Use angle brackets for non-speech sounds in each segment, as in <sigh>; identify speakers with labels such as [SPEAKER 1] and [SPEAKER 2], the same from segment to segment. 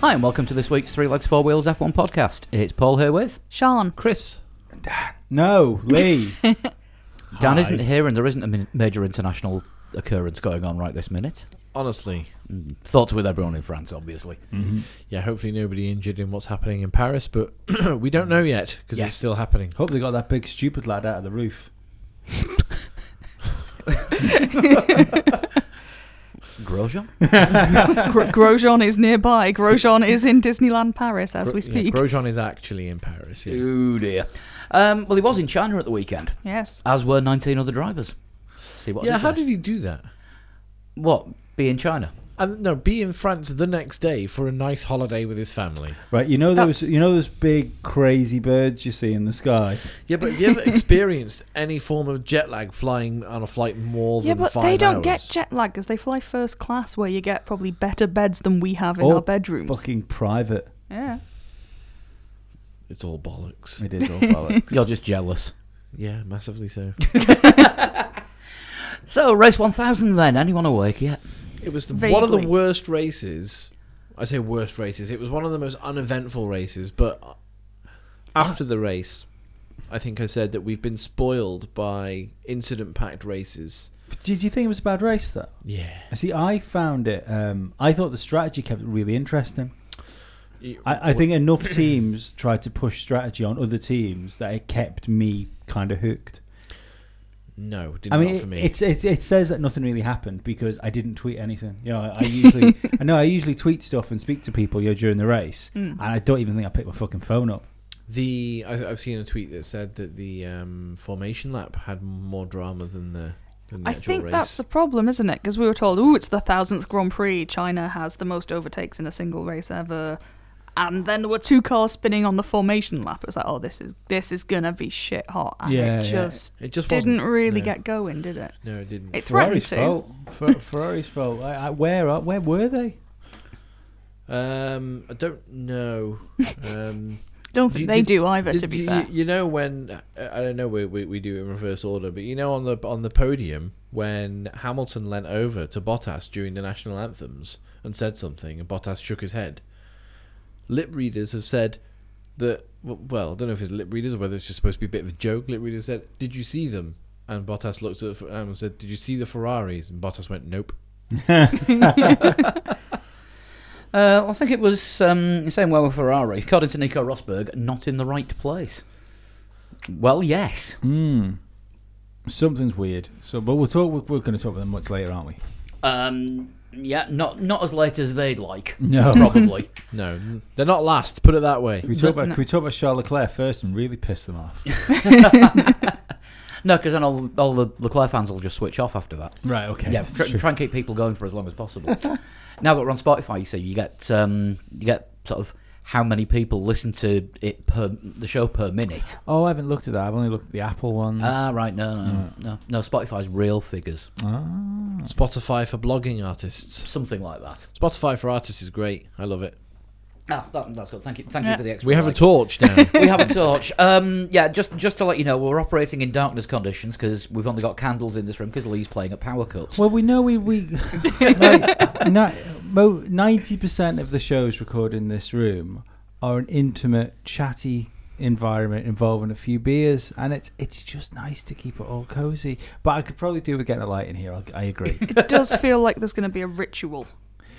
[SPEAKER 1] Hi, and welcome to this week's Three Legs, Four Wheels F1 podcast. It's Paul here with.
[SPEAKER 2] Sean.
[SPEAKER 3] Chris.
[SPEAKER 4] No, Lee. <laughs>
[SPEAKER 1] Dan
[SPEAKER 3] Hi.
[SPEAKER 1] isn't here, and there isn't a min- major international occurrence going on right this minute. Mm.
[SPEAKER 3] Honestly,
[SPEAKER 1] Thoughts with everyone in France, obviously.
[SPEAKER 3] yeah. Hopefully, nobody injured in what's happening in Paris, but <clears throat> we don't know yet because
[SPEAKER 4] Yeah.
[SPEAKER 3] it's still happening.
[SPEAKER 4] Hope they got that big stupid lad out of the roof.
[SPEAKER 1] <laughs> Grosjean?
[SPEAKER 2] Gro- Grosjean is nearby. Grosjean is in Disneyland Paris as we
[SPEAKER 3] Gro-
[SPEAKER 2] speak.
[SPEAKER 3] yeah, Grosjean is actually in Paris. Yeah.
[SPEAKER 1] Oh dear. Um, well, he was in China at the weekend,
[SPEAKER 2] yes.
[SPEAKER 1] as were 19 other drivers. See what? I
[SPEAKER 3] Yeah,
[SPEAKER 1] did
[SPEAKER 3] how
[SPEAKER 1] there.
[SPEAKER 3] did he do that?
[SPEAKER 1] what? Be in China.
[SPEAKER 3] And no, be in France the next day for a nice holiday with his family.
[SPEAKER 4] Right, you know those
[SPEAKER 2] That's-
[SPEAKER 4] you know those big crazy birds you see in the sky?
[SPEAKER 3] Yeah, but have
[SPEAKER 2] <laughs>
[SPEAKER 3] you ever experienced any form of jet lag flying on a flight more
[SPEAKER 2] Yeah,
[SPEAKER 3] than
[SPEAKER 2] but
[SPEAKER 3] five
[SPEAKER 2] they don't get
[SPEAKER 3] hours?
[SPEAKER 2] jet lag because they fly first class, where you get probably better beds than we have in
[SPEAKER 4] Oh,
[SPEAKER 2] our bedrooms.
[SPEAKER 4] Fucking private.
[SPEAKER 2] Yeah.
[SPEAKER 3] It's all bollocks.
[SPEAKER 4] It is all bollocks.
[SPEAKER 1] You're just jealous.
[SPEAKER 3] Yeah, massively so.
[SPEAKER 1] So race 1000 then. Anyone awake yet?
[SPEAKER 3] It was the, one of the
[SPEAKER 2] Vaguely.
[SPEAKER 3] worst races. I say worst races. It was one of the most uneventful races. But after the race, I think I said that we've been spoiled by incident-packed races.
[SPEAKER 4] But Did you think it was a bad race though?
[SPEAKER 3] Yeah,
[SPEAKER 4] See, I found it. Um, I thought the strategy kept it really interesting. I, I think enough teams tried to push strategy on other teams that it kept me kind of hooked.
[SPEAKER 3] no, did
[SPEAKER 4] I mean,
[SPEAKER 3] not for
[SPEAKER 4] it-
[SPEAKER 3] me.
[SPEAKER 4] it's it, it says that nothing really happened because I didn't tweet anything. You know, I, I usually
[SPEAKER 2] <laughs>
[SPEAKER 4] I know I usually tweet stuff and speak to people you know, during the race,
[SPEAKER 2] Hmm.
[SPEAKER 4] and I don't even think I picked my fucking phone up.
[SPEAKER 3] the I, I've seen a tweet that said that the um, formation lap had more drama than the. Than the
[SPEAKER 2] I
[SPEAKER 3] actual
[SPEAKER 2] think
[SPEAKER 3] race.
[SPEAKER 2] that's the problem, isn't it? Because we were told, "Ooh, it's the thousandth Grand Prix. China has the most overtakes in a single race ever." And then there were two cars spinning on the formation lap. It was like, "Oh, this is this is gonna be shit hot." And
[SPEAKER 4] Yeah,
[SPEAKER 2] it
[SPEAKER 4] yeah.
[SPEAKER 2] just
[SPEAKER 3] It just
[SPEAKER 2] didn't
[SPEAKER 3] wasn't,
[SPEAKER 2] really
[SPEAKER 3] no.
[SPEAKER 2] get going, did it?
[SPEAKER 3] No, it didn't.
[SPEAKER 2] It threatened
[SPEAKER 4] Ferrari's
[SPEAKER 2] to.
[SPEAKER 4] fault. Fer- Ferrari's fault. I, I, where are, where were they?
[SPEAKER 3] um, I don't
[SPEAKER 2] <laughs>
[SPEAKER 3] know. Um,
[SPEAKER 2] Don't think
[SPEAKER 3] You-
[SPEAKER 2] they
[SPEAKER 3] did-
[SPEAKER 2] do either.
[SPEAKER 3] Did
[SPEAKER 2] to be
[SPEAKER 3] you,
[SPEAKER 2] fair,
[SPEAKER 3] you- you know when uh, I don't know we, we we do it in reverse order, but you know on the on the podium when Hamilton leant over to Bottas during the national anthems and said something, and Bottas shook his head. Lip readers have said that w- well, I don't know if it's lip readers or whether it's just supposed to be a bit of a joke. Lip readers said, "Did you see them?" And Bottas looked at Fer- and said, "Did you see the Ferraris?" And Bottas went, "Nope."
[SPEAKER 1] Uh, well, I think it was um, the same way with Ferrari. According to Nico Rosberg, not in the right place. Well, yes.
[SPEAKER 4] Hmm. Something's weird. So, but we'll talk. We're, we're going to talk about them much later, aren't we?
[SPEAKER 1] Um, yeah, not not as late as they'd like.
[SPEAKER 4] No.
[SPEAKER 1] probably.
[SPEAKER 3] No, n- they're not last. Put it that way.
[SPEAKER 4] Can we
[SPEAKER 1] The-
[SPEAKER 4] talk about Can we talk about Charles Leclerc first and really piss them off?
[SPEAKER 1] No, because then all, all the Leclerc fans will just switch off after that.
[SPEAKER 4] right. Okay.
[SPEAKER 1] Yeah, tr- try and keep people going for as long as possible. <laughs> now that we're on Spotify, you see, you get um, you get sort of how many people listen to it per the show per minute.
[SPEAKER 4] Oh, I haven't looked at that. I've only looked at the Apple ones.
[SPEAKER 1] Ah, right, no, no, no, no. Spotify's real figures,
[SPEAKER 4] Ah.
[SPEAKER 3] Spotify for blogging artists.
[SPEAKER 1] something like that.
[SPEAKER 3] Spotify for artists is great. I love it.
[SPEAKER 1] Ah, that, that's good. Thank you, thank you
[SPEAKER 2] Yeah.
[SPEAKER 1] for the extra.
[SPEAKER 3] We have a
[SPEAKER 1] like.
[SPEAKER 3] torch now.
[SPEAKER 1] we have a torch. Um, yeah, just just to let you know, we're operating in darkness conditions because we've only got candles in this room because Lee's playing at power cuts.
[SPEAKER 4] Well, we know we we <laughs> like ninety percent of the shows recorded in this room are an intimate, chatty environment involving a few beers, and it's it's just nice to keep it all cozy. But I could probably do with getting a light in here. I, I agree.
[SPEAKER 2] it does feel like there's going to be a ritual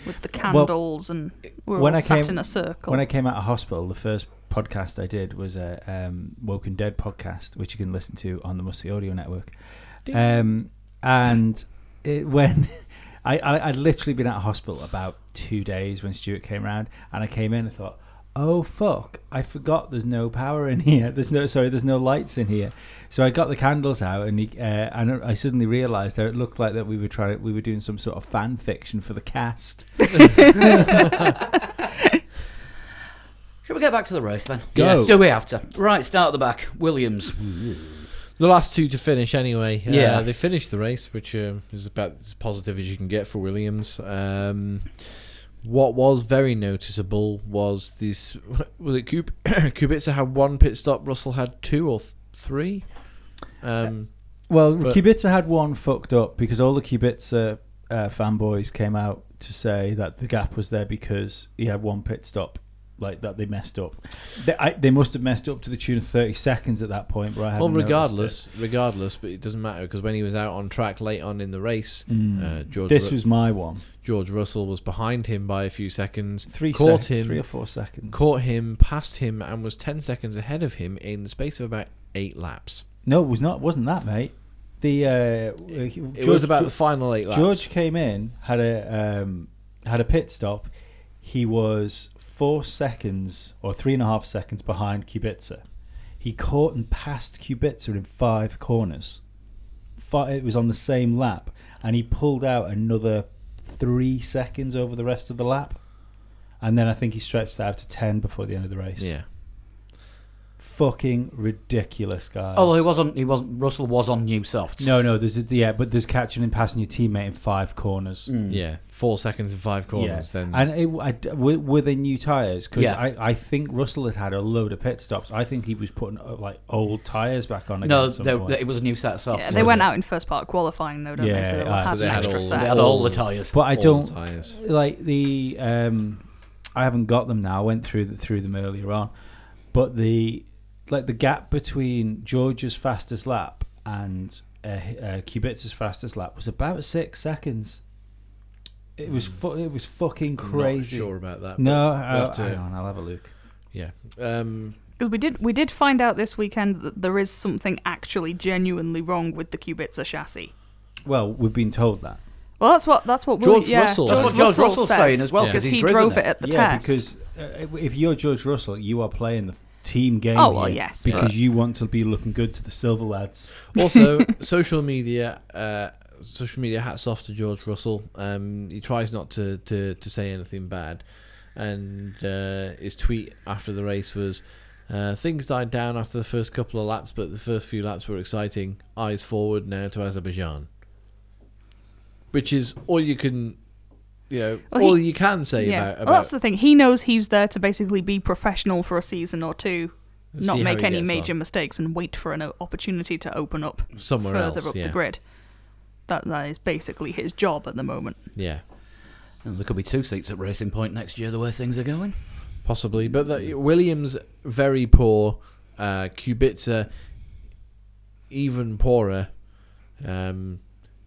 [SPEAKER 2] with the candles and we're
[SPEAKER 4] when
[SPEAKER 2] all
[SPEAKER 4] I
[SPEAKER 2] sat
[SPEAKER 4] came-
[SPEAKER 2] in a circle.
[SPEAKER 4] when I came out of hospital, the first podcast I did was a um, Woken Dead podcast, which you can listen to on the Musty Audio Network. Um, and it, when <laughs> I, I, I'd literally been out of hospital about two days when Stuart came round, and I came in and thought, oh fuck, I forgot there's no power in here. <laughs> There's no, sorry, there's no lights in here. So I got the candles out, and he, uh, and I suddenly realised that it looked like that we were trying, we were doing some sort of fan fiction for the cast.
[SPEAKER 1] Should we get back to the race then?
[SPEAKER 4] Go. Yes.
[SPEAKER 1] Do we have to? Right, start at the back. Williams.
[SPEAKER 3] <laughs> The last two to finish, anyway. Uh,
[SPEAKER 1] Yeah.
[SPEAKER 3] they finished the race, which um, is about as positive as you can get for Williams. Um, what was very noticeable was this. <laughs> Was it Kup- <coughs> Kubica had one pit stop, Russell had two or th- three. Um,
[SPEAKER 4] Well,
[SPEAKER 3] But-
[SPEAKER 4] Kubica had one fucked up because all the Kubica uh, fanboys came out to say that the gap was there because he had one pit stop, like that they messed up. They, I, they must have messed up to the tune of thirty seconds at that point. Where I
[SPEAKER 3] well,
[SPEAKER 4] hadn't noticed
[SPEAKER 3] regardless, regardless, but it doesn't matter because when he was out on track late on in the race,
[SPEAKER 4] it. Mm.
[SPEAKER 3] uh, George Ru-
[SPEAKER 4] this was my one.
[SPEAKER 3] George Russell was behind him by a few seconds,
[SPEAKER 4] Three
[SPEAKER 3] Caught
[SPEAKER 4] seconds,
[SPEAKER 3] him.
[SPEAKER 4] three or four seconds.
[SPEAKER 3] caught him, passed him, and was ten seconds ahead of him in the space of about eight laps.
[SPEAKER 4] No, it was not. Wasn't that mate? The uh, it
[SPEAKER 3] It was about the final eight laps.
[SPEAKER 4] George came in, had a um, had a pit stop. He was four seconds or three and a half seconds behind Kubica. He caught and passed Kubica in five corners. Fi it was on the same lap, and he pulled out another three seconds over the rest of the lap. And then I think he stretched that out to ten before the end of the race.
[SPEAKER 3] yeah,
[SPEAKER 4] Fucking ridiculous, guys.
[SPEAKER 1] Although Oh, he was on, he was Russell was on new softs.
[SPEAKER 4] No, no, there's a, yeah, but there's catching and passing your teammate in five corners.
[SPEAKER 1] Mm.
[SPEAKER 3] yeah, four seconds in five corners. Then
[SPEAKER 4] Hmm. and it, I d- were, were they new tires? Because
[SPEAKER 1] Yeah.
[SPEAKER 4] I, I think Russell had had a load of pit stops. I think he was putting uh, like old tires back on. Again
[SPEAKER 1] no,
[SPEAKER 4] at some
[SPEAKER 1] they-
[SPEAKER 4] point.
[SPEAKER 1] it was a new set of softs.
[SPEAKER 2] Yeah, they
[SPEAKER 1] wasn't
[SPEAKER 2] went
[SPEAKER 1] it?
[SPEAKER 2] out in first part qualifying though, don't
[SPEAKER 4] Yeah,
[SPEAKER 2] they? So they'll
[SPEAKER 4] aye.
[SPEAKER 2] have
[SPEAKER 3] So they
[SPEAKER 2] an
[SPEAKER 3] had
[SPEAKER 2] extra
[SPEAKER 3] all-
[SPEAKER 2] set.
[SPEAKER 1] They had all the tires.
[SPEAKER 4] but I
[SPEAKER 3] all
[SPEAKER 4] don't
[SPEAKER 3] tires.
[SPEAKER 4] like the. Um, I haven't got them now. I went through the, through them earlier on, but the like the gap between George's fastest lap and uh, uh, Kubica's fastest lap was about six seconds. It was fu- it was fucking
[SPEAKER 3] I'm not
[SPEAKER 4] crazy.
[SPEAKER 3] sure about that.
[SPEAKER 4] No,
[SPEAKER 3] we'll
[SPEAKER 4] I,
[SPEAKER 3] have to-
[SPEAKER 4] hang on, I'll have a look.
[SPEAKER 3] but, um,
[SPEAKER 2] Because we did we did find out this weekend that there is something actually genuinely wrong with the Kubica chassis.
[SPEAKER 4] Well, we've been told that.
[SPEAKER 2] Well, that's what that's what
[SPEAKER 3] George
[SPEAKER 2] we, yeah,
[SPEAKER 3] Russell.
[SPEAKER 1] That's
[SPEAKER 2] George
[SPEAKER 1] what George
[SPEAKER 2] Russell
[SPEAKER 1] Russell's
[SPEAKER 2] says,
[SPEAKER 1] saying as well
[SPEAKER 3] Yeah.
[SPEAKER 1] because
[SPEAKER 2] because he
[SPEAKER 1] he's driven
[SPEAKER 2] drove it at the test.
[SPEAKER 4] because uh, if you're George Russell, you are playing the team game.
[SPEAKER 2] Oh, well,
[SPEAKER 4] here
[SPEAKER 2] yes,
[SPEAKER 4] because
[SPEAKER 2] but-
[SPEAKER 4] you want to be looking good to the silver lads.
[SPEAKER 2] <laughs>
[SPEAKER 3] also, social media. Uh, social media. Hats off to George Russell. Um, he tries not to, to, to say anything bad, and uh, his tweet after the race was. Uh, things died down after the first couple of laps, but the first few laps were exciting. Eyes forward now to Azerbaijan, which is all you can, you know,
[SPEAKER 2] Well, he-
[SPEAKER 3] all you can say
[SPEAKER 2] yeah.
[SPEAKER 3] about. about
[SPEAKER 2] well, that's the thing. He knows he's there to basically be professional for a season or two, not
[SPEAKER 3] see how
[SPEAKER 2] make
[SPEAKER 3] he
[SPEAKER 2] any
[SPEAKER 3] gets
[SPEAKER 2] major
[SPEAKER 3] on.
[SPEAKER 2] mistakes, and wait for an o- opportunity to open up
[SPEAKER 3] somewhere
[SPEAKER 2] further
[SPEAKER 3] else.
[SPEAKER 2] up
[SPEAKER 3] yeah,
[SPEAKER 2] the grid. That that is basically his job at the moment.
[SPEAKER 3] yeah.
[SPEAKER 1] And there could be two seats at Racing Point next year the way things are going.
[SPEAKER 3] Possibly, but the, Williams very poor, uh, Kubica even poorer. Um,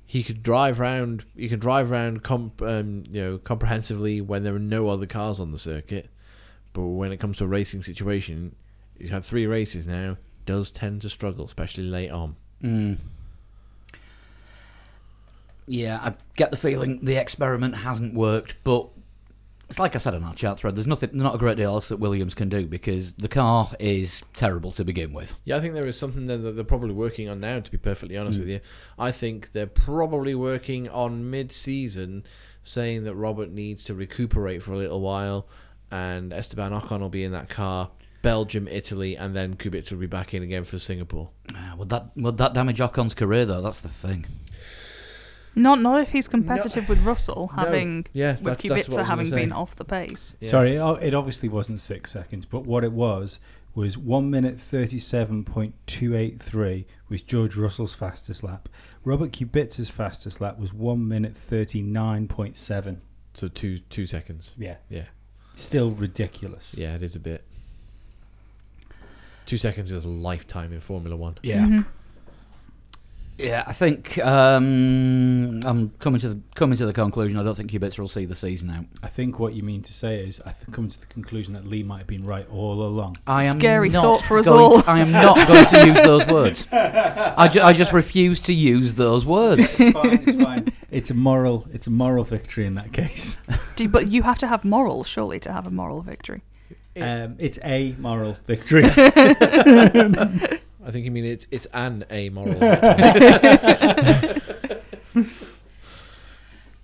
[SPEAKER 3] he could drive round. He can drive round, comp, um, you know, comprehensively when there are no other cars on the circuit. But when it comes to a racing situation, he's had three races now. Does tend to struggle, especially late on.
[SPEAKER 1] Mm. Yeah, I get the feeling the experiment hasn't worked, but it's like I said on our chat thread. There's nothing, not a great deal else that Williams can do because the car is terrible to begin with.
[SPEAKER 3] Yeah, I think there is something there that they're probably working on now. To be perfectly honest
[SPEAKER 2] Mm.
[SPEAKER 3] with you, I think they're probably working on mid-season, saying that Robert needs to recuperate for a little while, and Esteban Ocon will be in that car, Belgium, Italy, and then Kubica will be back in again for Singapore.
[SPEAKER 1] Ah, would that would that damage Ocon's career though? That's the thing.
[SPEAKER 2] Not not if he's competitive with Russell,
[SPEAKER 3] No.
[SPEAKER 2] having
[SPEAKER 3] Yeah,
[SPEAKER 2] with
[SPEAKER 3] that's- that's what I
[SPEAKER 2] Kubica
[SPEAKER 3] was gonna
[SPEAKER 2] having
[SPEAKER 3] say.
[SPEAKER 2] been off the pace.
[SPEAKER 3] Yeah.
[SPEAKER 4] Sorry, it o- it obviously wasn't six seconds, but what it was was one minute thirty-seven point two eight three was George Russell's fastest lap. Robert Kubica's fastest lap was one minute thirty-nine point seven.
[SPEAKER 3] So two two seconds.
[SPEAKER 4] Yeah,
[SPEAKER 3] Yeah,
[SPEAKER 4] still ridiculous.
[SPEAKER 3] yeah, it is a bit. Two seconds is a lifetime in Formula One.
[SPEAKER 1] Yeah.
[SPEAKER 2] Mm-hmm.
[SPEAKER 1] Yeah, I think um, I'm coming to the, coming to the conclusion. I don't think Kubica will see the season out.
[SPEAKER 4] I think what you mean to say is I th- come to the conclusion that Lee might have been right all along.
[SPEAKER 1] I am
[SPEAKER 2] scary
[SPEAKER 1] not
[SPEAKER 2] thought for us
[SPEAKER 1] going
[SPEAKER 2] all.
[SPEAKER 1] to- I am not going <laughs> to use those words. I, ju- I just refuse to use those <laughs> words.
[SPEAKER 4] It's fine, it's fine. It's a moral. It's a moral victory in that case.
[SPEAKER 2] Do, but you have to have morals, surely, to have a moral
[SPEAKER 3] <laughs>
[SPEAKER 2] victory. <laughs>
[SPEAKER 4] Um, it's a moral victory.
[SPEAKER 3] I think you mean it's it's an
[SPEAKER 2] <laughs>
[SPEAKER 3] amoral.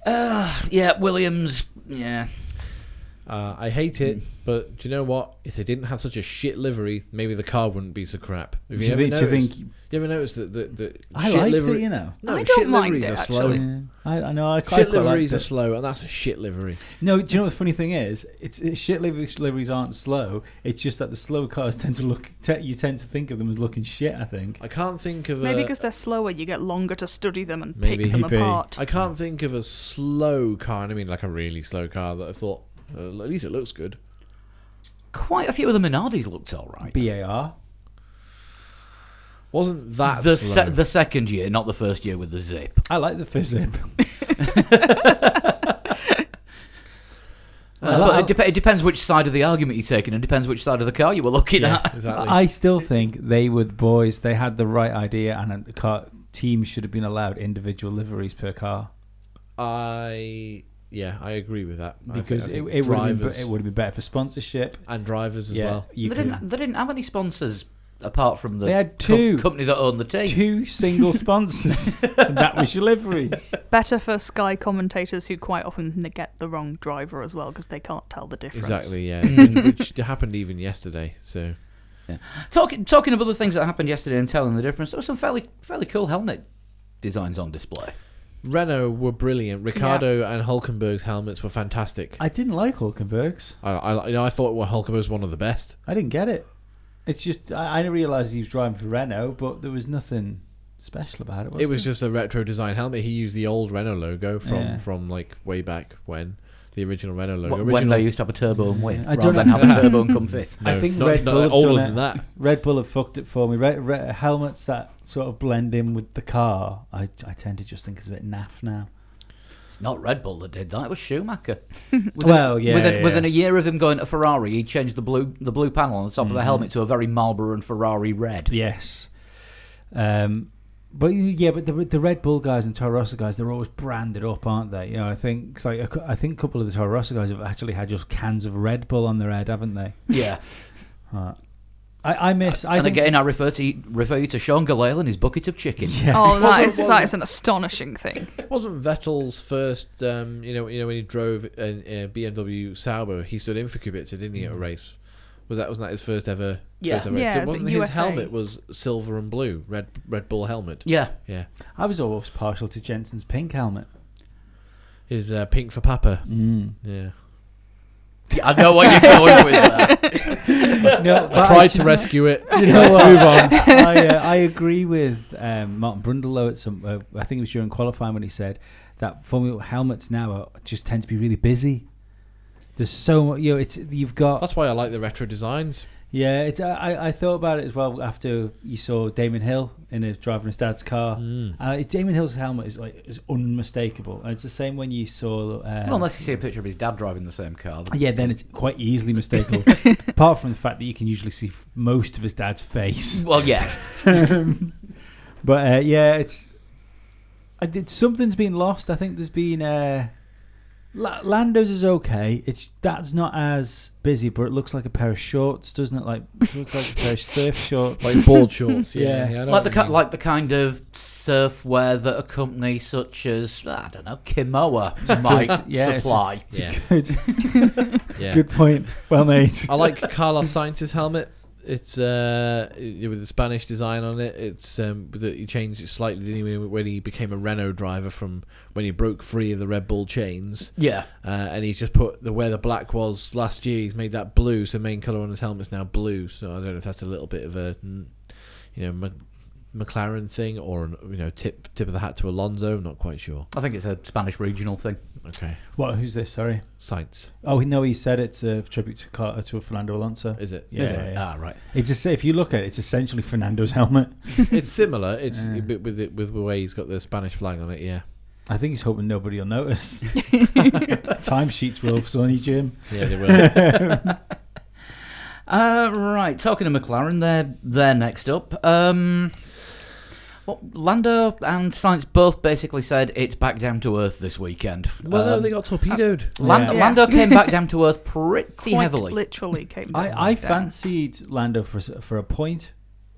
[SPEAKER 1] Uh, Yeah, Williams. Yeah,
[SPEAKER 3] Uh, I hate
[SPEAKER 4] Hmm.
[SPEAKER 3] it, but do you know what? If they didn't have such a shit livery, maybe the car wouldn't be so crap. Have
[SPEAKER 4] Do
[SPEAKER 3] you,
[SPEAKER 4] you
[SPEAKER 3] ever
[SPEAKER 4] think- do you
[SPEAKER 3] noticed?
[SPEAKER 4] think-
[SPEAKER 3] you ever noticed that the, the
[SPEAKER 4] I
[SPEAKER 3] shit
[SPEAKER 4] liked
[SPEAKER 3] livery?
[SPEAKER 4] it, you know.
[SPEAKER 3] No,
[SPEAKER 2] I don't
[SPEAKER 3] shit
[SPEAKER 2] mind
[SPEAKER 3] liveries
[SPEAKER 2] it,
[SPEAKER 3] are slow.
[SPEAKER 2] actually.
[SPEAKER 4] Yeah. I, I know. I quite,
[SPEAKER 3] Shit
[SPEAKER 4] quite liked
[SPEAKER 3] liveries
[SPEAKER 4] it.
[SPEAKER 3] are slow, and that's a shit livery.
[SPEAKER 4] No, do you know what the funny thing is? It's, it's shit livery- liveries aren't slow. It's just that the slow cars <laughs> tend to look. Te- you tend to think of them as looking shit. I think.
[SPEAKER 3] I can't think of
[SPEAKER 2] Maybe
[SPEAKER 3] a.
[SPEAKER 2] because they're slower, you get longer to study them and
[SPEAKER 3] Maybe.
[SPEAKER 2] pick them
[SPEAKER 4] Maybe.
[SPEAKER 2] apart.
[SPEAKER 3] I can't think of a slow car. and I mean, like a really slow car that I thought. Uh, at least it looks good.
[SPEAKER 1] Quite a few of the Minardis looked all right.
[SPEAKER 4] Bar.
[SPEAKER 3] Wasn't that
[SPEAKER 1] the
[SPEAKER 3] slow?
[SPEAKER 1] se- the second year, not the first year with the zip.
[SPEAKER 4] I like the fizz-zip.
[SPEAKER 1] I suppose it, dep- it depends which side of the argument you're taking, and depends which side of the car you were looking
[SPEAKER 3] yeah,
[SPEAKER 1] at.
[SPEAKER 3] exactly.
[SPEAKER 4] I still think they were the boys. They had the right idea, and the car teams should have been allowed individual liveries per car
[SPEAKER 3] I yeah, I agree with that I think-
[SPEAKER 4] because
[SPEAKER 3] I think
[SPEAKER 4] it, it would have been,
[SPEAKER 3] drivers
[SPEAKER 4] be- it would have been better for sponsorship.
[SPEAKER 3] and drivers as
[SPEAKER 4] yeah,
[SPEAKER 3] well.
[SPEAKER 4] <laughs> you
[SPEAKER 1] they
[SPEAKER 4] could-
[SPEAKER 1] didn't. They didn't have any sponsors apart from the
[SPEAKER 4] They had
[SPEAKER 1] co-
[SPEAKER 4] two.
[SPEAKER 1] company that owned the team.
[SPEAKER 4] two single sponsors. and that was your liveries.
[SPEAKER 2] Better for Sky commentators who quite often n- get the wrong driver as well because they can't tell the difference.
[SPEAKER 3] Exactly,
[SPEAKER 4] <laughs>
[SPEAKER 3] yeah, and which happened even yesterday. So
[SPEAKER 1] Talking talking of other things that happened yesterday and telling the difference, there were some fairly fairly cool helmet designs on display.
[SPEAKER 3] Renault were brilliant. Ricardo and Hulkenberg's helmets were fantastic.
[SPEAKER 4] <laughs> I didn't like Hulkenberg's.
[SPEAKER 3] I I, you know, I thought well, Hulkenberg was one of the best.
[SPEAKER 4] I didn't get it. It's just I, I realised he was driving for Renault, but there was nothing special about it. Was
[SPEAKER 3] it was
[SPEAKER 4] there?
[SPEAKER 3] just a retro design helmet. He used the old Renault logo from
[SPEAKER 4] Yeah.
[SPEAKER 3] from like way back when the original Renault
[SPEAKER 1] Wh-
[SPEAKER 3] logo.
[SPEAKER 1] When
[SPEAKER 3] Original-
[SPEAKER 1] they used to have a turbo and win,
[SPEAKER 4] I
[SPEAKER 1] rather
[SPEAKER 4] don't
[SPEAKER 1] than
[SPEAKER 4] know.
[SPEAKER 1] have a
[SPEAKER 4] <laughs>
[SPEAKER 1] turbo and come fifth.
[SPEAKER 4] I think
[SPEAKER 3] not,
[SPEAKER 4] Red
[SPEAKER 3] not
[SPEAKER 4] Bull have
[SPEAKER 3] older than
[SPEAKER 4] done
[SPEAKER 3] that.
[SPEAKER 4] Red Bull have fucked it for me. Red, red, helmets that sort of blend in with the car, I, I tend to just think is a bit naff now.
[SPEAKER 1] It's not Red Bull that did that; it was
[SPEAKER 4] <laughs>
[SPEAKER 1] Schumacher. Within,
[SPEAKER 4] Well, yeah,
[SPEAKER 1] within,
[SPEAKER 4] yeah,
[SPEAKER 1] within a
[SPEAKER 4] yeah.
[SPEAKER 1] year of him going to Ferrari, he changed the blue the blue panel on the top of the
[SPEAKER 4] Mm-hmm.
[SPEAKER 1] helmet to a very Marlboro and Ferrari red.
[SPEAKER 4] yes. Um, but yeah, but the the Red Bull guys and Toro Rosso guys, they're always branded up, aren't they? You know, I think it's like a cou- I think a couple of the Toro Rosso guys have actually had just cans of Red Bull on their head, haven't they?
[SPEAKER 1] <laughs> Yeah,
[SPEAKER 4] Right. I, I miss. I
[SPEAKER 1] and
[SPEAKER 4] think
[SPEAKER 1] again, I refer to refer you to Sean Galale and his bucket of chicken.
[SPEAKER 4] <laughs> Yeah. <laughs>
[SPEAKER 2] Oh, that is,
[SPEAKER 3] Wasn't-
[SPEAKER 2] that is an astonishing thing.
[SPEAKER 3] Wasn't Vettel's first, um, you know, you know when he drove an uh, BMW Sauber, he stood in for Kubica, didn't he, at a
[SPEAKER 4] Mm.
[SPEAKER 3] race? Was that wasn't that his first ever?
[SPEAKER 1] Yeah.
[SPEAKER 3] first ever race?
[SPEAKER 2] Yeah, it's
[SPEAKER 3] wasn't
[SPEAKER 2] at
[SPEAKER 3] his
[SPEAKER 2] USA.
[SPEAKER 3] helmet was silver and blue, red Red Bull helmet.
[SPEAKER 1] Yeah,
[SPEAKER 3] Yeah,
[SPEAKER 4] I was always partial to Jensen's
[SPEAKER 3] <laughs>
[SPEAKER 4] pink helmet.
[SPEAKER 3] his uh, pink for Papa.
[SPEAKER 4] Mm.
[SPEAKER 3] Yeah,
[SPEAKER 1] I know what you're going with. <laughs> There.
[SPEAKER 4] no,
[SPEAKER 3] I tried to rescue it.
[SPEAKER 4] You know
[SPEAKER 3] Let's
[SPEAKER 4] what?
[SPEAKER 3] move on.
[SPEAKER 4] <laughs> I, uh, I agree with um, Martin Brundle at some. Uh, I think it was during qualifying when he said that Formula helmets now are, just tend to be really busy. There's so much, you know, it's you've got
[SPEAKER 3] That's why I like the retro designs.
[SPEAKER 4] yeah. It, I I thought about it as well after you saw Damon Hill in a driving his dad's car. Uh, Damon Hill's helmet is like is unmistakable, and it's the same when you saw. Uh,
[SPEAKER 1] Well, unless you see a picture of his dad driving the same car.
[SPEAKER 4] Yeah, then it's quite easily mistakeable.
[SPEAKER 1] <laughs>
[SPEAKER 4] Apart from the fact that you can usually see f- most of his dad's face.
[SPEAKER 1] <laughs> Well, yes.
[SPEAKER 4] Um, but uh, yeah, it's I did something's been lost. I think there's been uh, La- Lando's is okay. It's that's not as busy, but it looks like a pair of shorts, doesn't it? Like it looks like a pair of surf shorts. <laughs>
[SPEAKER 3] Like board shorts.
[SPEAKER 4] Yeah.
[SPEAKER 3] Yeah, I know
[SPEAKER 1] Like the
[SPEAKER 3] what
[SPEAKER 1] ki-
[SPEAKER 3] you mean.
[SPEAKER 1] like the kind of surf wear that a company such as I don't know Kimoa might
[SPEAKER 4] yeah, it's
[SPEAKER 1] <laughs>
[SPEAKER 4] a-
[SPEAKER 1] supply.
[SPEAKER 4] <laughs>
[SPEAKER 3] yeah,
[SPEAKER 4] good,
[SPEAKER 3] yeah.
[SPEAKER 4] good point. Well made.
[SPEAKER 3] I like Carlos Sainz's helmet. It's uh, i- with the Spanish design on it. It's um, that he changed it slightly didn't he, when he became a Renault driver from when he broke free of the Red Bull chains.
[SPEAKER 1] yeah.
[SPEAKER 3] Uh, and he's just put the where the black was last year. He's made that blue, so the main color on his helmet's now blue. So I don't know if that's a little bit of a, mm, you know, Mc- McLaren thing or an, you know tip tip of the hat to Alonso. I'm not quite sure.
[SPEAKER 1] I think it's a Spanish regional thing.
[SPEAKER 3] Okay,
[SPEAKER 4] What? Who's this? Sorry.
[SPEAKER 3] Sainz
[SPEAKER 4] Oh no, he said it's a tribute to Car- to Fernando Alonso.
[SPEAKER 3] is it?
[SPEAKER 4] Yeah.
[SPEAKER 3] Is it?
[SPEAKER 1] Ah, right.
[SPEAKER 4] It's just, if you look at it, it's essentially Fernando's helmet. <laughs>
[SPEAKER 3] it's similar. It's
[SPEAKER 4] Yeah.
[SPEAKER 3] a bit with it with the way he's got the Spanish flag on it. Yeah,
[SPEAKER 4] I think he's hoping nobody will notice. <laughs> Timesheets were off, Sonny Jim.
[SPEAKER 3] yeah, they will.
[SPEAKER 4] <laughs>
[SPEAKER 1] Uh, right. Talking to McLaren, they're they're next up. Um, well, Lando and Science both basically said it's back down to earth this weekend.
[SPEAKER 3] Well, no,
[SPEAKER 1] Um,
[SPEAKER 3] they got torpedoed.
[SPEAKER 1] Lan-
[SPEAKER 4] Yeah.
[SPEAKER 1] Lando came back down to earth pretty
[SPEAKER 2] Quite
[SPEAKER 1] heavily.
[SPEAKER 2] literally came down
[SPEAKER 4] I, I
[SPEAKER 2] like that.
[SPEAKER 4] fancied Lando for s- for a point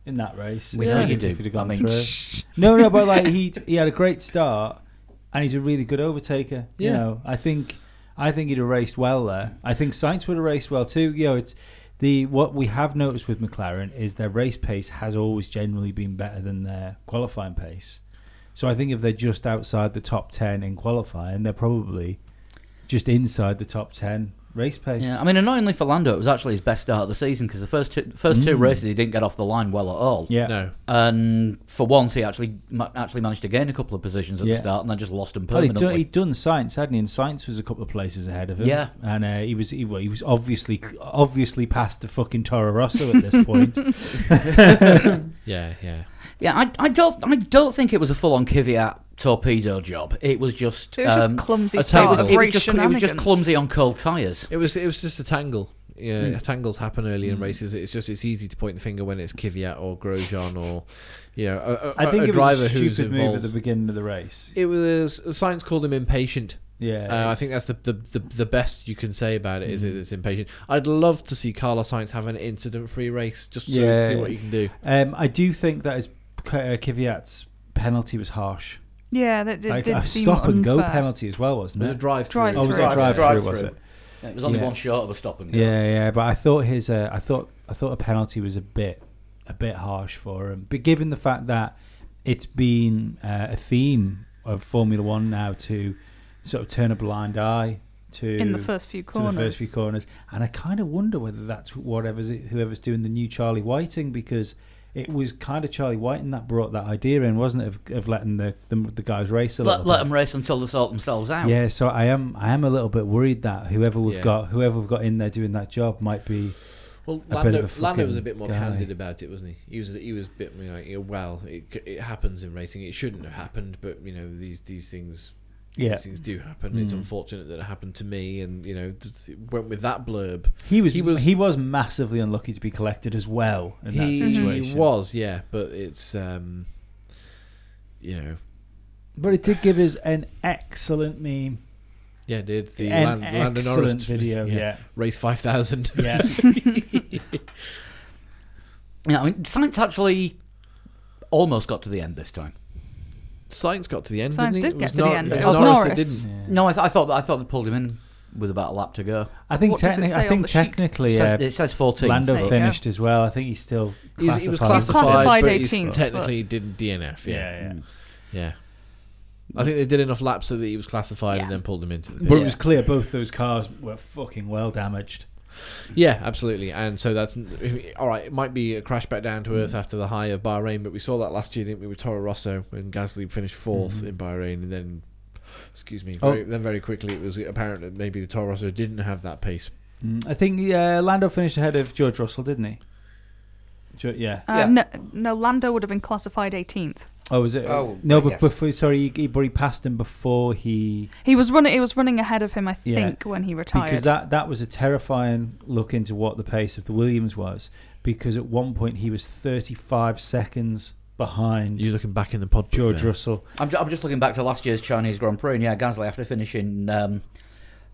[SPEAKER 4] in that race.
[SPEAKER 1] We
[SPEAKER 4] If
[SPEAKER 1] know
[SPEAKER 4] he'd-
[SPEAKER 1] you do.
[SPEAKER 4] if he'd have gone
[SPEAKER 1] I mean-
[SPEAKER 4] through. <laughs> no, no, but like he he had a great start, and he's a really good overtaker. You
[SPEAKER 3] Yeah.
[SPEAKER 4] know, I think I think he'd have raced well there. I think Sainz would have raced well too. You know, it's the what we have noticed with McLaren is their race pace has always generally been better than their qualifying pace. So I think if they're just outside the top ten in qualifying, they're probably just inside the top ten race pace.
[SPEAKER 1] Yeah, I mean, annoyingly for Lando, it was actually his best start of the season because the first two, first two
[SPEAKER 4] Mm.
[SPEAKER 1] races he didn't get off the line well at all.
[SPEAKER 4] yeah.
[SPEAKER 3] No.
[SPEAKER 1] And for once, he actually ma- actually managed to gain a couple of positions at
[SPEAKER 4] Yeah.
[SPEAKER 1] the start and then just lost them
[SPEAKER 4] Well, he'd done,
[SPEAKER 1] permanently.
[SPEAKER 4] he'd done science, hadn't he? And science was a couple of places ahead of him.
[SPEAKER 1] Yeah.
[SPEAKER 4] and uh, he was he, well, he was obviously obviously past the fucking Toro Rosso at this point.
[SPEAKER 1] <laughs>
[SPEAKER 3] Yeah, yeah.
[SPEAKER 1] yeah, I, I don't I don't think it was a full on Kvyat torpedo job. It was just
[SPEAKER 2] It was just
[SPEAKER 1] um,
[SPEAKER 2] clumsy
[SPEAKER 1] a-
[SPEAKER 2] start
[SPEAKER 1] it, was,
[SPEAKER 2] of
[SPEAKER 1] it, was
[SPEAKER 2] race
[SPEAKER 1] just, cl- it was just
[SPEAKER 2] shenanigans.
[SPEAKER 1] clumsy on cold tires.
[SPEAKER 3] It was it was just a tangle. Yeah,
[SPEAKER 4] Hmm.
[SPEAKER 1] Mm.
[SPEAKER 3] tangles happen early in
[SPEAKER 4] Mm.
[SPEAKER 3] races. It's just it's easy to point the finger when it's Kvyat or Grosjean or you know a, a,
[SPEAKER 4] I think
[SPEAKER 3] a
[SPEAKER 4] it
[SPEAKER 3] driver
[SPEAKER 4] was a
[SPEAKER 3] who's
[SPEAKER 4] stupid move at
[SPEAKER 3] involved.
[SPEAKER 4] the beginning of the race.
[SPEAKER 3] it was science called him impatient.
[SPEAKER 4] Yeah,
[SPEAKER 3] Uh, I think that's the, the, the, the best you can say about it is
[SPEAKER 4] Mm.
[SPEAKER 3] it's impatient. I'd love to see Carlos Sainz have an incident-free race just so you
[SPEAKER 4] Yeah.
[SPEAKER 3] can see what you can do.
[SPEAKER 4] Um, I do think that his uh, Kvyat's penalty was harsh.
[SPEAKER 2] Yeah, that did,
[SPEAKER 4] like
[SPEAKER 2] did
[SPEAKER 4] a
[SPEAKER 2] seem
[SPEAKER 4] stop and go
[SPEAKER 2] unfair.
[SPEAKER 4] penalty as well, wasn't
[SPEAKER 3] It was a
[SPEAKER 4] it?
[SPEAKER 3] drive-through.
[SPEAKER 2] Drive-through.
[SPEAKER 4] Oh, was it a
[SPEAKER 2] Drive-through.
[SPEAKER 4] drive through? Was
[SPEAKER 1] Drive-through.
[SPEAKER 4] it?
[SPEAKER 1] Yeah, it was only
[SPEAKER 4] Yeah.
[SPEAKER 1] one short of a stop and go.
[SPEAKER 4] Yeah, yeah. But I thought his, uh, I thought, I thought a penalty was a bit, a bit harsh for him. But given the fact that it's been uh, a theme of Formula One now to sort of turn a blind eye to
[SPEAKER 2] in the first few
[SPEAKER 4] to
[SPEAKER 2] corners.
[SPEAKER 4] the first few corners, and I kind of wonder whether that's whatever's whoever's doing the new Charlie Whiting because it was kind of Charlie Whiting that brought that idea in, wasn't it, of, of letting the, the the guys race a
[SPEAKER 1] Let,
[SPEAKER 4] little
[SPEAKER 1] let
[SPEAKER 4] bit.
[SPEAKER 1] them race until they sort themselves out.
[SPEAKER 4] Yeah, so I am I am a little bit worried that whoever we've
[SPEAKER 3] Yeah.
[SPEAKER 4] got whoever we've got in there doing that job might be
[SPEAKER 3] Well,
[SPEAKER 4] a
[SPEAKER 3] Lando,
[SPEAKER 4] bit of a
[SPEAKER 3] Lando was a
[SPEAKER 4] fucking
[SPEAKER 3] bit more
[SPEAKER 4] guy.
[SPEAKER 3] candid about it, wasn't he? He was he was a bit more like, yeah, well, it c- it happens in racing. It shouldn't have happened, but you know these these things
[SPEAKER 4] yeah.
[SPEAKER 3] these things do happen. It's
[SPEAKER 4] Mm.
[SPEAKER 3] unfortunate that it happened to me, and you know just went with that blurb.
[SPEAKER 4] He was
[SPEAKER 3] He
[SPEAKER 4] he
[SPEAKER 3] was-
[SPEAKER 4] was massively unlucky to be collected as well in that
[SPEAKER 3] He,
[SPEAKER 4] situation.
[SPEAKER 3] was, yeah, but it's um, you know,
[SPEAKER 4] But it did give us an excellent meme,
[SPEAKER 3] yeah, did the
[SPEAKER 4] an
[SPEAKER 3] Lan- Lando Norris
[SPEAKER 4] excellent video. Yeah,
[SPEAKER 3] race five thousand? <laughs>
[SPEAKER 4] yeah.
[SPEAKER 1] Yeah, I mean, science actually almost got to the end this time.
[SPEAKER 3] Science got to the end.
[SPEAKER 2] Science
[SPEAKER 3] didn't he?
[SPEAKER 2] did get to
[SPEAKER 3] It was
[SPEAKER 2] the
[SPEAKER 3] Nor-
[SPEAKER 2] end.
[SPEAKER 4] It
[SPEAKER 3] It
[SPEAKER 4] was
[SPEAKER 3] was Norris. that
[SPEAKER 2] Norris.
[SPEAKER 3] didn't.
[SPEAKER 4] Yeah.
[SPEAKER 1] No, I, th- I thought I thought they pulled him in with about a lap to go.
[SPEAKER 4] I think
[SPEAKER 2] What does it
[SPEAKER 4] technically,
[SPEAKER 2] say
[SPEAKER 4] I
[SPEAKER 2] on
[SPEAKER 4] think
[SPEAKER 2] the sheet?
[SPEAKER 1] It
[SPEAKER 4] technically,
[SPEAKER 1] says,
[SPEAKER 4] uh,
[SPEAKER 1] it says 14.
[SPEAKER 4] Lando
[SPEAKER 2] There you go.
[SPEAKER 4] finished as well. I think he's still
[SPEAKER 3] He's-
[SPEAKER 4] classified.
[SPEAKER 3] he was classified,
[SPEAKER 2] Classified
[SPEAKER 3] but he's
[SPEAKER 2] 18th,
[SPEAKER 3] technically didn't DNF.
[SPEAKER 4] Yeah,
[SPEAKER 3] Yeah.
[SPEAKER 4] yeah.
[SPEAKER 3] Yeah. I think they did enough laps so that he was classified and
[SPEAKER 2] Yeah.
[SPEAKER 3] then pulled him into the
[SPEAKER 4] But it
[SPEAKER 3] pit.
[SPEAKER 4] was clear both those cars were fucking well damaged.
[SPEAKER 3] Yeah, absolutely. And so that's all right. It might be a crash back down to earth after the high of Bahrain, but we saw that last year, didn't we? With Toro Rosso when Gasly finished 4th
[SPEAKER 4] Mhm.
[SPEAKER 3] in Bahrain, and then excuse me,
[SPEAKER 4] Oh.
[SPEAKER 3] very, then very quickly it was apparent that maybe the Toro Rosso didn't have that pace.
[SPEAKER 4] Mm, I think uh, Lando finished ahead of George Russell, didn't he? Jo- yeah.
[SPEAKER 2] Uh,
[SPEAKER 1] Yeah.
[SPEAKER 2] no, no, Lando would have been classified 18th.
[SPEAKER 4] Oh, was it?
[SPEAKER 1] Oh,
[SPEAKER 4] no,
[SPEAKER 1] right,
[SPEAKER 4] but
[SPEAKER 1] yes.
[SPEAKER 4] before sorry, he, he, but he passed him before he
[SPEAKER 2] He was running. He was running ahead of him, I
[SPEAKER 4] Yeah.
[SPEAKER 2] think, when he retired.
[SPEAKER 4] because that that was a terrifying look into what the pace of the Williams was because at one point he was 35 seconds behind
[SPEAKER 3] You're looking back in the pod. book
[SPEAKER 4] George
[SPEAKER 3] there.
[SPEAKER 4] Russell.
[SPEAKER 1] I'm, ju- I'm just looking back to last year's Chinese Grand Prix, and yeah, Gasly, after finishing um,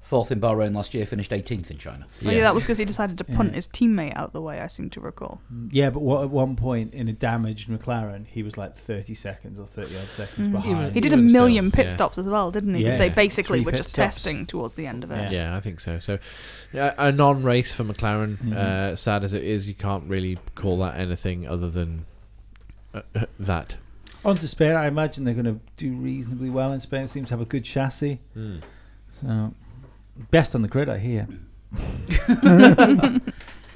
[SPEAKER 1] fourth in Bahrain last year, finished 18th in China.
[SPEAKER 2] Well, yeah. that was because he decided to punt
[SPEAKER 4] Yeah.
[SPEAKER 2] his teammate out the way. I seem to recall.
[SPEAKER 4] Yeah, but what, at one point in a damaged McLaren, he was like 30 seconds or 30 odd seconds
[SPEAKER 2] Mm.
[SPEAKER 4] behind.
[SPEAKER 2] He did a
[SPEAKER 3] Even still,
[SPEAKER 2] million pit
[SPEAKER 3] yeah.
[SPEAKER 2] stops as well, didn't he? Because they
[SPEAKER 4] Yeah.
[SPEAKER 2] basically
[SPEAKER 4] Three
[SPEAKER 2] were
[SPEAKER 4] pit
[SPEAKER 2] just
[SPEAKER 4] stops.
[SPEAKER 2] testing towards the end of it.
[SPEAKER 4] Yeah.
[SPEAKER 3] Yeah, I think so. So, yeah, a non-race for McLaren.
[SPEAKER 4] Mhm.
[SPEAKER 3] Uh, sad as it is, you can't really call that anything other than uh, that.
[SPEAKER 4] On to Spain, I imagine they're going to do reasonably well in Spain. Seems to have a good chassis.
[SPEAKER 3] Hmm.
[SPEAKER 4] So, best on the grid, I hear.
[SPEAKER 1] Don't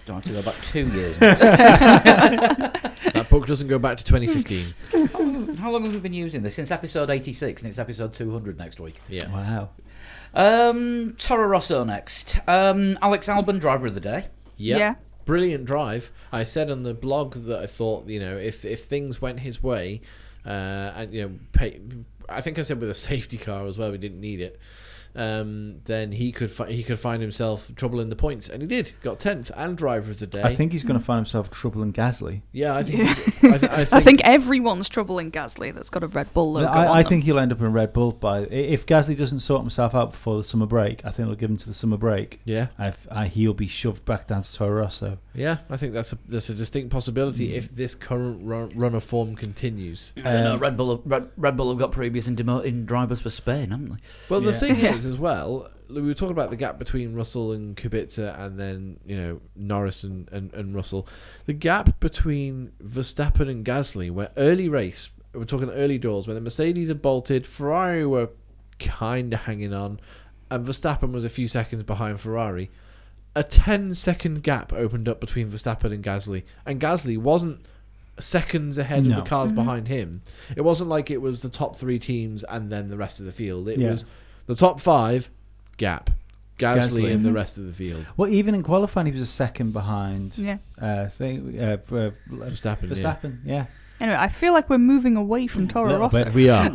[SPEAKER 1] have to go back two
[SPEAKER 4] <laughs>
[SPEAKER 1] years.
[SPEAKER 3] that book doesn't go back to
[SPEAKER 4] <laughs>
[SPEAKER 3] 2015.
[SPEAKER 1] how, long, how long have we been using this? Since episode 86, and it's episode 200 next week.
[SPEAKER 3] Yeah.
[SPEAKER 4] Wow.
[SPEAKER 1] Um, Toro Rosso next. Um, Alex Albon, driver of the day.
[SPEAKER 3] Yep.
[SPEAKER 2] Yeah.
[SPEAKER 3] Brilliant drive. I said on the blog that I thought, you know, if if things went his way, uh, and you know, pay, I think I said with a safety car as well, we didn't need it. Um, then he could fi- he could find himself trouble in the points, and he did. Got tenth and driver of the day.
[SPEAKER 4] I think he's going to find himself trouble in Gasly.
[SPEAKER 3] Yeah, I think.
[SPEAKER 4] <laughs>
[SPEAKER 2] Yeah.
[SPEAKER 3] he- I, th- I think.
[SPEAKER 2] <laughs> I think everyone's troubling Gasly that's got a Red Bull logo on
[SPEAKER 4] I, I
[SPEAKER 2] them.
[SPEAKER 4] think he'll end up in Red Bull by i- if Gasly doesn't sort himself out before the summer break. I think they'll give him to the summer break.
[SPEAKER 3] Yeah,
[SPEAKER 4] I, I, he'll be shoved back down to Toro Rosso.
[SPEAKER 3] yeah. I think that's a that's a distinct
[SPEAKER 4] Mm.
[SPEAKER 3] possibility if this current run, run of form continues.
[SPEAKER 1] I don't know,
[SPEAKER 4] Um,
[SPEAKER 1] Red Bull, have, Red, Red Bull have got previous in demoting drivers for Spain, haven't they?
[SPEAKER 3] Well, the
[SPEAKER 4] <laughs> Yeah.
[SPEAKER 3] thing
[SPEAKER 2] Yeah.
[SPEAKER 3] is, as well, we were talking about the gap between Russell and Kubica, and then you know Norris and, and, and Russell. The gap between Verstappen and Gasly, where early race, we're talking early doors, where the Mercedes had bolted, Ferrari were kind of hanging on, and Verstappen was a few seconds behind Ferrari. A 10 second gap opened up between Verstappen and Gasly, and Gasly wasn't seconds ahead
[SPEAKER 4] No. Mm-hmm.
[SPEAKER 3] of the cars behind him. It wasn't like it was the top three teams and then the rest of the field. It
[SPEAKER 4] Yeah.
[SPEAKER 3] was the top five gap, Gasly,
[SPEAKER 4] Gasly.
[SPEAKER 3] and the rest of the field.
[SPEAKER 4] Well, even in qualifying, he was a second behind.
[SPEAKER 2] Yeah.
[SPEAKER 4] Uh, thing, uh, for-
[SPEAKER 3] Verstappen. yeah.
[SPEAKER 4] Verstappen. Yeah.
[SPEAKER 2] Anyway, I feel like we're moving away from Toro
[SPEAKER 4] Little
[SPEAKER 2] Rosso.
[SPEAKER 4] bit.
[SPEAKER 2] <laughs>
[SPEAKER 3] We are.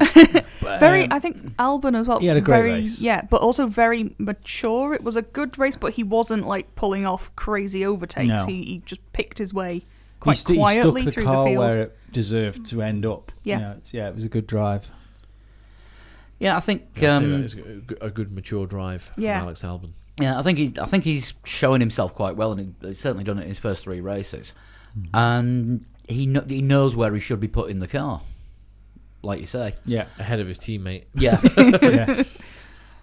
[SPEAKER 2] Very,
[SPEAKER 4] Um,
[SPEAKER 2] I think Albon as well.
[SPEAKER 4] He had a great
[SPEAKER 2] very,
[SPEAKER 4] race.
[SPEAKER 2] Yeah, but also very mature. It was a good race, but he wasn't like pulling off crazy overtakes.
[SPEAKER 4] No.
[SPEAKER 2] He, he just picked his way
[SPEAKER 4] he,
[SPEAKER 2] quite
[SPEAKER 4] stu- he
[SPEAKER 2] quietly
[SPEAKER 4] stuck the
[SPEAKER 2] through
[SPEAKER 4] car
[SPEAKER 2] the field.
[SPEAKER 4] where it deserved to end up.
[SPEAKER 2] Yeah.
[SPEAKER 4] You know, it's- yeah. It was a good drive.
[SPEAKER 1] Yeah, I think
[SPEAKER 3] I'd say
[SPEAKER 1] um,
[SPEAKER 3] that is a g- a good mature drive
[SPEAKER 2] Yeah.
[SPEAKER 3] from Alex Albon.
[SPEAKER 1] Yeah, I think he's I think he's showing himself quite well, and he- he's certainly done it in his first three races.
[SPEAKER 3] Mm-hmm.
[SPEAKER 1] And he kn- he knows where he should be putting the car, like you say.
[SPEAKER 2] <laughs>
[SPEAKER 4] Yeah.
[SPEAKER 3] Ahead of his teammate. <laughs>
[SPEAKER 1] Yeah.
[SPEAKER 4] yeah.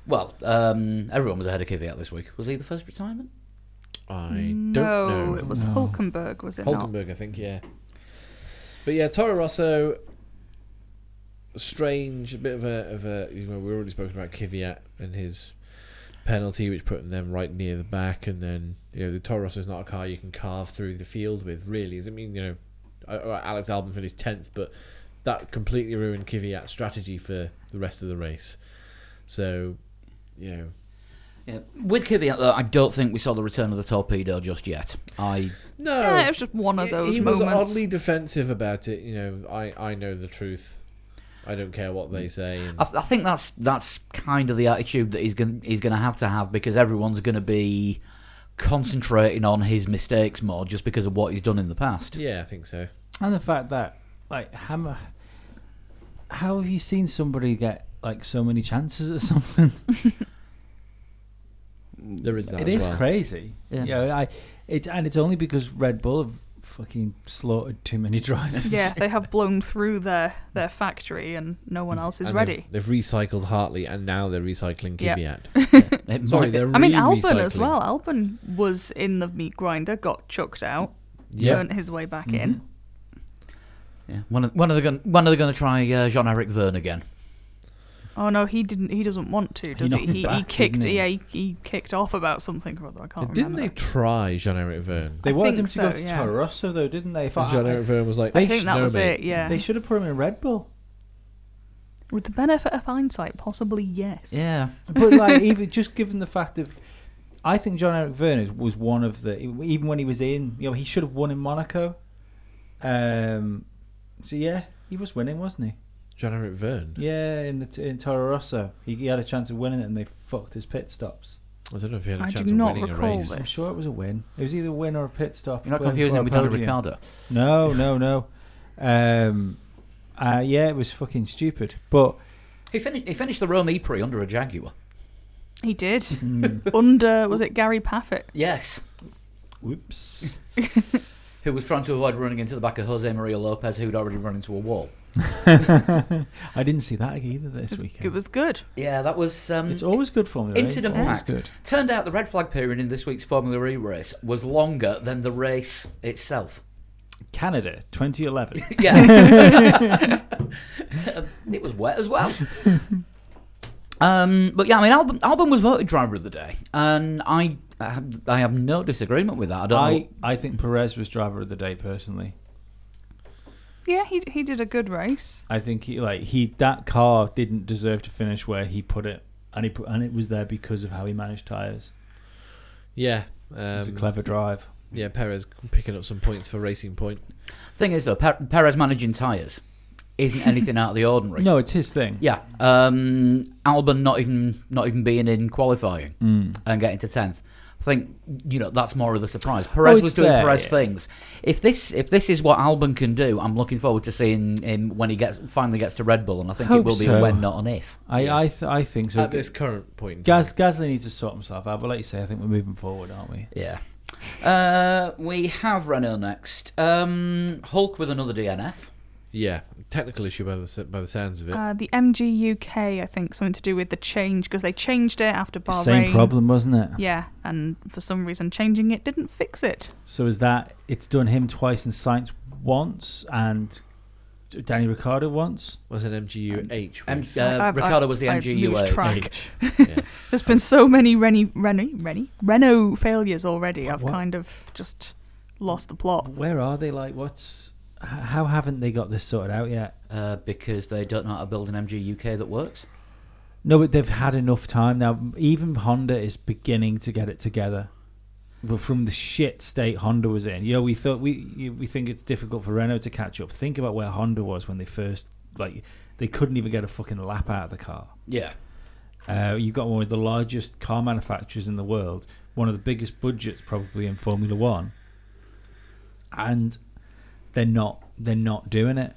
[SPEAKER 1] well, um, everyone was ahead of Kvyat this week. Was he the first retirement?
[SPEAKER 3] I
[SPEAKER 2] no,
[SPEAKER 3] don't know.
[SPEAKER 2] it was
[SPEAKER 4] No.
[SPEAKER 2] Hulkenberg, was it not?
[SPEAKER 3] Holkenberg, I think, yeah. But yeah, Toro Rosso, strange, a bit of a, of a you know, we already spoken about Kvyat and his penalty, which put them right near the back, and then you know the Toro Rosso is not a car you can carve through the field with, really. Does it mean you know, uh, all right, Alex Albon finished tenth, but that completely ruined Kvyat's strategy for the rest of the race. So, you know,
[SPEAKER 1] Yeah. With Kvyat, though, I don't think we saw the return of the torpedo just yet. I
[SPEAKER 3] no,
[SPEAKER 2] Yeah, it was just one of
[SPEAKER 3] He-
[SPEAKER 2] those
[SPEAKER 3] he was
[SPEAKER 2] moments.
[SPEAKER 3] oddly defensive about it. You know, I, I know the truth. I don't care what they say. And
[SPEAKER 1] I, th- I think that's that's kind of the attitude that he's going he's going to have to have because everyone's going to be concentrating on his mistakes more just because of what he's done in the past.
[SPEAKER 3] yeah, I think so.
[SPEAKER 4] And the fact that like hammer. How have you seen somebody get like so many chances at <laughs> something?
[SPEAKER 3] There is that.
[SPEAKER 4] It
[SPEAKER 3] as
[SPEAKER 4] is
[SPEAKER 3] well.
[SPEAKER 4] crazy.
[SPEAKER 1] Yeah.
[SPEAKER 4] Yeah. I. It and it's only because Red Bull have fucking slaughtered too many <laughs>
[SPEAKER 3] <laughs>
[SPEAKER 4] drivers.
[SPEAKER 2] Yeah, they have blown through their, their factory and no one else is
[SPEAKER 3] And they've-
[SPEAKER 2] ready.
[SPEAKER 3] They've, recycled Hartley, and now they're recycling
[SPEAKER 2] Yeah. <laughs>
[SPEAKER 3] Kvyat.
[SPEAKER 1] It
[SPEAKER 3] Sorry,
[SPEAKER 1] might-
[SPEAKER 3] they're
[SPEAKER 2] I mean,
[SPEAKER 3] re-recycling.
[SPEAKER 2] Albon as well. Albon was in the meat grinder, got chucked out,
[SPEAKER 3] Yeah,
[SPEAKER 2] earned his way back
[SPEAKER 4] Mm-hmm.
[SPEAKER 2] in.
[SPEAKER 1] Yeah, when are, when are they going? When are they going to try uh, Jean Eric Verne again?
[SPEAKER 2] Oh no, he didn't. He doesn't want to, does
[SPEAKER 4] knocked
[SPEAKER 2] he?
[SPEAKER 4] him
[SPEAKER 2] He, he
[SPEAKER 4] back,
[SPEAKER 2] kicked.
[SPEAKER 4] didn't he?
[SPEAKER 2] Yeah, he, he kicked off about something or other. I can't
[SPEAKER 3] didn't
[SPEAKER 2] remember.
[SPEAKER 3] they try Jean-Eric Verne?
[SPEAKER 4] They
[SPEAKER 2] I
[SPEAKER 4] wanted
[SPEAKER 2] think
[SPEAKER 4] him to go
[SPEAKER 2] so,
[SPEAKER 4] to
[SPEAKER 2] yeah.
[SPEAKER 4] Toro Rosso though, didn't they? If I-
[SPEAKER 3] And Jean-Eric Verne was like,
[SPEAKER 2] I
[SPEAKER 4] They
[SPEAKER 2] think
[SPEAKER 4] sh-
[SPEAKER 2] that
[SPEAKER 3] no,
[SPEAKER 2] was
[SPEAKER 3] mate.
[SPEAKER 2] it. Yeah.
[SPEAKER 4] They should have put him in Red Bull.
[SPEAKER 2] With the benefit of hindsight, possibly yes.
[SPEAKER 1] Yeah,
[SPEAKER 2] <laughs>
[SPEAKER 4] But like, even just given the fact of, I think John Eric Vernon was one of the even when he was in, you know, he should have won in Monaco. Um, so yeah, he was winning, wasn't
[SPEAKER 3] Jean-Eric Verne.
[SPEAKER 4] he? Yeah, in the in Toro Rosso, he, he had a chance of winning it, and they fucked his pit stops.
[SPEAKER 3] I don't know if he had a
[SPEAKER 2] I do
[SPEAKER 3] chance of
[SPEAKER 2] not
[SPEAKER 3] winning a
[SPEAKER 2] recall
[SPEAKER 3] race.
[SPEAKER 2] this.
[SPEAKER 4] I'm sure it was a win. It was either a win or a pit stop.
[SPEAKER 1] you're not
[SPEAKER 4] Win
[SPEAKER 1] confusing
[SPEAKER 4] or
[SPEAKER 1] him with
[SPEAKER 4] a
[SPEAKER 1] Daniel
[SPEAKER 4] podium.
[SPEAKER 1] Ricciardo.
[SPEAKER 4] No, no, no. Um, uh, yeah, it was fucking stupid, but.
[SPEAKER 1] He finished. He finished the Rome E-Prix under a Jaguar.
[SPEAKER 2] He
[SPEAKER 4] <laughs>
[SPEAKER 2] did.
[SPEAKER 1] Hmm.
[SPEAKER 4] mm,
[SPEAKER 2] Under was it Gary Paffett?
[SPEAKER 1] Yes,
[SPEAKER 4] Whoops. <laughs>
[SPEAKER 1] who was trying to avoid running into the back of Jose Maria Lopez, who'd already run into a wall.
[SPEAKER 4] I didn't see that either this weekend.
[SPEAKER 2] It was good.
[SPEAKER 1] Yeah, that was. Um,
[SPEAKER 4] it's always good for me.
[SPEAKER 1] Incident
[SPEAKER 4] always
[SPEAKER 1] packed.
[SPEAKER 4] good.
[SPEAKER 1] turned out the red flag period in this week's Formula E race was longer than the race itself.
[SPEAKER 4] Canada,
[SPEAKER 1] <laughs>
[SPEAKER 4] 2011.
[SPEAKER 1] Yeah,
[SPEAKER 4] <laughs>
[SPEAKER 1] it was wet as well. Um, but yeah, I mean, Albon, Albon was voted driver of the day, and I, I have, I have no disagreement with that. I don't. know.
[SPEAKER 4] I, I think Perez was driver of the day personally.
[SPEAKER 2] Yeah, he he did a good race.
[SPEAKER 4] I think he like he that car didn't deserve to finish where he put it, and he put, and it was there because of how he managed tires.
[SPEAKER 3] Yeah.
[SPEAKER 4] It was a
[SPEAKER 3] Um,
[SPEAKER 4] clever drive.
[SPEAKER 3] yeah, Perez picking up some points for Racing Point.
[SPEAKER 1] Thing is, though, Per- Perez managing tyres
[SPEAKER 4] <laughs>
[SPEAKER 1] isn't anything out of the ordinary.
[SPEAKER 4] No, it's his thing.
[SPEAKER 1] Yeah, um, Albon not even not even being in qualifying
[SPEAKER 4] Hmm.
[SPEAKER 1] and getting to tenth. I think you know that's more of the surprise. Perez
[SPEAKER 4] it's
[SPEAKER 1] was doing
[SPEAKER 4] there,
[SPEAKER 1] Perez
[SPEAKER 4] yeah.
[SPEAKER 1] things. If this if this is what Albon can do, I'm looking forward to seeing him when he gets finally gets to Red Bull, and I think it
[SPEAKER 4] Hope
[SPEAKER 1] will be a
[SPEAKER 4] so.
[SPEAKER 1] when, not an if.
[SPEAKER 4] I
[SPEAKER 3] Yeah.
[SPEAKER 4] I, th- I think so.
[SPEAKER 3] At this current point, in
[SPEAKER 4] Gas,
[SPEAKER 3] time.
[SPEAKER 4] Gasly needs to sort himself out, but like you say, I think we're moving forward, aren't we?
[SPEAKER 1] Yeah. Uh, we have Renault next. Um, Hulk with another DNF.
[SPEAKER 3] Yeah, technical issue by the s- by the sounds of it.
[SPEAKER 2] Uh, the MG UK, I think, something to do with the change because they changed it after Bahrain.
[SPEAKER 4] Same problem, wasn't it?
[SPEAKER 2] Yeah, and for some reason, changing it didn't fix it.
[SPEAKER 4] So is that it's done him twice and science once and Danny Ricardo once?
[SPEAKER 3] Was it
[SPEAKER 4] Um,
[SPEAKER 3] MGUH?
[SPEAKER 1] M-
[SPEAKER 3] with-
[SPEAKER 1] uh,
[SPEAKER 2] I- I-
[SPEAKER 1] Ricardo was the
[SPEAKER 2] I lose
[SPEAKER 1] MGUA.
[SPEAKER 2] track. <laughs>
[SPEAKER 4] H.
[SPEAKER 3] yeah.
[SPEAKER 2] There's been so many Rennie, Rennie, Rennie, Renault failures already. I've
[SPEAKER 4] What?
[SPEAKER 2] kind of just lost the plot.
[SPEAKER 4] Where are they? Like, what's h- how haven't they got this sorted out yet?
[SPEAKER 1] Uh, because they don't know how to build an MG UK that works.
[SPEAKER 4] No, but they've had enough time now. Even Honda is beginning to get it together. But from the shit state Honda was in, you know, we thought we you- we think it's difficult for Renault to catch up. Think about where Honda was when they first like they couldn't even get a fucking lap out of the car.
[SPEAKER 1] Yeah.
[SPEAKER 4] Uh, you've got one of the largest car manufacturers in the world, one of the biggest budgets probably in Formula One, and they're not they're not doing it.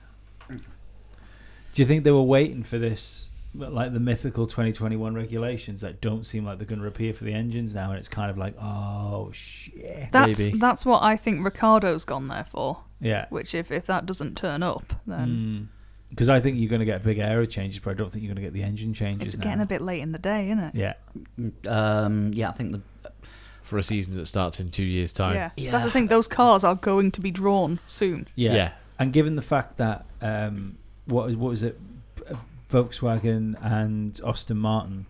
[SPEAKER 4] Do you think they were waiting for this, like the mythical 2021 regulations that don't seem like they're going to appear for the engines now, and it's kind of like, oh shit,
[SPEAKER 2] That's
[SPEAKER 3] Maybe.
[SPEAKER 2] that's what I think Ricardo's gone there for.
[SPEAKER 4] yeah.
[SPEAKER 2] Which, if, if that doesn't turn up,
[SPEAKER 4] Mm,
[SPEAKER 2] then
[SPEAKER 4] Because I think you're going to get big aero changes, but I don't think you're going to get the engine changes.
[SPEAKER 2] it's
[SPEAKER 4] now.
[SPEAKER 2] getting a bit late in the day, isn't it?
[SPEAKER 4] yeah.
[SPEAKER 1] Um, yeah, I think the
[SPEAKER 3] For a season that starts in two years' time.
[SPEAKER 2] Yeah.
[SPEAKER 1] Yeah.
[SPEAKER 2] that's the thing. Those cars are going to be drawn soon.
[SPEAKER 4] yeah,
[SPEAKER 3] Yeah.
[SPEAKER 4] And given the fact that um, what was what was it, Volkswagen and Austin Martin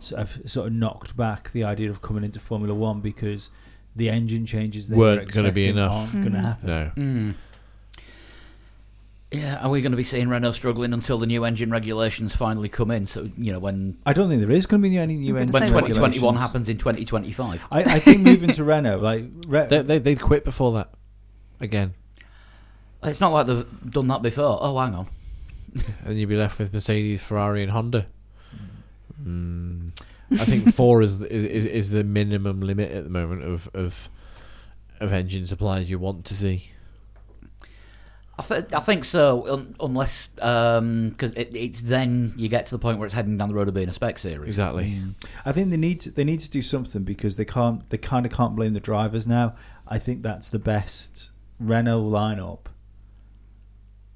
[SPEAKER 4] sort of, sort of knocked back the idea of coming into Formula One because the engine changes they
[SPEAKER 3] Weren't
[SPEAKER 4] were
[SPEAKER 3] gonna be
[SPEAKER 4] expecting
[SPEAKER 3] enough.
[SPEAKER 4] aren't going to
[SPEAKER 2] Mhm.
[SPEAKER 4] happen.
[SPEAKER 3] No.
[SPEAKER 1] Mm. Yeah, are we going to be seeing Renault struggling until the new engine regulations finally come in? So you know when
[SPEAKER 4] I don't think there is going to be any
[SPEAKER 2] It'd
[SPEAKER 4] new
[SPEAKER 2] be
[SPEAKER 4] engine
[SPEAKER 2] the
[SPEAKER 1] when
[SPEAKER 2] same
[SPEAKER 1] twenty twenty one
[SPEAKER 4] regulations.
[SPEAKER 1] happens in twenty twenty five.
[SPEAKER 4] I, I think moving to Renault, like Re-
[SPEAKER 3] They, they, they'd quit before that. Again.
[SPEAKER 1] It's not like they've done that before. Oh, hang on.
[SPEAKER 3] And you'd be left with Mercedes, Ferrari, and Honda. Mm. I
[SPEAKER 4] <laughs>
[SPEAKER 3] think four is, the, is is the minimum limit at the moment of of of engine supplies you want to see.
[SPEAKER 1] I, th- I think so, un- unless because it, it's then you get to the point where it's heading down the road of being a spec series.
[SPEAKER 3] Exactly.
[SPEAKER 4] I think they need to, they need to do something because they can't they kind of can't blame the drivers now. I think that's the best Renault lineup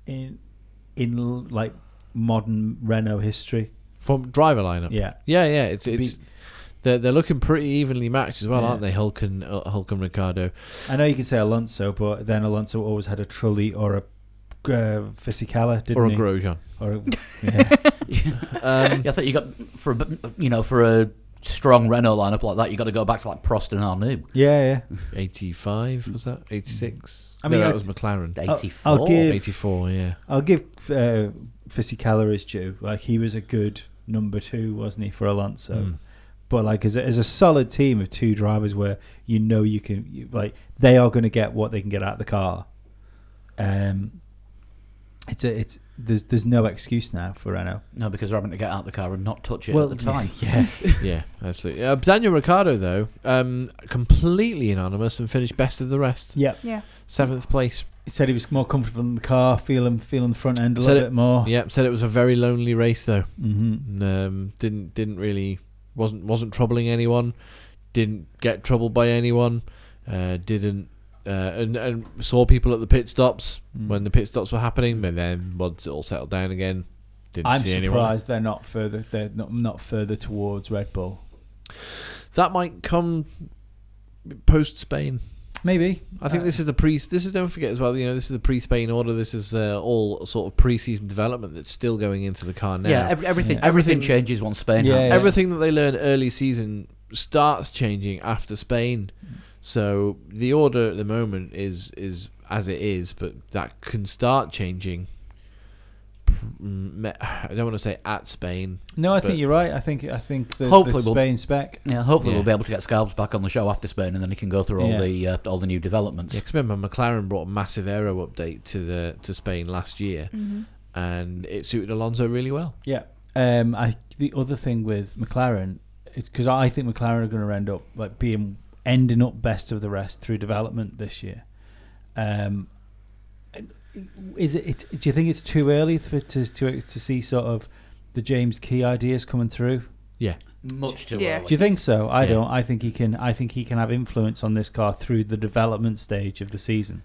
[SPEAKER 4] in in l- like modern Renault history.
[SPEAKER 3] From driver lineup.
[SPEAKER 4] Yeah,
[SPEAKER 3] Yeah, yeah, it's it's they're they're looking pretty evenly matched as well,
[SPEAKER 4] Yeah.
[SPEAKER 3] aren't they? Hulk and uh, Hulk and Ricardo.
[SPEAKER 4] I know you can say Alonso, but then Alonso always had a Trulli or a uh, Fisichella, didn't
[SPEAKER 3] or a
[SPEAKER 4] he?
[SPEAKER 3] Grosjean. <laughs>
[SPEAKER 4] Or a, yeah.
[SPEAKER 1] <laughs> Yeah, I think you got for a, bit- you know for a strong Renault lineup like that, you got to go back to like Prost and Arnoux.
[SPEAKER 4] yeah, yeah.
[SPEAKER 3] 85 was that? 86.
[SPEAKER 4] Mm-hmm. I mean,
[SPEAKER 3] no,
[SPEAKER 4] I-
[SPEAKER 3] that was McLaren.
[SPEAKER 4] I'll
[SPEAKER 1] 84
[SPEAKER 4] give-
[SPEAKER 3] 84, yeah.
[SPEAKER 4] I'll give uh, Fisichella his due. Like he was a good number two, wasn't he, for Alonso?
[SPEAKER 3] Mm.
[SPEAKER 4] But like as a, as a solid team of two drivers, where you know you can you, like they are going to get what they can get out of the car. Um, it's a, it's there's there's no excuse now for Renault.
[SPEAKER 1] No, because they're having to get out the car and not touch it
[SPEAKER 3] <laughs>
[SPEAKER 4] Well,
[SPEAKER 1] at the time.
[SPEAKER 4] <laughs> Yeah,
[SPEAKER 3] yeah, absolutely. Uh, Daniel Ricciardo, though, um, completely anonymous and finished best of the rest.
[SPEAKER 4] yeah.
[SPEAKER 2] Yeah.
[SPEAKER 3] Seventh place.
[SPEAKER 4] He said he was more comfortable in the car, feeling feeling the front end a
[SPEAKER 3] Said
[SPEAKER 4] little
[SPEAKER 3] it-
[SPEAKER 4] bit more.
[SPEAKER 3] Yeah, said it was a very lonely race, though.
[SPEAKER 4] hmm
[SPEAKER 3] Um, didn't didn't really wasn't wasn't troubling anyone. Didn't get troubled by anyone. Uh, didn't uh, and and saw people at the pit stops
[SPEAKER 4] Mm.
[SPEAKER 3] when the pit stops were happening, but then once it all settled down again, didn't
[SPEAKER 4] I'm
[SPEAKER 3] see
[SPEAKER 4] surprised
[SPEAKER 3] anyone.
[SPEAKER 4] they're not further they're not not further towards Red Bull.
[SPEAKER 3] That might come post Spain.
[SPEAKER 4] Maybe
[SPEAKER 3] I think
[SPEAKER 4] Uh,
[SPEAKER 3] this is the pre. This is don't forget as well. You know, this is the pre-Spain order. This is uh, all sort of pre-season development that's still going into the car now.
[SPEAKER 1] Yeah, ev- everything
[SPEAKER 4] Yeah.
[SPEAKER 1] everything
[SPEAKER 3] Everything-
[SPEAKER 1] changes once Spain
[SPEAKER 4] Yeah,
[SPEAKER 1] happens.
[SPEAKER 4] yeah.
[SPEAKER 3] Everything that they learn early season starts changing after Spain. So the order at the moment is is as it is, but that can start changing. Mm, me- I don't want to say at Spain.
[SPEAKER 4] no. I
[SPEAKER 3] But-
[SPEAKER 4] think you're right. I think I think the,
[SPEAKER 1] Hopefully
[SPEAKER 4] the
[SPEAKER 1] we'll-
[SPEAKER 4] Spain spec.
[SPEAKER 1] Yeah, hopefully
[SPEAKER 3] Yeah.
[SPEAKER 1] we'll be able to get Scalps back on the show after Spain, and then he can go through all
[SPEAKER 4] Yeah.
[SPEAKER 1] the uh, all the new developments.
[SPEAKER 3] Yeah, 'cause remember McLaren brought a massive aero update to the to Spain last year, and it suited Alonso really well.
[SPEAKER 4] Yeah. Um, I the other thing with McLaren, it's because I think McLaren are going to end up like being ending up best of the rest through development this year. Um, is it, it? Do you think it's too early for to to to see sort of the James Key ideas coming through?
[SPEAKER 1] Much too
[SPEAKER 2] Yeah.
[SPEAKER 1] early.
[SPEAKER 4] Do you think so? I
[SPEAKER 3] Yeah.
[SPEAKER 4] don't. I think he can. I think he can have influence on this car through the development stage of the season.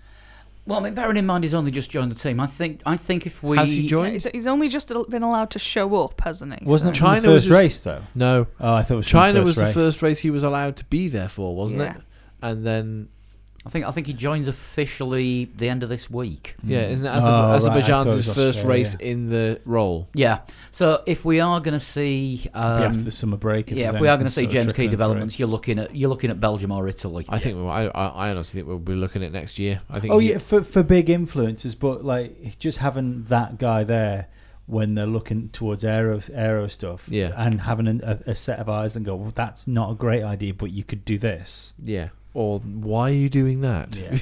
[SPEAKER 1] Well, I mean, bearing in mind he's only just joined the team, I think I think if we
[SPEAKER 3] Has he
[SPEAKER 2] Yeah,
[SPEAKER 3] joined?
[SPEAKER 2] he's, he's only just al- been allowed to show up, hasn't he?
[SPEAKER 4] Wasn't it
[SPEAKER 2] So-
[SPEAKER 4] from
[SPEAKER 3] China
[SPEAKER 4] the
[SPEAKER 3] was
[SPEAKER 4] first
[SPEAKER 3] his-
[SPEAKER 4] race though?
[SPEAKER 3] No,
[SPEAKER 4] Oh, I thought it was from
[SPEAKER 3] China
[SPEAKER 4] the
[SPEAKER 3] was
[SPEAKER 4] first
[SPEAKER 3] the
[SPEAKER 4] race.
[SPEAKER 3] first race he was allowed to be there for, wasn't
[SPEAKER 2] Yeah.
[SPEAKER 3] it? And then
[SPEAKER 1] I think I think he joins officially the end of this week.
[SPEAKER 3] yeah, isn't it
[SPEAKER 4] Oh, right, I
[SPEAKER 3] Azer-
[SPEAKER 4] thought
[SPEAKER 3] Azerbaijan's
[SPEAKER 4] it was
[SPEAKER 3] his first
[SPEAKER 4] Australia,
[SPEAKER 3] race
[SPEAKER 4] yeah.
[SPEAKER 3] in the role?
[SPEAKER 1] Yeah. So if we are going to see,
[SPEAKER 4] Be
[SPEAKER 1] um,
[SPEAKER 4] after the summer break.
[SPEAKER 1] yeah,
[SPEAKER 4] there's
[SPEAKER 1] if we are going to
[SPEAKER 4] anything
[SPEAKER 1] see
[SPEAKER 4] sort of
[SPEAKER 1] James Key
[SPEAKER 4] trickling through.
[SPEAKER 1] developments, you're looking at you're looking at Belgium or Italy.
[SPEAKER 3] I think we- I, I I honestly think we'll be looking at next year. I think.
[SPEAKER 4] Oh
[SPEAKER 3] he-
[SPEAKER 4] yeah, for for big influencers, but like just having that guy there when they're looking towards aero aero stuff,
[SPEAKER 3] Yeah.
[SPEAKER 4] and having an, a, a set of eyes and go, well, that's not a great idea, but you could do this.
[SPEAKER 3] yeah. Or why are you doing that?
[SPEAKER 4] Yeah.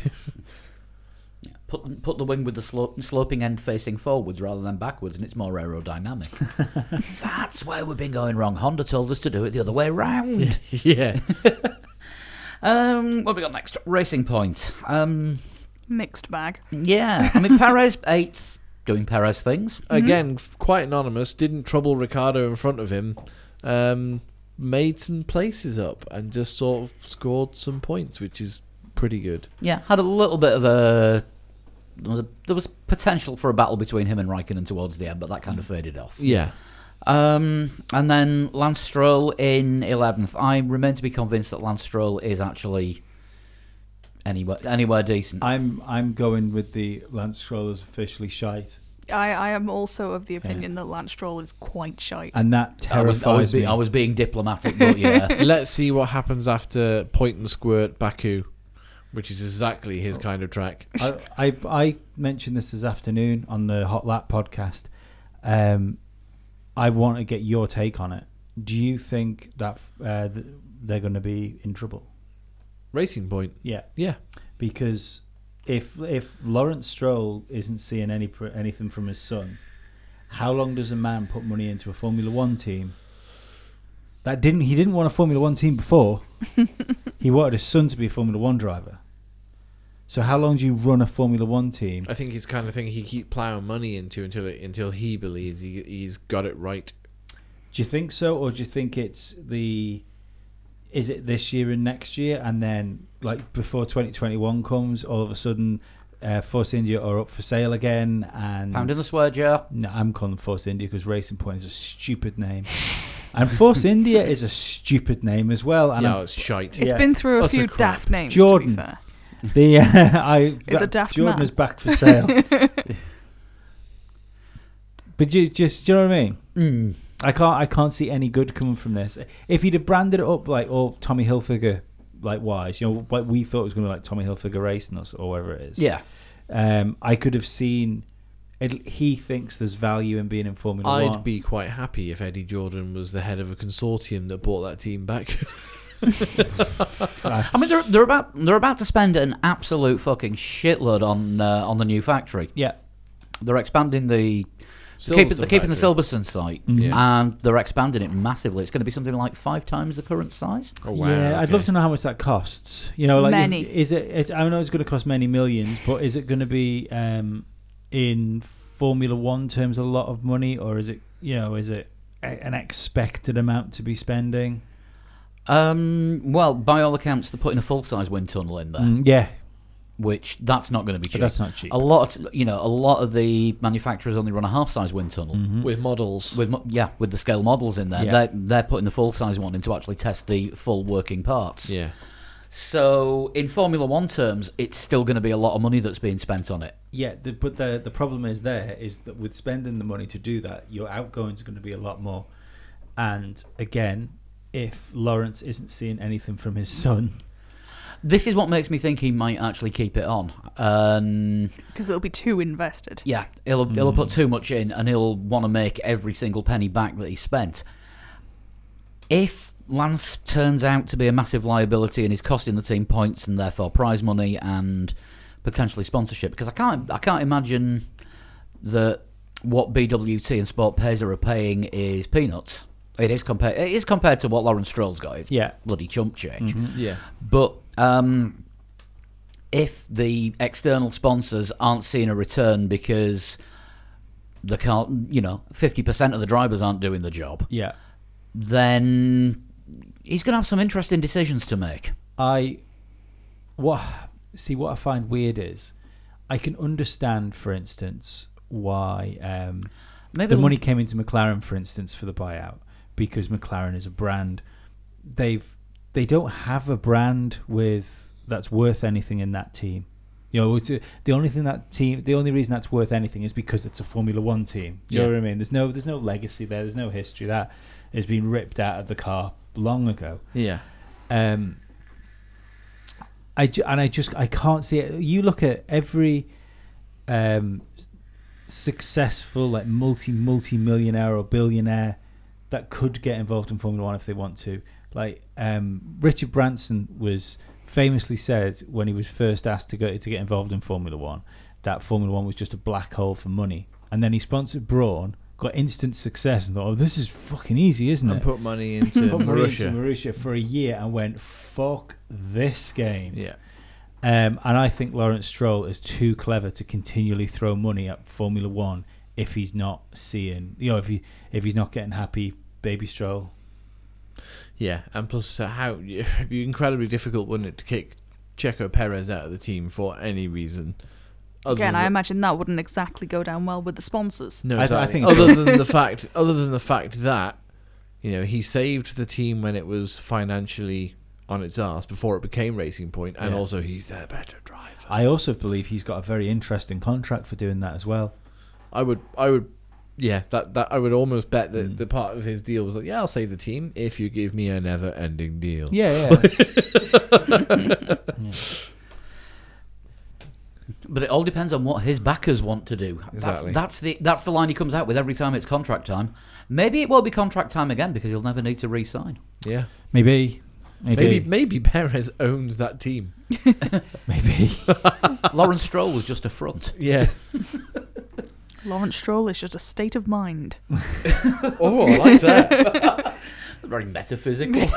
[SPEAKER 1] Put put the wing with the slo- sloping end facing forwards rather than backwards, and it's more aerodynamic. That's where we've been going wrong. Honda told us to do it the other way round.
[SPEAKER 3] yeah.
[SPEAKER 1] <laughs> um, what have we got next? Racing Point. Um,
[SPEAKER 2] Mixed bag.
[SPEAKER 1] yeah, I mean Perez <laughs> eighth, doing Perez things.
[SPEAKER 4] Mm-hmm.
[SPEAKER 3] Again, f- quite anonymous. Didn't trouble Ricardo in front of him. Um, made some places up and just sort of scored some points, which is pretty good.
[SPEAKER 1] Yeah, had a little bit of a there was, a, there was potential for a battle between him and Raikkonen towards the end, but that kind of faded off.
[SPEAKER 3] Yeah.
[SPEAKER 1] Um, and then Lance Stroll in eleventh. I remain to be convinced that Lance Stroll is actually anywhere anywhere decent.
[SPEAKER 4] I'm I'm going with the Lance Strollers officially shite,
[SPEAKER 2] I, I am also of the opinion that Lance Stroll is quite shite.
[SPEAKER 4] and that
[SPEAKER 1] I was,
[SPEAKER 4] terrifies
[SPEAKER 1] I, was
[SPEAKER 4] me.
[SPEAKER 1] be, I was being diplomatic, but
[SPEAKER 3] <laughs>
[SPEAKER 1] yeah.
[SPEAKER 3] Let's see what happens after Point and Squirt Baku, which is exactly his kind of track.
[SPEAKER 4] I, I I mentioned this this afternoon on the Hot Lap podcast. Um, I want to get your take on it. Do you think that uh, th- they're going to be in trouble?
[SPEAKER 3] Racing Point.
[SPEAKER 4] Yeah,
[SPEAKER 3] Yeah.
[SPEAKER 4] because if if Lawrence Stroll isn't seeing any pr- anything from his son, how long does a man put money into a Formula One team? That didn't he didn't want a Formula One team before. he wanted his son to be a Formula One driver. So how long do you run a Formula One team?
[SPEAKER 3] I think it's kind of thing he keep plowing money into until it, until he believes he, he's got it right.
[SPEAKER 4] Do you think so, or do you think it's the? Is it this year and next year, and then like before twenty twenty one comes, all of a sudden, uh, Force India are up for sale again, and
[SPEAKER 1] Pound in the swear jar.
[SPEAKER 4] no, I'm calling them Force India because Racing Point is a stupid name, and Force India is a stupid name as well. And
[SPEAKER 3] yeah,
[SPEAKER 4] I'm-
[SPEAKER 3] it's shite.
[SPEAKER 2] It's
[SPEAKER 4] yeah.
[SPEAKER 2] been through a
[SPEAKER 3] Utter
[SPEAKER 2] few
[SPEAKER 3] crap.
[SPEAKER 2] daft names, to
[SPEAKER 4] Jordan.
[SPEAKER 2] be fair.
[SPEAKER 4] the uh, <laughs> I
[SPEAKER 2] Is a
[SPEAKER 4] that-
[SPEAKER 2] daft
[SPEAKER 4] Jordan
[SPEAKER 2] man.
[SPEAKER 4] is back
[SPEAKER 2] <laughs>
[SPEAKER 4] for sale, but you just do you know what I mean?
[SPEAKER 3] Hmm.
[SPEAKER 1] Mm.
[SPEAKER 4] I can't I can't see any good coming from this. If he'd have branded it up like or Tommy Hilfiger like wise, you know, like we thought it was gonna be like Tommy Hilfiger racing us or whatever it is.
[SPEAKER 1] Yeah,
[SPEAKER 4] Um I could have seen it, he thinks there's value in being in Formula One.
[SPEAKER 3] I'd be quite happy if Eddie Jordan was the head of a consortium that bought that team back.
[SPEAKER 1] I mean they're they're about they're about to spend an absolute fucking shitload on uh, on the new factory.
[SPEAKER 4] yeah.
[SPEAKER 1] They're expanding the They're keeping, they're keeping the
[SPEAKER 3] factory.
[SPEAKER 1] Silverstone site,
[SPEAKER 4] Mhm.
[SPEAKER 3] Yeah.
[SPEAKER 1] and they're expanding it massively. It's going to be something like five times the current size.
[SPEAKER 3] <laughs> Oh wow!
[SPEAKER 4] yeah, I'd love
[SPEAKER 3] okay.
[SPEAKER 4] to know how much that costs. You know, like if-
[SPEAKER 2] Many.
[SPEAKER 4] is it, it? I know it's going to cost many millions, but is it going to be um, in Formula One terms a lot of money, or is it? You know, is it a- an expected amount to be spending?
[SPEAKER 1] Um, well, by all accounts, they're putting a full-size wind tunnel in there,
[SPEAKER 4] Mm, yeah,
[SPEAKER 1] which that's not going to be cheap.
[SPEAKER 4] but that's not cheap.
[SPEAKER 1] A lot, of, you know, a lot of the manufacturers only run a half-size wind tunnel.
[SPEAKER 3] with models.
[SPEAKER 1] With mo- yeah, with the scale models in there,
[SPEAKER 4] Mm-hmm. Yeah.
[SPEAKER 1] they're, they're putting the full size one in to actually test the full working parts.
[SPEAKER 3] yeah,
[SPEAKER 1] So in Formula One terms, it's still going to be a lot of money that's being spent on it.
[SPEAKER 4] Yeah, the, but the the problem is there is that with spending the money to do that, your outgoings are going to be a lot more. And again, if Lawrence isn't seeing anything from his son, <laughs>
[SPEAKER 1] This is what makes me think he might actually keep it on. Um,
[SPEAKER 2] Because it'll be too invested.
[SPEAKER 1] Yeah, he'll he'll put too much in, and he'll want to make every single penny back that he spent. If Lance turns out to be a massive liability and is costing the team points and therefore prize money and potentially sponsorship, because I can't I can't imagine that what BWT and Sport Pesa are paying is peanuts. It is compared it is compared to what Lauren Stroll's got. It's
[SPEAKER 4] yeah,
[SPEAKER 1] bloody chump change.
[SPEAKER 3] yeah.
[SPEAKER 1] But um, if the external sponsors aren't seeing a return because the car, you know, fifty percent of the drivers aren't doing the job,
[SPEAKER 4] yeah,
[SPEAKER 1] then he's going to have some interesting decisions to make.
[SPEAKER 4] I what see what I find weird is I can understand, for instance, why um,
[SPEAKER 1] Maybe
[SPEAKER 4] the
[SPEAKER 1] l-
[SPEAKER 4] money came into McLaren, for instance, for the buyout because McLaren is a brand. They've they don't have a brand with that's worth anything in that team. You know, it's a, the only thing that team, the only reason that's worth anything is because it's a Formula One team. Do you know
[SPEAKER 3] Yeah.
[SPEAKER 4] what I mean? There's no there's no legacy there. There's no history that has been ripped out of the car long ago.
[SPEAKER 3] Yeah.
[SPEAKER 4] Um, I ju- and I just I can't see it. You look at every um, s- successful like multi multi millionaire or billionaire that could get involved in Formula One if they want to. Like um, Richard Branson was famously said when he was first asked to go to get involved in Formula One that Formula One was just a black hole for money. And then he sponsored Braun, got instant success, and thought, "Oh, this is fucking easy, isn't it?"
[SPEAKER 3] And put money into
[SPEAKER 4] <laughs> put Mauritius.
[SPEAKER 3] Mauritius.
[SPEAKER 4] Mauritius for a year and went fuck this game.
[SPEAKER 3] Yeah.
[SPEAKER 4] Um, and I think Lawrence Stroll is too clever to continually throw money at Formula One if he's not seeing, you know, if he if he's not getting happy baby Stroll.
[SPEAKER 3] Yeah. And plus, uh, how <laughs> it'd be incredibly difficult, wouldn't it, to kick Checo Perez out of the team for any reason? other
[SPEAKER 2] Again,
[SPEAKER 3] than-
[SPEAKER 2] I imagine that wouldn't exactly go down well with the sponsors.
[SPEAKER 3] No,
[SPEAKER 4] I- I
[SPEAKER 3] exactly.
[SPEAKER 4] think-
[SPEAKER 3] other than the fact, other than the fact that you know he saved the team when it was financially on its arse before it became Racing Point, and
[SPEAKER 4] Yeah.
[SPEAKER 3] also he's their better driver.
[SPEAKER 4] I also believe he's got a very interesting contract for doing that as well.
[SPEAKER 3] I would, I would, yeah, that that I would almost bet that
[SPEAKER 4] Mm.
[SPEAKER 3] the part of his deal was like, yeah, I'll save the team if you give me a never-ending deal.
[SPEAKER 4] Yeah, yeah. yeah.
[SPEAKER 1] But it all depends on what his backers want to do.
[SPEAKER 3] Exactly.
[SPEAKER 1] That's, that's the that's the line he comes out with every time it's contract time. Maybe it will be contract time again because he'll never need to re-sign.
[SPEAKER 3] Yeah.
[SPEAKER 4] <laughs> Maybe.
[SPEAKER 3] Maybe
[SPEAKER 4] Maybe.
[SPEAKER 3] maybe Perez owns that team.
[SPEAKER 4] Maybe.
[SPEAKER 1] Lawrence Stroll was just a front.
[SPEAKER 3] Yeah.
[SPEAKER 2] Lawrence Stroll is just a state of mind.
[SPEAKER 3] oh, I like that.
[SPEAKER 1] <laughs> Very
[SPEAKER 3] <laughs>
[SPEAKER 1] metaphysical.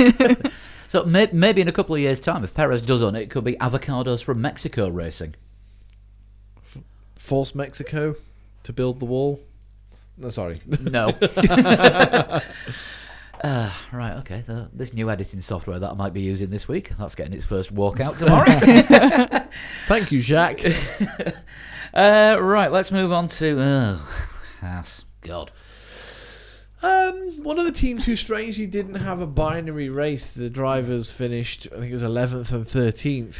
[SPEAKER 1] so may- maybe in a couple of years' time, if Perez does own it, it could be avocados from Mexico racing.
[SPEAKER 3] Force Mexico to build the wall. No, sorry.
[SPEAKER 1] <laughs> No. Uh, right, okay. So this new editing software that I might be using this week, that's getting its first walkout tomorrow.
[SPEAKER 3] <laughs> <laughs> Thank you, Jack.
[SPEAKER 1] uh, right, let's move on to. Oh, ass. God.
[SPEAKER 3] Um, one of the teams who strangely didn't have a binary race, the drivers finished, I think it was 11th and 13th.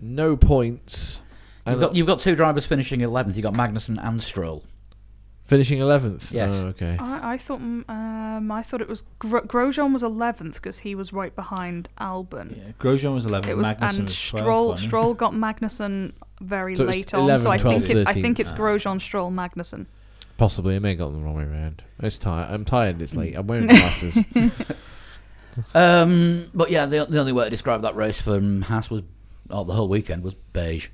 [SPEAKER 3] No points.
[SPEAKER 1] You've
[SPEAKER 3] And
[SPEAKER 1] got, you've got two drivers finishing 11th. You've got Magnussen and Stroll.
[SPEAKER 3] finishing 11th?
[SPEAKER 1] Yes.
[SPEAKER 3] Oh, okay.
[SPEAKER 2] I, I thought mm, um, I thought it was Gro- Grosjean was 11th because he was right behind Albon.
[SPEAKER 4] Yeah. Grosjean was 11.
[SPEAKER 2] It was
[SPEAKER 4] Magnussen
[SPEAKER 2] and
[SPEAKER 4] was 12,
[SPEAKER 2] Stroll
[SPEAKER 4] wasn't he?
[SPEAKER 2] Stroll got Magnussen very
[SPEAKER 3] So it was
[SPEAKER 2] late on, so I
[SPEAKER 3] 11,
[SPEAKER 2] think it's I
[SPEAKER 3] 12,
[SPEAKER 2] think it's
[SPEAKER 4] 13th.
[SPEAKER 2] Grosjean, Stroll, Magnussen.
[SPEAKER 3] Possibly. I may have gotten the wrong way around. It's tired. I'm tired. It's late. I'm <laughs> wearing glasses.
[SPEAKER 1] Um, but yeah, the, the only way to describe that race from Haas was, oh, the whole weekend was beige.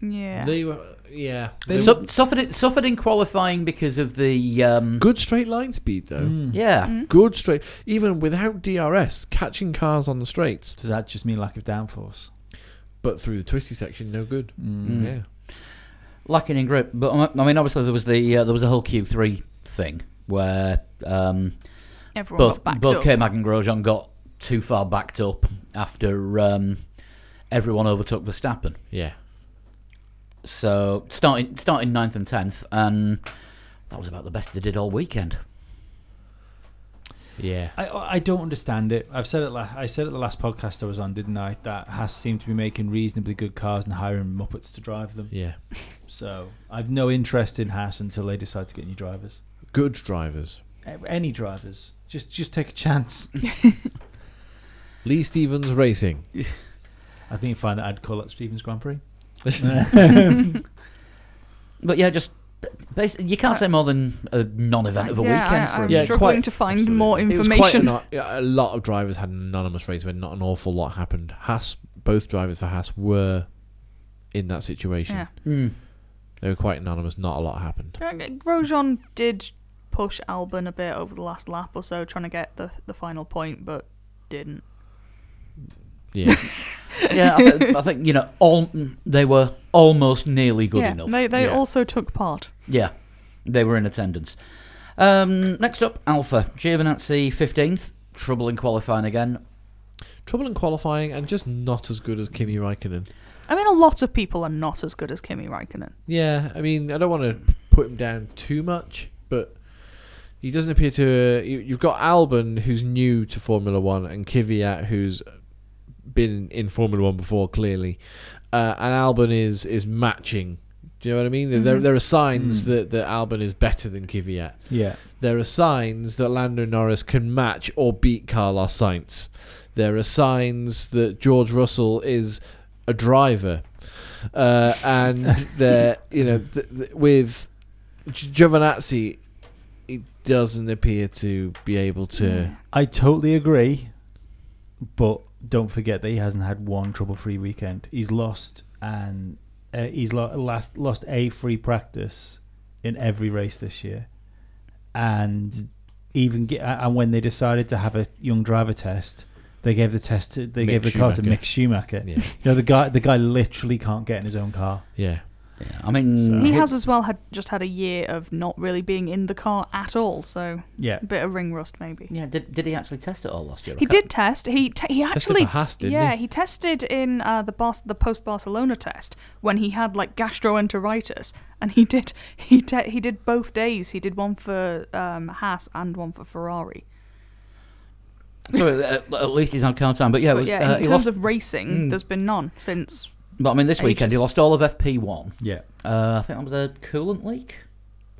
[SPEAKER 2] Yeah.
[SPEAKER 3] They were, yeah. They were
[SPEAKER 1] Su- suffered it, suffered in qualifying because of the um,
[SPEAKER 3] good straight line speed, though.
[SPEAKER 4] Mm.
[SPEAKER 1] yeah.
[SPEAKER 2] Mm-hmm.
[SPEAKER 3] Good straight. Even without DRS, catching cars on the straights,
[SPEAKER 4] Does that just mean lack of downforce?
[SPEAKER 3] but through the twisty section, no good.
[SPEAKER 1] Mm.
[SPEAKER 3] Yeah.
[SPEAKER 1] lacking in grip. But um, I mean, obviously there was the uh, there was a whole Q three thing where um,
[SPEAKER 2] Everyone
[SPEAKER 1] both
[SPEAKER 2] got backed
[SPEAKER 1] both
[SPEAKER 2] up.
[SPEAKER 1] K Mag and Grosjean got too far backed up after um, everyone overtook Verstappen.
[SPEAKER 3] Yeah.
[SPEAKER 1] So starting starting ninth and tenth, and that was about the best they did all weekend.
[SPEAKER 3] Yeah.
[SPEAKER 4] I, I don't understand it. I've said it. La- I said it the last podcast I was on, didn't I? That Haas seemed to be making reasonably good cars and hiring muppets to drive them.
[SPEAKER 3] Yeah.
[SPEAKER 4] So I've no interest in Haas until they decide to get new drivers.
[SPEAKER 3] Good drivers.
[SPEAKER 4] Eh, Any drivers, just just take a chance.
[SPEAKER 3] Lee Stevens Racing.
[SPEAKER 4] I think you find that I'd call that Stevens Grand Prix. <laughs>
[SPEAKER 1] But yeah, just basically, you can't say more than a non-event of a
[SPEAKER 2] Uh, yeah,
[SPEAKER 1] weekend
[SPEAKER 2] I,
[SPEAKER 1] for
[SPEAKER 2] I'm
[SPEAKER 1] him.
[SPEAKER 3] Yeah,
[SPEAKER 2] struggling
[SPEAKER 3] quite-
[SPEAKER 2] to find
[SPEAKER 3] absolutely.
[SPEAKER 2] more
[SPEAKER 3] It was quite
[SPEAKER 2] information.
[SPEAKER 3] an- yeah, a lot of drivers had an anonymous race where not an awful lot happened. Haas, both drivers for Haas were in that situation.
[SPEAKER 2] Yeah.
[SPEAKER 1] Mm.
[SPEAKER 3] They were quite anonymous. Not a lot
[SPEAKER 2] <laughs>
[SPEAKER 3] happened.
[SPEAKER 2] Grosjean did push Albon a bit over the last lap or so, trying to get the the final point, but didn't.
[SPEAKER 3] Yeah,
[SPEAKER 1] yeah, I, th- I think you know all they were almost nearly good
[SPEAKER 2] yeah,
[SPEAKER 1] enough.
[SPEAKER 2] they they
[SPEAKER 3] yeah.
[SPEAKER 2] also took part.
[SPEAKER 1] Yeah, they were in attendance. Um, next up, Alpha Giovinazzi, fifteenth. Trouble in qualifying again.
[SPEAKER 3] trouble in qualifying and just not as good as Kimi Raikkonen.
[SPEAKER 2] I mean, a lot of people are not as good as Kimi Raikkonen.
[SPEAKER 3] Yeah, I mean, I don't want to put him down too much, but he doesn't appear to. you, you've got Albon, who's new to Formula One, and Kvyat, who's been in Formula One before, clearly, uh, and Albon is is matching. Do you know what I mean? There,
[SPEAKER 2] Mhm.
[SPEAKER 3] there are signs
[SPEAKER 4] Mm.
[SPEAKER 3] that, that Albon is better than Kvyat.
[SPEAKER 4] Yeah.
[SPEAKER 3] There are signs that Lando Norris can match or beat Carlos Sainz. There are signs that George Russell is a driver, uh,
[SPEAKER 2] <laughs>
[SPEAKER 3] and there, you know, th- th- with G- Giovinazzi, he doesn't appear to be able to.
[SPEAKER 4] I totally agree, but don't forget that he hasn't had one trouble-free weekend. He's lost and uh, he's lo- last lost a free practice in every race this year, and even ge- a- and when they decided to have a young driver test, they gave the test to, they
[SPEAKER 3] Mick
[SPEAKER 4] gave the car to
[SPEAKER 3] Schumacher.
[SPEAKER 4] Mick Schumacher.
[SPEAKER 3] <laughs> Yeah,
[SPEAKER 4] No, the guy the guy literally can't get in his own car.
[SPEAKER 3] yeah.
[SPEAKER 1] Yeah, I mean,
[SPEAKER 4] So-
[SPEAKER 2] He
[SPEAKER 1] who-
[SPEAKER 2] has as well had just had a year of not really being in the car at all, so
[SPEAKER 4] Yeah,
[SPEAKER 2] a bit of ring rust maybe.
[SPEAKER 1] Yeah, did, did he actually test it all last year? I
[SPEAKER 2] He
[SPEAKER 1] can't-
[SPEAKER 2] did test. He te- he
[SPEAKER 3] Tested
[SPEAKER 2] actually
[SPEAKER 3] for Haas, didn't
[SPEAKER 2] yeah
[SPEAKER 3] he?
[SPEAKER 2] he? tested in uh, the Bar- the post Barcelona test when he had like gastroenteritis, and he did <laughs> he te- he did both days. He did one for um, Haas and one for Ferrari.
[SPEAKER 1] So at, uh, at least he's on car time. But yeah, it
[SPEAKER 2] but
[SPEAKER 1] was,
[SPEAKER 2] yeah,
[SPEAKER 1] uh,
[SPEAKER 2] in
[SPEAKER 1] he lost.
[SPEAKER 2] terms of racing,
[SPEAKER 1] Mm.
[SPEAKER 2] there's been none since.
[SPEAKER 1] but I mean, this weekend he
[SPEAKER 2] ages.
[SPEAKER 1] lost all of FP1.
[SPEAKER 4] yeah,
[SPEAKER 1] Uh, I think that was a coolant leak.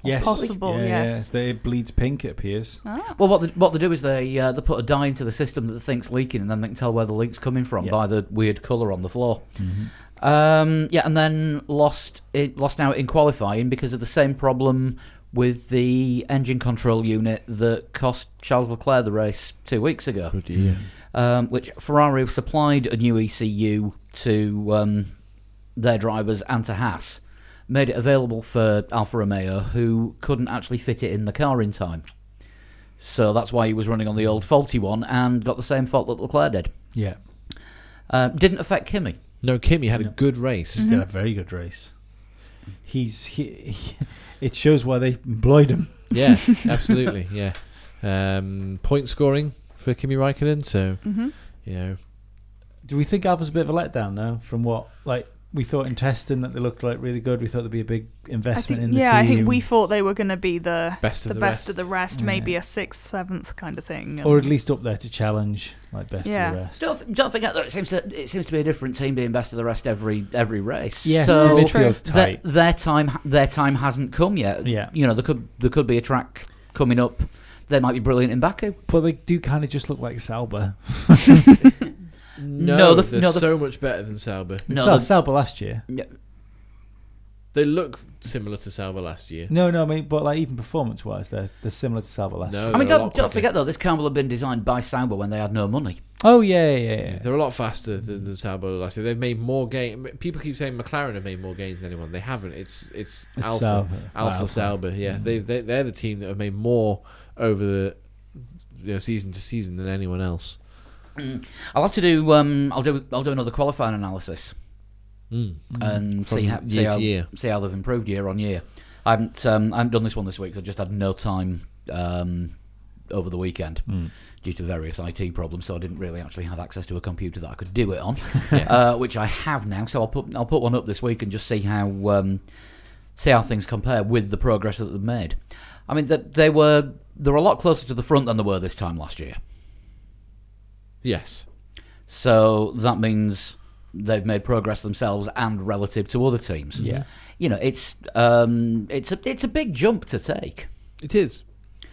[SPEAKER 4] yes,
[SPEAKER 2] Possible, yes.
[SPEAKER 4] They- It bleeds pink. It appears.
[SPEAKER 2] Ah.
[SPEAKER 1] Well, what they, what they do is they uh, they put a dye into the system that they think's leaking, and then they can tell where the leak's coming from
[SPEAKER 4] Yeah.
[SPEAKER 1] by the weird colour on the floor. Um, yeah, and then lost it lost out in qualifying because of the same problem with the engine control unit that cost Charles Leclerc the race two weeks ago.
[SPEAKER 3] Oh dear.
[SPEAKER 1] um, which Ferrari have supplied a new ECU to um, their drivers and to Haas, made it available for Alfa Romeo, who couldn't actually fit it in the car in time. So that's why he was running on the old faulty one and got the same fault that Leclerc did.
[SPEAKER 4] Yeah,
[SPEAKER 1] Uh, didn't affect Kimi.
[SPEAKER 3] No, Kimmy had a
[SPEAKER 4] No.
[SPEAKER 3] good
[SPEAKER 2] <laughs>
[SPEAKER 3] race.
[SPEAKER 2] Mm-hmm.
[SPEAKER 4] He did a very good race. He's he, he- it shows why they employed him.
[SPEAKER 3] yeah, absolutely. Yeah. Um, point scoring for Kimi Raikkonen. So
[SPEAKER 2] Mhm.
[SPEAKER 3] you know,
[SPEAKER 4] Do we think Alpha's a bit of a letdown though? From what like we thought in testing that they looked like really good. We thought there'd be a big
[SPEAKER 2] I
[SPEAKER 4] investment
[SPEAKER 2] think,
[SPEAKER 4] in the
[SPEAKER 2] yeah, I
[SPEAKER 4] team.
[SPEAKER 2] think we thought they were going to be the
[SPEAKER 3] best of
[SPEAKER 2] the,
[SPEAKER 3] the,
[SPEAKER 2] best
[SPEAKER 3] rest.
[SPEAKER 2] of the rest,
[SPEAKER 4] Yeah.
[SPEAKER 2] maybe a sixth, seventh kind of thing.
[SPEAKER 4] or at
[SPEAKER 2] and-
[SPEAKER 4] least up there to challenge like best
[SPEAKER 2] Yeah.
[SPEAKER 4] of the rest.
[SPEAKER 1] Don't, don't forget that it seems to it seems to be a different team being best of the rest every every race.
[SPEAKER 4] Yes,
[SPEAKER 1] so
[SPEAKER 4] it all
[SPEAKER 2] That's true.
[SPEAKER 4] feels
[SPEAKER 1] their,
[SPEAKER 4] tight.
[SPEAKER 1] their time their time hasn't come yet.
[SPEAKER 4] Yeah,
[SPEAKER 1] You know there could there could be a track coming up. They might be brilliant in Baku.
[SPEAKER 4] but they do kind of just look like Salba.
[SPEAKER 3] No,
[SPEAKER 1] No, the-
[SPEAKER 3] they're
[SPEAKER 1] no, the-
[SPEAKER 3] so much better than Sauber.
[SPEAKER 1] No,
[SPEAKER 4] Sal-
[SPEAKER 1] the-
[SPEAKER 4] Salba last year.
[SPEAKER 3] They look similar to Sauber last year.
[SPEAKER 4] No, no, I mean, but like even performance wise, they're they're similar to Salba last. year.
[SPEAKER 3] No,
[SPEAKER 1] I mean,
[SPEAKER 3] they're
[SPEAKER 1] don't,
[SPEAKER 3] Oh, a lot
[SPEAKER 1] don't
[SPEAKER 3] quicker.
[SPEAKER 1] forget though, this car will have been designed by Sauber when they had no money.
[SPEAKER 4] Oh yeah, yeah, yeah.
[SPEAKER 3] Yeah, they're a lot faster than, than Sauber last year. They've made more gains. People keep saying McLaren have made more gains than anyone. They haven't. It's it's,
[SPEAKER 4] It's
[SPEAKER 3] Alpha
[SPEAKER 4] Sauber.
[SPEAKER 3] Alpha, Sauber. Yeah,
[SPEAKER 1] Mm.
[SPEAKER 3] they, they they're the team that have made more over the you know, season to season than anyone else.
[SPEAKER 1] I'll have to do. Um, I'll do. I'll do another qualifying analysis
[SPEAKER 3] Mm.
[SPEAKER 1] and
[SPEAKER 3] From
[SPEAKER 1] see how see
[SPEAKER 3] year to
[SPEAKER 1] how,
[SPEAKER 3] year.
[SPEAKER 1] see how they've improved year on year. I haven't. Um, I haven't done this one this week. 'cause I just had no time um, over the weekend
[SPEAKER 4] Mm.
[SPEAKER 1] due to various IT problems, so I didn't really actually have access to a computer that I could do it
[SPEAKER 3] <laughs>
[SPEAKER 1] on,
[SPEAKER 3] Yes.
[SPEAKER 1] uh, which I have now. So I'll put I'll put one up this week and just see how um, see how things compare with the progress that they've made. I mean, that they were they were a lot closer to the front than they were this time last year.
[SPEAKER 3] yes.
[SPEAKER 1] So that means they've made progress themselves and relative to other teams.
[SPEAKER 4] Yeah.
[SPEAKER 1] You know, it's um, it's a it's a big jump to take.
[SPEAKER 3] It is,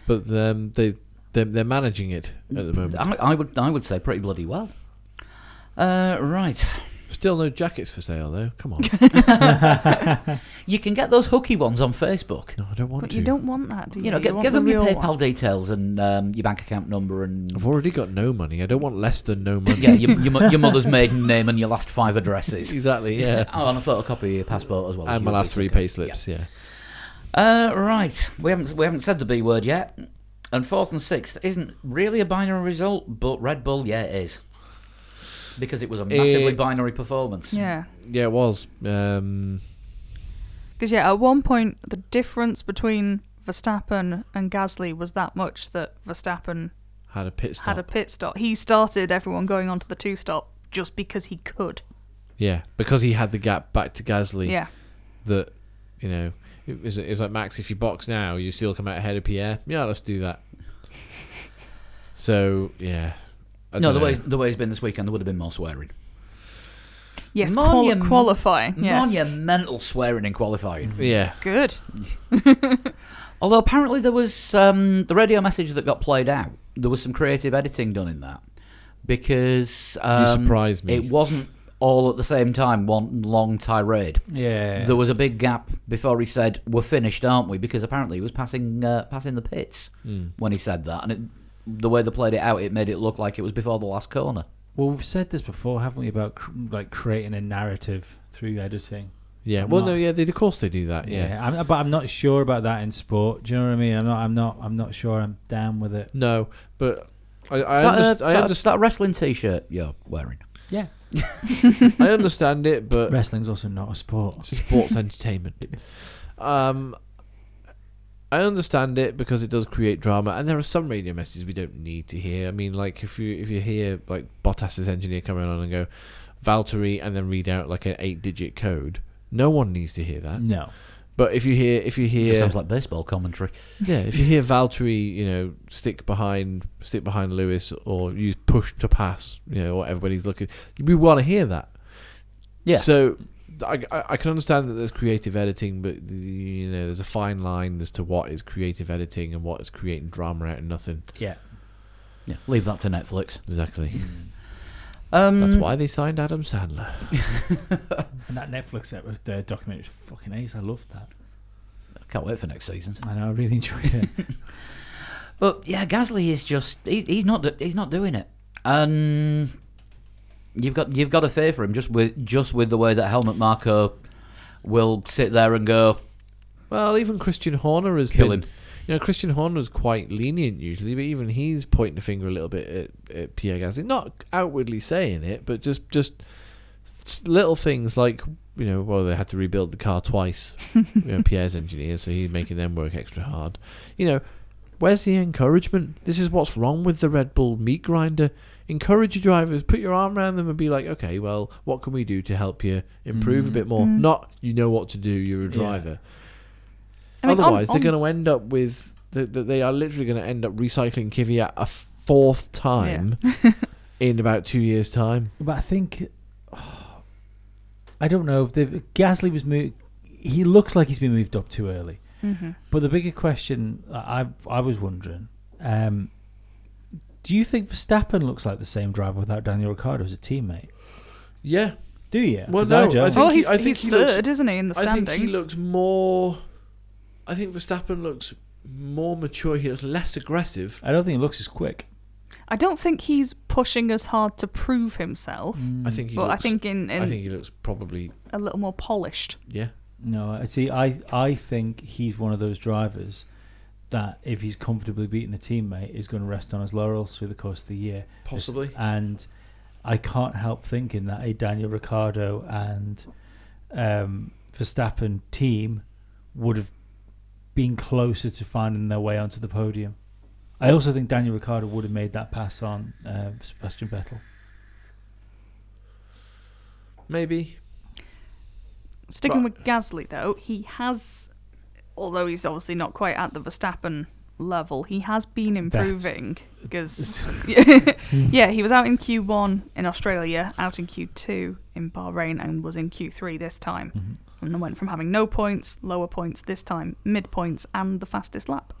[SPEAKER 3] but um, they they're, they're managing it at the moment.
[SPEAKER 1] I, I would I would say pretty bloody well. Uh, right,
[SPEAKER 3] Still no jackets for sale though.
[SPEAKER 1] <laughs>
[SPEAKER 3] Come on.
[SPEAKER 1] you can get those hooky ones on Facebook.
[SPEAKER 3] no, I don't want
[SPEAKER 2] but
[SPEAKER 3] to.
[SPEAKER 2] you don't want that, do you?
[SPEAKER 1] You know,
[SPEAKER 2] You
[SPEAKER 1] give
[SPEAKER 2] want
[SPEAKER 1] give
[SPEAKER 2] the
[SPEAKER 1] them your
[SPEAKER 2] real
[SPEAKER 1] PayPal
[SPEAKER 2] one.
[SPEAKER 1] details and um, your bank account number and
[SPEAKER 3] I've already got no money. I don't want less
[SPEAKER 1] <laughs>
[SPEAKER 3] than no money.
[SPEAKER 1] yeah, your, your, mo- your mother's maiden name and your last five addresses.
[SPEAKER 3] exactly. <laughs> Yeah.
[SPEAKER 1] Oh, and a photocopy of your passport as well. if
[SPEAKER 3] and
[SPEAKER 1] you
[SPEAKER 3] my
[SPEAKER 1] would
[SPEAKER 3] last
[SPEAKER 1] be
[SPEAKER 3] three
[SPEAKER 1] so
[SPEAKER 3] pay
[SPEAKER 1] kind.
[SPEAKER 3] slips. Yeah.
[SPEAKER 1] Uh, right. We haven't we haven't said the B word yet. And fourth and sixth isn't really a binary result, but Red Bull, yeah, it is. Because it was a massively
[SPEAKER 3] Eh,
[SPEAKER 1] binary performance.
[SPEAKER 2] Yeah.
[SPEAKER 3] Yeah, it was. Um,
[SPEAKER 2] Because yeah, at one point the difference between Verstappen and Gasly was that much that Verstappen
[SPEAKER 3] had a pit stop.
[SPEAKER 2] had a pit stop. He started everyone going onto the two stop just because he could.
[SPEAKER 3] Yeah, because he had the gap back to Gasly
[SPEAKER 2] Yeah.
[SPEAKER 3] that, you know, it was, it was like, Max, if you box now, you still come out ahead of Pierre. Yeah, let's do <laughs> that. So, yeah. I
[SPEAKER 1] no,
[SPEAKER 3] don't
[SPEAKER 1] the way
[SPEAKER 3] know.
[SPEAKER 1] the way it's been this weekend, there would have been more swearing.
[SPEAKER 2] Yes, quali-
[SPEAKER 1] Monument-
[SPEAKER 2] qualifying. Yes.
[SPEAKER 1] Monumental swearing in qualifying.
[SPEAKER 3] Yeah.
[SPEAKER 2] Good.
[SPEAKER 1] Although apparently there was um, the radio message that got played out. There was some creative editing done in that because um,
[SPEAKER 3] surprised me.
[SPEAKER 1] It wasn't all at the same time. One long tirade.
[SPEAKER 4] Yeah.
[SPEAKER 1] There was a big gap before he said, "We're finished, aren't we?" Because apparently he was passing uh, passing the pits
[SPEAKER 3] hmm.
[SPEAKER 1] when he said that, and it, the way they played it out, it made it look like it was before the last corner.
[SPEAKER 4] well, we've said this before, haven't we? About cr- like creating a narrative through editing.
[SPEAKER 3] Yeah. Well,
[SPEAKER 4] Not-
[SPEAKER 3] no, yeah, they, of course they do that. Yeah.
[SPEAKER 4] I'm, but I'm not sure about that in sport. Do you know what I mean? I'm not. I'm not. I'm not sure. I'm down with it.
[SPEAKER 3] No, but I, I,
[SPEAKER 1] Is that,
[SPEAKER 3] underst-
[SPEAKER 1] uh,
[SPEAKER 3] I,
[SPEAKER 1] that-
[SPEAKER 3] underst-
[SPEAKER 1] that wrestling T-shirt you're wearing.
[SPEAKER 4] Yeah.
[SPEAKER 1] <laughs>
[SPEAKER 3] I understand it, but
[SPEAKER 4] Wrestling's also not a sport.
[SPEAKER 3] It's just sports entertainment. Um, I understand it because it does create drama, and there are some radio messages we don't need to hear. I mean, like if you if you hear like Bottas's engineer coming on and go Valtteri, and then read out like an eight digit code. No one needs to hear that.
[SPEAKER 4] No.
[SPEAKER 3] But if you hear if you
[SPEAKER 1] It
[SPEAKER 3] hear
[SPEAKER 1] just sounds like baseball commentary.
[SPEAKER 3] yeah, if you hear Valtteri, you know, stick behind stick behind Lewis or use push to pass, you know, what everybody's looking. We want to hear that.
[SPEAKER 1] Yeah.
[SPEAKER 3] So th- I, I I can understand that there's creative editing, but the- you know, there's a fine line as to what is creative editing and what is creating drama out of nothing.
[SPEAKER 4] Yeah.
[SPEAKER 1] Yeah, leave that to Netflix.
[SPEAKER 3] Exactly.
[SPEAKER 1] Um,
[SPEAKER 3] That's why they signed Adam Sandler.
[SPEAKER 4] And that Netflix ep- the documentary was fucking ace. I loved that.
[SPEAKER 1] Can't wait for next season.
[SPEAKER 4] I know. I really enjoyed it.
[SPEAKER 1] But yeah, Gasly is just—he's he's not—he's not doing it. And you've got—you've got to fear for him just with just with the way that Helmut Marko will sit there and go,
[SPEAKER 3] Well, even Christian Horner is
[SPEAKER 1] Kill him.
[SPEAKER 3] You know, Christian Horner is quite lenient usually, but even he's pointing a finger a little bit at, at Pierre Gasly. Not outwardly saying it, but just just s- little things like you know, well, they had to rebuild the car twice. you know, Pierre's engineer, so he's making them work extra hard. You know, where's the encouragement? This is what's wrong with the Red Bull meat grinder. Encourage your drivers, put your arm around them, and be like, okay, well, what can we do to help you improve a bit more? Not you know what to do. You're a
[SPEAKER 4] Yeah.
[SPEAKER 3] driver.
[SPEAKER 2] I mean, on-
[SPEAKER 3] Otherwise,
[SPEAKER 2] on-
[SPEAKER 3] they're going to end up with that. They, they are literally going to end up recycling Kvyat a fourth time <laughs> in about two years' time.
[SPEAKER 4] <laughs> But I think <sighs> I don't know. They've, Gasly was moved. He looks like he's been moved up too early.
[SPEAKER 2] Mm-hmm.
[SPEAKER 4] But the bigger question I I was wondering: um, Do you think Verstappen looks like the same driver without Daniel Ricciardo as a teammate?
[SPEAKER 3] Yeah,
[SPEAKER 4] Do you?
[SPEAKER 3] Well,
[SPEAKER 4] 'Cause I
[SPEAKER 3] no, I
[SPEAKER 4] don't.
[SPEAKER 3] think
[SPEAKER 2] Oh,
[SPEAKER 3] he-
[SPEAKER 2] he's,
[SPEAKER 3] I think
[SPEAKER 2] he's
[SPEAKER 3] he looks-
[SPEAKER 2] third, isn't he, in the
[SPEAKER 3] I think
[SPEAKER 2] standings?
[SPEAKER 3] he looks more. I think Verstappen looks more mature. He looks less aggressive.
[SPEAKER 4] I don't think he looks as quick.
[SPEAKER 2] I don't think he's pushing as hard to prove himself,
[SPEAKER 3] I think Mm, he.
[SPEAKER 2] but
[SPEAKER 3] looks,
[SPEAKER 2] I think in, in
[SPEAKER 3] I think he looks probably
[SPEAKER 2] a little more polished.
[SPEAKER 3] yeah.
[SPEAKER 4] No, I see. I I think he's one of those drivers that if he's comfortably beating a teammate, is going to rest on his laurels through the course of the year.
[SPEAKER 3] Possibly.
[SPEAKER 4] And I can't help thinking that a Daniel Ricciardo and um, Verstappen team would have been closer to finding their way onto the podium. I also think Daniel Ricciardo would have made that pass on uh, Sebastian Vettel.
[SPEAKER 3] Maybe.
[SPEAKER 2] Sticking
[SPEAKER 3] But-
[SPEAKER 2] with Gasly, though, he has, although he's obviously not quite at the Verstappen level, he has been
[SPEAKER 4] <laughs>
[SPEAKER 2] improving. Because, <laughs> yeah, he was out in Q1 in Australia, out in Q2 in Bahrain, and was in Q3 this time.
[SPEAKER 4] Mm-hmm.
[SPEAKER 2] And went from having no points, lower points this time, mid points, and the fastest lap.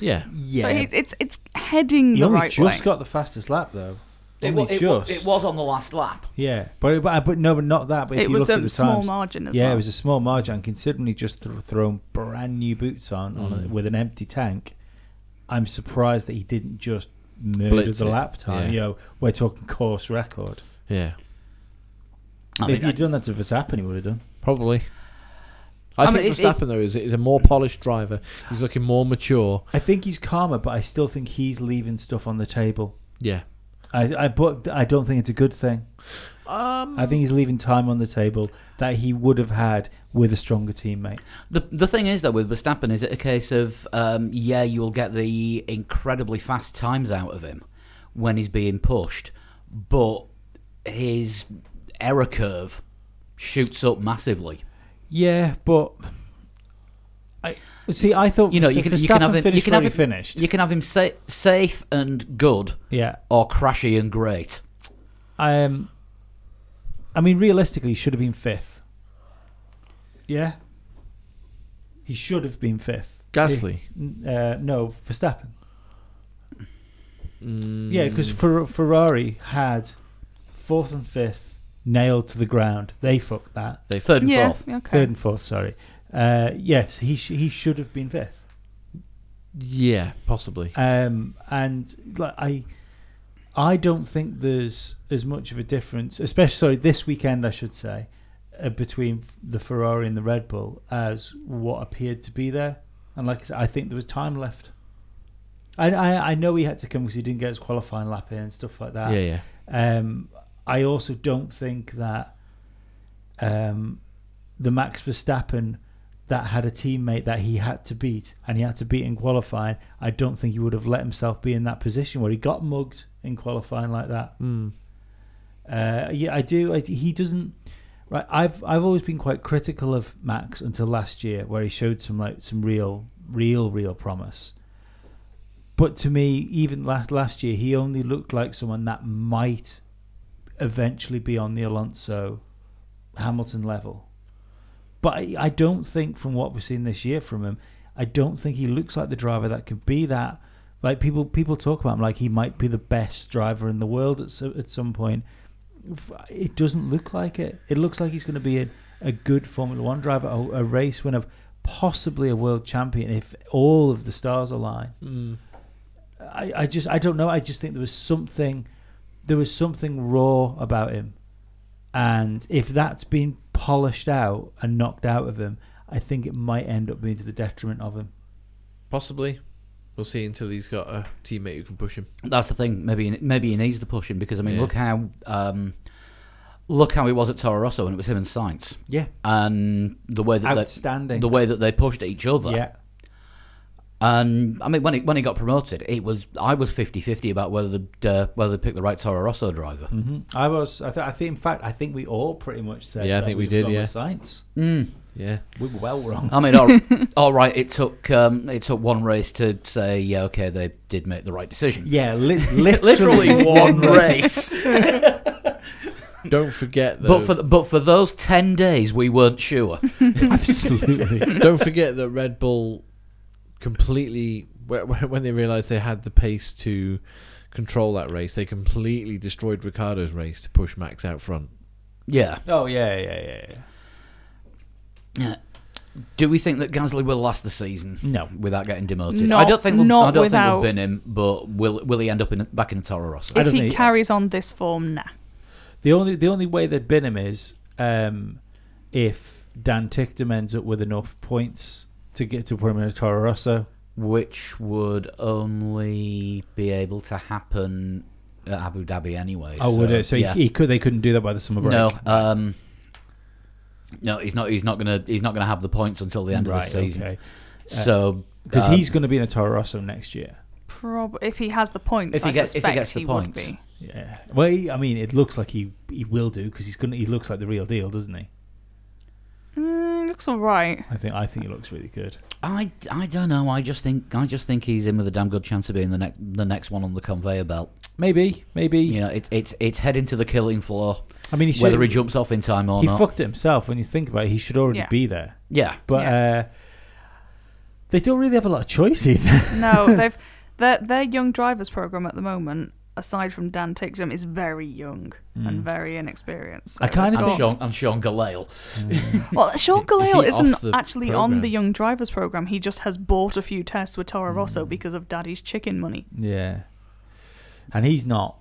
[SPEAKER 3] Yeah.
[SPEAKER 4] Yeah,
[SPEAKER 2] So he, it's it's heading
[SPEAKER 4] he
[SPEAKER 2] the
[SPEAKER 4] only
[SPEAKER 2] right
[SPEAKER 4] just
[SPEAKER 2] way.
[SPEAKER 4] got the fastest lap though.
[SPEAKER 1] it,
[SPEAKER 4] Only
[SPEAKER 1] wa- it, wa-
[SPEAKER 4] just.
[SPEAKER 1] it was on the last lap.
[SPEAKER 4] Yeah, but, but but no, but not that. But if
[SPEAKER 2] it
[SPEAKER 4] you
[SPEAKER 2] was
[SPEAKER 4] look at
[SPEAKER 2] a
[SPEAKER 4] the
[SPEAKER 2] small
[SPEAKER 4] times,
[SPEAKER 2] margin as
[SPEAKER 4] yeah,
[SPEAKER 2] well.
[SPEAKER 4] it was a small margin. Considering he just th- thrown brand new boots on, on a, with an empty tank, I'm surprised that he didn't just murder
[SPEAKER 3] Blitz
[SPEAKER 4] the
[SPEAKER 3] it,
[SPEAKER 4] lap time.
[SPEAKER 3] yeah.
[SPEAKER 4] You know, we're talking course record.
[SPEAKER 3] Yeah.
[SPEAKER 1] I
[SPEAKER 4] if
[SPEAKER 1] mean,
[SPEAKER 4] you'd done that to Verstappen, he would have done.
[SPEAKER 3] Probably. I,
[SPEAKER 1] I
[SPEAKER 3] think
[SPEAKER 1] mean, it's-
[SPEAKER 3] Verstappen though is is a more polished driver. He's looking more mature.
[SPEAKER 4] I think he's calmer, but I still think he's leaving stuff on the table.
[SPEAKER 3] Yeah.
[SPEAKER 4] I, I but I don't think it's a good thing.
[SPEAKER 3] Um.
[SPEAKER 4] I think he's leaving time on the table that he would have had with a stronger teammate.
[SPEAKER 1] The the thing is though with Verstappen is it a case of um, yeah you will get the incredibly fast times out of him when he's being pushed, but his error curve shoots up massively.
[SPEAKER 4] Yeah, but I see. I thought
[SPEAKER 1] You know, you can, you can have him, you can have him,
[SPEAKER 4] finished.
[SPEAKER 1] You can have him sa- safe and good,
[SPEAKER 4] yeah,
[SPEAKER 1] or crashy and great.
[SPEAKER 4] um, I mean, realistically, he should have been fifth. Yeah, he should have been fifth.
[SPEAKER 3] Gasly.
[SPEAKER 4] N- Uh, no, Verstappen.
[SPEAKER 3] Mm.
[SPEAKER 4] Yeah, because Ferrari had fourth and fifth nailed to the ground. They fucked that.
[SPEAKER 3] they
[SPEAKER 1] Third and
[SPEAKER 2] yeah,
[SPEAKER 1] fourth.
[SPEAKER 2] okay.
[SPEAKER 4] Third and fourth, sorry. Uh, yes, he sh- he should have been fifth.
[SPEAKER 3] yeah, possibly.
[SPEAKER 4] Um, and like I, I don't think there's as much of a difference, especially sorry, this weekend I should say, uh, between the Ferrari and the Red Bull as what appeared to be there. And like I said, I think there was time left. I I, I know he had to come because he didn't get his qualifying lap in and stuff like that.
[SPEAKER 3] yeah, yeah.
[SPEAKER 4] Um, I also don't think that um, the Max Verstappen that had a teammate that he had to beat and he had to beat in qualifying, I don't think he would have let himself be in that position where he got mugged in qualifying like that.
[SPEAKER 3] Mm.
[SPEAKER 4] Uh, yeah, I do. I, he doesn't. Right, I've I've always been quite critical of Max until last year, where he showed some like some real, real, real promise. But to me, even last last year, he only looked like someone that might eventually be on the Alonso Hamilton level. But I, I don't think, from what we've seen this year from him, I don't think he looks like the driver that could be that. Like people people talk about him, like he might be the best driver in the world at so, at some point it doesn't look like it. It looks like he's going to be a, a good Formula One driver, a, a race winner, possibly a world champion if all of the stars align.
[SPEAKER 3] Mm.
[SPEAKER 4] I, I just, I don't know. I just think there was something, there was something raw about him, and if that's been polished out and knocked out of him, I think it might end up being to the detriment of him.
[SPEAKER 3] Possibly. We'll see until he's got a teammate who can push him.
[SPEAKER 1] That's the thing. Maybe he- maybe he needs the pushing because I mean,
[SPEAKER 3] Yeah.
[SPEAKER 1] look how um, look how it was at Toro Rosso when it was him and Sainz,
[SPEAKER 4] Yeah,
[SPEAKER 1] and the way that they,
[SPEAKER 4] outstanding.
[SPEAKER 1] the way that they pushed each other.
[SPEAKER 4] yeah,
[SPEAKER 1] And I mean, when he when he got promoted, it was I was 50-50 about whether the uh, whether they picked the right Toro Rosso driver.
[SPEAKER 4] hmm I was. I, th- I think, in fact, I think we all pretty much said.
[SPEAKER 3] Yeah, I
[SPEAKER 4] that
[SPEAKER 3] think we
[SPEAKER 4] was
[SPEAKER 3] did,
[SPEAKER 4] wrong with
[SPEAKER 3] yeah.
[SPEAKER 4] science.
[SPEAKER 1] Mm.
[SPEAKER 3] Yeah.
[SPEAKER 4] We were well
[SPEAKER 3] <laughs>
[SPEAKER 4] wrong.
[SPEAKER 1] I mean,
[SPEAKER 4] <laughs>
[SPEAKER 1] all, all right, it took um, it took one race to say, yeah, okay, they did make the right decision.
[SPEAKER 3] <laughs>
[SPEAKER 4] Yeah, li-
[SPEAKER 1] Literally
[SPEAKER 4] literally
[SPEAKER 1] one
[SPEAKER 4] one race.
[SPEAKER 3] Don't forget though.
[SPEAKER 1] But for but for those ten days, we weren't
[SPEAKER 4] <laughs>
[SPEAKER 1] sure.
[SPEAKER 4] <laughs>
[SPEAKER 3] <laughs>
[SPEAKER 4] Absolutely.
[SPEAKER 3] don't forget that Red Bull completely wh- wh- when they realized they had the pace to control that race, they completely destroyed Ricardo's race to push Max out front.
[SPEAKER 1] yeah.
[SPEAKER 4] Oh yeah, yeah, yeah, yeah.
[SPEAKER 1] Do we think that Gasly will last the season?
[SPEAKER 4] No.
[SPEAKER 1] Without getting demoted, I
[SPEAKER 2] Not-
[SPEAKER 1] don't think we'll, I
[SPEAKER 2] not
[SPEAKER 1] don't think
[SPEAKER 2] without-
[SPEAKER 1] we'll bin him, but will will he end up in back in Toro Rosso?
[SPEAKER 4] I
[SPEAKER 2] if
[SPEAKER 4] don't
[SPEAKER 2] he
[SPEAKER 4] think-
[SPEAKER 2] carries on this form, nah.
[SPEAKER 4] The only the only way they'd bin him is um, if Dan Tickdom ends up with enough points to get to put him in a Toro Rosso.
[SPEAKER 1] Which would only be able to happen at Abu Dhabi anyway.
[SPEAKER 4] oh, would it? So
[SPEAKER 1] yeah.
[SPEAKER 4] he, he could. They couldn't do that by the summer break.
[SPEAKER 1] No, um, no, he's not. He's not gonna. He's not gonna have the points until the end
[SPEAKER 4] right,
[SPEAKER 1] of the season.
[SPEAKER 4] okay.
[SPEAKER 1] So
[SPEAKER 4] Because
[SPEAKER 1] um,
[SPEAKER 4] he's going to be in a Toro Rosso next year.
[SPEAKER 2] Prob- if he has the points,
[SPEAKER 1] If he
[SPEAKER 2] I
[SPEAKER 1] gets- if he
[SPEAKER 2] suspect
[SPEAKER 1] gets the
[SPEAKER 2] he
[SPEAKER 1] points.
[SPEAKER 2] would be.
[SPEAKER 4] Yeah. Well, he, I mean, it looks like he he will do because he's going. to He looks like the real deal, doesn't he?
[SPEAKER 2] Mm, looks all right.
[SPEAKER 4] I think. I think he looks really good.
[SPEAKER 1] I, I don't know. I just think I just think he's in with a damn good chance of being the next the next one on the conveyor belt.
[SPEAKER 4] Maybe. Maybe.
[SPEAKER 1] You know, it's it's it's heading to the killing floor.
[SPEAKER 4] I mean, he should.
[SPEAKER 1] Whether he jumps off in time or
[SPEAKER 4] he
[SPEAKER 1] not.
[SPEAKER 4] fucked it himself. When you think about it, he should already
[SPEAKER 2] Yeah.
[SPEAKER 4] be there.
[SPEAKER 1] yeah.
[SPEAKER 4] But uh, they don't really have a lot of choice <laughs> either.
[SPEAKER 2] No, they've their their young drivers program at the moment, aside from Dan Tickdom, is very young and very inexperienced. So
[SPEAKER 4] I kind of
[SPEAKER 2] they've
[SPEAKER 1] And
[SPEAKER 4] think-
[SPEAKER 2] got-
[SPEAKER 1] Sean, and Sean Galale.
[SPEAKER 2] well, Sean Galale
[SPEAKER 3] he
[SPEAKER 2] is not
[SPEAKER 3] off the
[SPEAKER 2] actually
[SPEAKER 3] programme?
[SPEAKER 2] on the young drivers program. He just has bought a few tests with Toro Rosso because of Daddy's chicken money.
[SPEAKER 4] yeah, and he's not.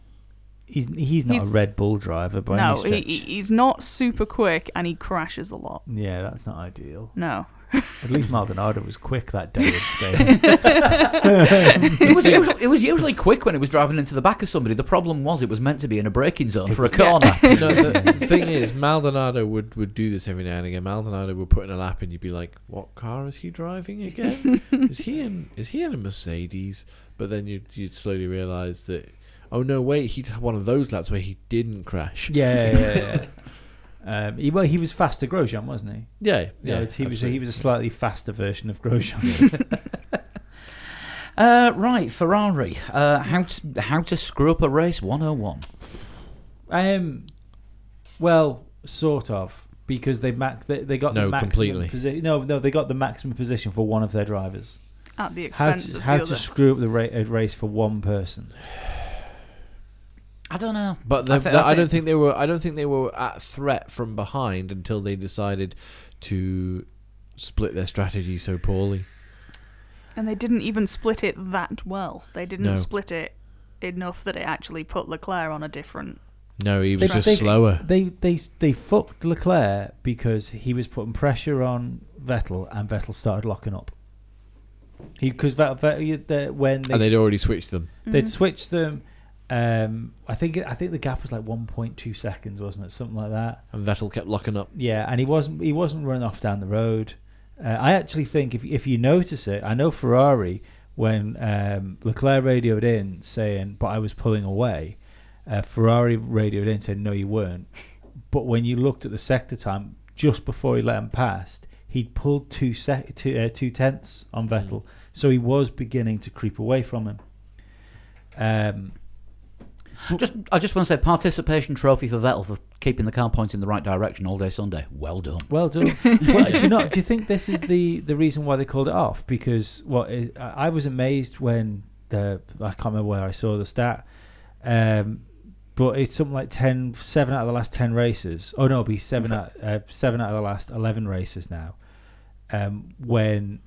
[SPEAKER 4] He's he's not
[SPEAKER 2] He's-
[SPEAKER 4] a Red Bull driver by
[SPEAKER 2] no,
[SPEAKER 4] any
[SPEAKER 2] he,
[SPEAKER 4] stretch.
[SPEAKER 2] he- he's not super quick and he crashes a lot.
[SPEAKER 4] yeah, that's not ideal.
[SPEAKER 2] No,
[SPEAKER 4] At
[SPEAKER 2] <laughs>
[SPEAKER 4] least Maldonado was quick that day in Spain.
[SPEAKER 1] it, was usually, it was usually quick when it was driving into the back of somebody. The problem was it was meant to be in a braking zone for a corner.
[SPEAKER 4] <laughs>
[SPEAKER 2] <laughs>
[SPEAKER 3] No, the thing is, Maldonado would, would do this every now and again. Maldonado would put in a lap, and you'd be like, "What car is he driving
[SPEAKER 4] <laughs>
[SPEAKER 3] again? is he in? Is he in a Mercedes?" But then you'd you'd slowly realise that, oh no, wait, he's one of those laps where he didn't crash.
[SPEAKER 4] Yeah, yeah, yeah. yeah. um, he, well, he was faster Grosjean, wasn't he?
[SPEAKER 3] yeah,
[SPEAKER 4] Yeah, it's- he was. He
[SPEAKER 3] absolutely.
[SPEAKER 4] was a slightly faster version of Grosjean.
[SPEAKER 2] <laughs>
[SPEAKER 1] Uh, right, Ferrari. Uh, how to, how to screw up a race 101.
[SPEAKER 4] Um, well, sort of, because they max they, they got
[SPEAKER 3] No,
[SPEAKER 4] the maximum
[SPEAKER 3] completely.
[SPEAKER 4] Posi- no, no, they got the maximum position for one of their drivers.
[SPEAKER 2] at the
[SPEAKER 4] How
[SPEAKER 2] expense
[SPEAKER 4] to,
[SPEAKER 2] of
[SPEAKER 4] how
[SPEAKER 2] the
[SPEAKER 4] to
[SPEAKER 2] other.
[SPEAKER 4] screw up the ra- a race for one person?
[SPEAKER 1] I don't know.
[SPEAKER 3] But the,
[SPEAKER 1] I
[SPEAKER 3] I,
[SPEAKER 1] thi- I
[SPEAKER 3] I don't
[SPEAKER 1] think-
[SPEAKER 3] think they were. I don't think they were at threat from behind until they decided to split their strategy so poorly.
[SPEAKER 2] and they didn't even split it that well. They didn't
[SPEAKER 3] No.
[SPEAKER 2] split it enough that it actually put Leclerc on a different.
[SPEAKER 3] No, he was
[SPEAKER 4] They-
[SPEAKER 3] just
[SPEAKER 4] they-
[SPEAKER 3] slower.
[SPEAKER 4] They they they fucked Leclerc because he was putting pressure on Vettel, and Vettel started locking up. He because Vettel when
[SPEAKER 3] and
[SPEAKER 4] they
[SPEAKER 3] they'd already switched them.
[SPEAKER 4] they'd switched them. Um, I think I think the gap was like 1.2 seconds, wasn't it? Something like that.
[SPEAKER 3] And Vettel kept locking up.
[SPEAKER 4] Yeah, and he wasn't he wasn't running off down the road. Uh, I actually think if if you notice it, I know Ferrari when um, Leclerc radioed in saying, "But I was pulling away," uh, Ferrari radioed in saying, "No, you weren't." But when you looked at the sector time just before he let him past, he'd pulled two sec- two, uh, two tenths on Vettel, so he was beginning to creep away from him. Um,
[SPEAKER 2] Hmm.
[SPEAKER 1] Just, I just want to say participation trophy for Vettel for keeping the car points in the right direction all day Sunday. Well done.
[SPEAKER 4] Well done. Well, do you not? Do you think this is the the reason why they called it off? Because what is, I I was amazed when the I can't remember where I saw the stat, um, but it's something like 10, 7 out of the last ten races. Oh no, it'll be seven out uh, seven out of the last eleven races now. Um, when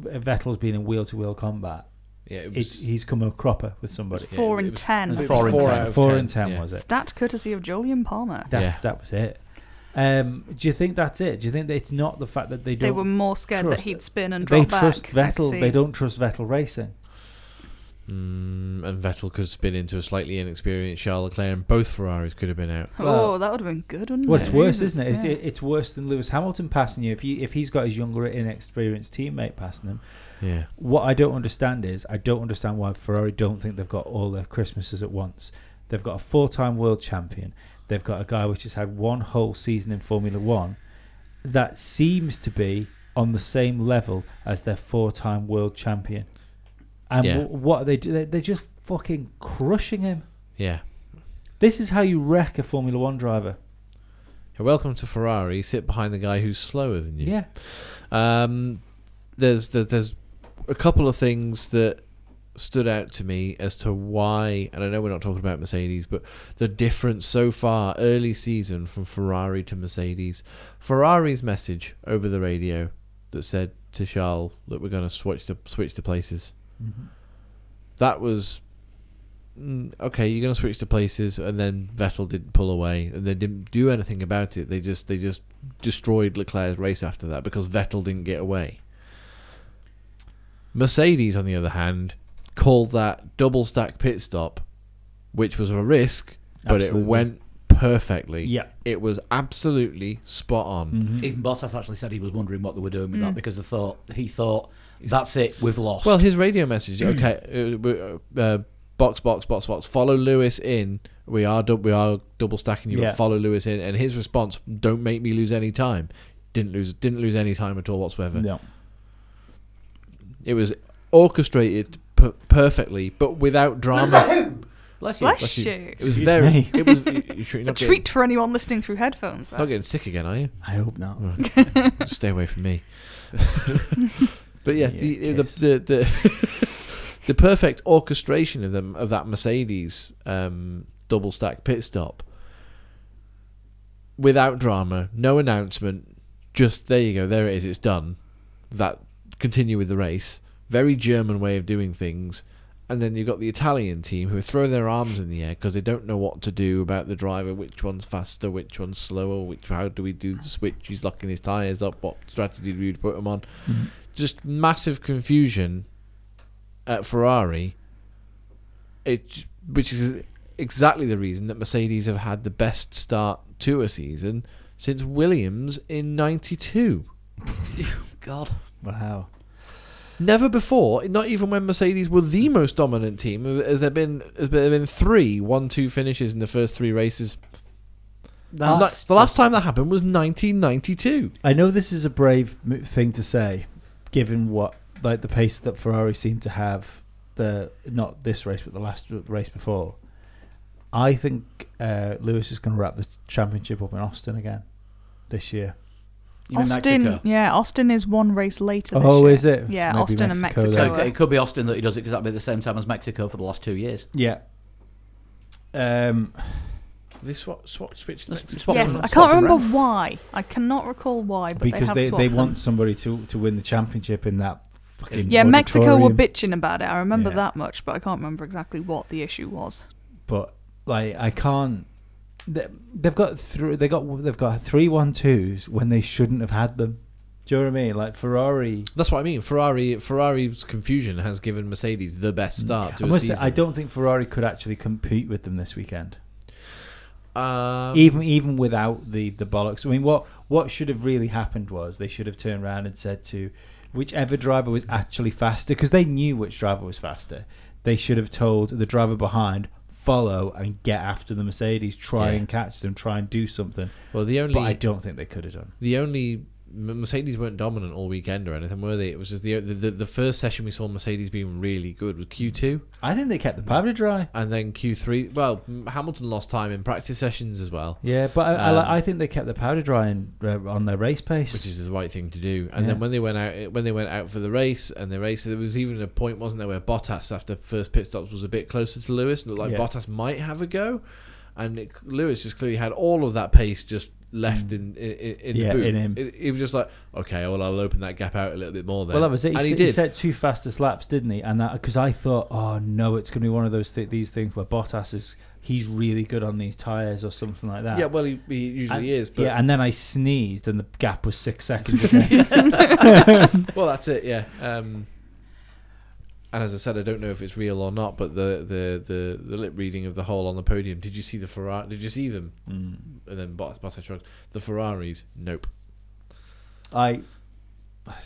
[SPEAKER 4] Vettel's been in wheel to wheel combat,
[SPEAKER 3] Yeah, it
[SPEAKER 4] it, he's come a cropper with somebody.
[SPEAKER 3] Yeah,
[SPEAKER 2] Four
[SPEAKER 3] it
[SPEAKER 2] and
[SPEAKER 3] was-
[SPEAKER 2] ten.
[SPEAKER 1] it was
[SPEAKER 2] I
[SPEAKER 1] four and
[SPEAKER 2] think.
[SPEAKER 4] Four,
[SPEAKER 1] ten.
[SPEAKER 4] out of
[SPEAKER 3] ten,
[SPEAKER 4] ten
[SPEAKER 3] yeah.
[SPEAKER 4] was it?
[SPEAKER 2] Stat courtesy of Julian Palmer.
[SPEAKER 4] That's,
[SPEAKER 3] Yeah.
[SPEAKER 4] That was it. Um, do you think that's it? Do you think that it's not the fact that they don't?
[SPEAKER 2] They were more scared that
[SPEAKER 4] trust-
[SPEAKER 2] he'd spin and
[SPEAKER 4] they
[SPEAKER 2] drop
[SPEAKER 4] trust
[SPEAKER 2] back. I
[SPEAKER 4] Vettel. They
[SPEAKER 2] see.
[SPEAKER 4] don't trust Vettel racing.
[SPEAKER 3] Mm, and Vettel could spin into a slightly inexperienced Charles Leclerc, and both Ferraris could have been out.
[SPEAKER 4] Well-
[SPEAKER 2] oh, that would have been good, wouldn't
[SPEAKER 4] Well,
[SPEAKER 2] it?
[SPEAKER 4] it's worse,
[SPEAKER 2] Jesus,
[SPEAKER 4] isn't it? It's,
[SPEAKER 2] yeah.
[SPEAKER 4] it's worse than Lewis Hamilton passing you. If you if he's got his younger, inexperienced teammate passing him,
[SPEAKER 3] Yeah,
[SPEAKER 4] what I don't understand is I don't understand why Ferrari don't think they've got all their Christmases at once. They've got a four-time world champion. They've got a guy which has had one whole season in Formula One that seems to be on the same level as their four-time world champion. And
[SPEAKER 3] Yeah.
[SPEAKER 4] wh- what are they do? They- They're just fucking crushing him.
[SPEAKER 3] yeah.
[SPEAKER 4] This is how you wreck a Formula One driver.
[SPEAKER 3] Welcome to Ferrari. Sit behind the guy who's slower than you.
[SPEAKER 4] Yeah.
[SPEAKER 3] Um, there's there- there's a couple of things that stood out to me as to why, and I know we're not talking about Mercedes, but the difference so far early season from Ferrari to Mercedes. Ferrari's message over the radio that said to Charles that we're going to switch to switch to places.
[SPEAKER 4] Mm-hmm.
[SPEAKER 3] That was. mm, Okay, you're gonna switch to places, and then Vettel didn't pull away, and they didn't do anything about it. They just they just destroyed Leclerc's race after that because Vettel didn't get away. Mercedes, on the other hand, called that double stack pit stop, which was a risk, but
[SPEAKER 4] Absolutely.
[SPEAKER 3] it went perfectly.
[SPEAKER 4] Yeah.
[SPEAKER 3] It was absolutely spot on.
[SPEAKER 4] Mm-hmm.
[SPEAKER 2] Hmm.
[SPEAKER 1] Even Bottas actually said he was wondering what they were doing with that because they thought he thought that's it, we've lost.
[SPEAKER 3] Well, his radio message. Okay, <clears throat> uh, uh, box, box, box, box. Follow Lewis in. We are dou- we are double stacking you. but
[SPEAKER 4] Yeah.
[SPEAKER 3] Follow Lewis in, and his response: "Don't make me lose any time." Didn't lose didn't lose any time at all whatsoever.
[SPEAKER 4] No.
[SPEAKER 3] It was orchestrated per- perfectly, but
[SPEAKER 2] <coughs>
[SPEAKER 3] without drama.
[SPEAKER 1] Bless you.
[SPEAKER 2] Bless
[SPEAKER 3] Bless you.
[SPEAKER 2] you.
[SPEAKER 3] It was
[SPEAKER 4] Excuse
[SPEAKER 3] very.
[SPEAKER 4] me.
[SPEAKER 3] It was.
[SPEAKER 4] <laughs>
[SPEAKER 3] you sure you're
[SPEAKER 2] It's a
[SPEAKER 3] not,
[SPEAKER 2] treat
[SPEAKER 3] getting,
[SPEAKER 2] for anyone listening through headphones. There.
[SPEAKER 3] not getting sick again, are you?
[SPEAKER 4] I
[SPEAKER 1] <laughs>
[SPEAKER 4] hope not.
[SPEAKER 3] <laughs> Stay away from me. but yeah, the,
[SPEAKER 4] Yeah,
[SPEAKER 3] the
[SPEAKER 4] kiss.
[SPEAKER 3] the the <laughs> the perfect orchestration of them of that Mercedes um, double stack pit stop without drama, no announcement, just there you go, there it is, it's done. That continue with the race. Very German way of doing things. And then you've got the Italian team who are throwing their arms in the air because they don't know what to do about the driver. Which one's faster? Which one's slower? Which how do we do the switch? He's locking his tires up. What strategy do we put him on? Just massive confusion at Ferrari. It which is exactly the reason that Mercedes have had the best start to a season since Williams in '92.
[SPEAKER 1] God.
[SPEAKER 4] Wow.
[SPEAKER 3] Never before, not even when Mercedes were the most dominant team, has there been has there been three one-two finishes in the first three races.
[SPEAKER 1] That's-
[SPEAKER 3] the last time that happened was 1992.
[SPEAKER 4] I know this is a brave mo- thing to say, given what like the pace that Ferrari seemed to have the not this race but the last r- race before. I think uh, Lewis is going to wrap the championship up in Austin again this year.
[SPEAKER 1] you mean
[SPEAKER 2] Austin,
[SPEAKER 1] Mexico?
[SPEAKER 2] yeah, Austin is one race later. This
[SPEAKER 4] oh,
[SPEAKER 2] year.
[SPEAKER 4] is it?
[SPEAKER 2] Yeah,
[SPEAKER 4] Maybe
[SPEAKER 2] Austin and
[SPEAKER 1] So
[SPEAKER 2] Mexico.
[SPEAKER 4] then.
[SPEAKER 1] it- it could be Austin that he does it exactly at the same time as Mexico for the last two years.
[SPEAKER 4] Yeah. Um,
[SPEAKER 3] They swap, swap switched.
[SPEAKER 1] Let's
[SPEAKER 3] Mexico.
[SPEAKER 1] swap
[SPEAKER 2] Yes,
[SPEAKER 1] them-
[SPEAKER 2] I
[SPEAKER 1] swap
[SPEAKER 2] can't
[SPEAKER 1] them
[SPEAKER 2] remember
[SPEAKER 1] round.
[SPEAKER 2] why. I cannot recall why, but
[SPEAKER 4] because
[SPEAKER 2] have
[SPEAKER 4] they,
[SPEAKER 2] swapped
[SPEAKER 4] they
[SPEAKER 2] them.
[SPEAKER 4] want somebody to, to win the championship in that fucking
[SPEAKER 2] Yeah, Mexico were
[SPEAKER 4] auditorium.
[SPEAKER 2] bitching about it. I remember
[SPEAKER 4] Yeah.
[SPEAKER 2] that much, but I can't remember exactly what the issue was.
[SPEAKER 4] but like I can't. they- They've got three. They got they've got three one twos when they shouldn't have had them. Do you know what I mean? Like Ferrari.
[SPEAKER 3] That's what I mean. Ferrari Ferrari's confusion has given Mercedes the best start to
[SPEAKER 4] Mm. I
[SPEAKER 3] a
[SPEAKER 4] must say,
[SPEAKER 3] season.
[SPEAKER 4] I don't think Ferrari could actually compete with them this weekend.
[SPEAKER 3] Um,
[SPEAKER 4] even even without the the bollocks. I mean, what what should have really happened was they should have turned around and said to whichever driver was actually faster, because they knew which driver was faster. They should have told the driver behind follow and get after the Mercedes, try
[SPEAKER 3] Yeah.
[SPEAKER 4] and catch them, try and do something.
[SPEAKER 3] well, the only
[SPEAKER 4] But I don't think they could have done.
[SPEAKER 3] the only M- Mercedes weren't dominant all weekend or anything, were they? It was just the the, the, the first session we saw Mercedes being really good was Q two,
[SPEAKER 4] I think they kept the powder dry.
[SPEAKER 3] and then Q three. Well, m- Hamilton lost time in practice sessions as well,
[SPEAKER 4] Yeah, but I, I
[SPEAKER 3] Um,
[SPEAKER 4] li- I, think they kept the powder dry in, uh, on their race pace.
[SPEAKER 3] which is the right thing to do. And
[SPEAKER 4] Yeah.
[SPEAKER 3] then when they went out when they went out for the race and the race, there was even a point, wasn't there, where Bottas after first pit stops was a bit closer to Lewis, looked like
[SPEAKER 4] Yeah.
[SPEAKER 3] Bottas might have a go, and it, Lewis just clearly had all of that pace just left in in, in
[SPEAKER 4] Mm. Yeah,
[SPEAKER 3] the boot.
[SPEAKER 4] in him.
[SPEAKER 3] It, it was just like, okay, well, I'll open that gap out a little bit more then.
[SPEAKER 4] Well, that was it.
[SPEAKER 3] And
[SPEAKER 4] He,
[SPEAKER 3] he
[SPEAKER 4] s- he
[SPEAKER 3] did.
[SPEAKER 4] set two fastest laps, didn't he? And that because I thought, oh no, it's going to be one of those th- these things where Bottas is he's really good on these tires or something like that.
[SPEAKER 3] Yeah, well, he, he usually
[SPEAKER 4] And-
[SPEAKER 3] is. But
[SPEAKER 4] yeah, and then I sneezed, and the gap was six seconds
[SPEAKER 3] <laughs>
[SPEAKER 4] again.
[SPEAKER 3] well, that's it. Yeah. Um, and as I said, I don't know if it's real or not, but the, the, the, the lip reading of the hole on the podium. Did you see the Ferrari? Did you see them?
[SPEAKER 4] Mm.
[SPEAKER 3] And then Bottas, Bottas shrugged. The Ferraris, nope.
[SPEAKER 4] I,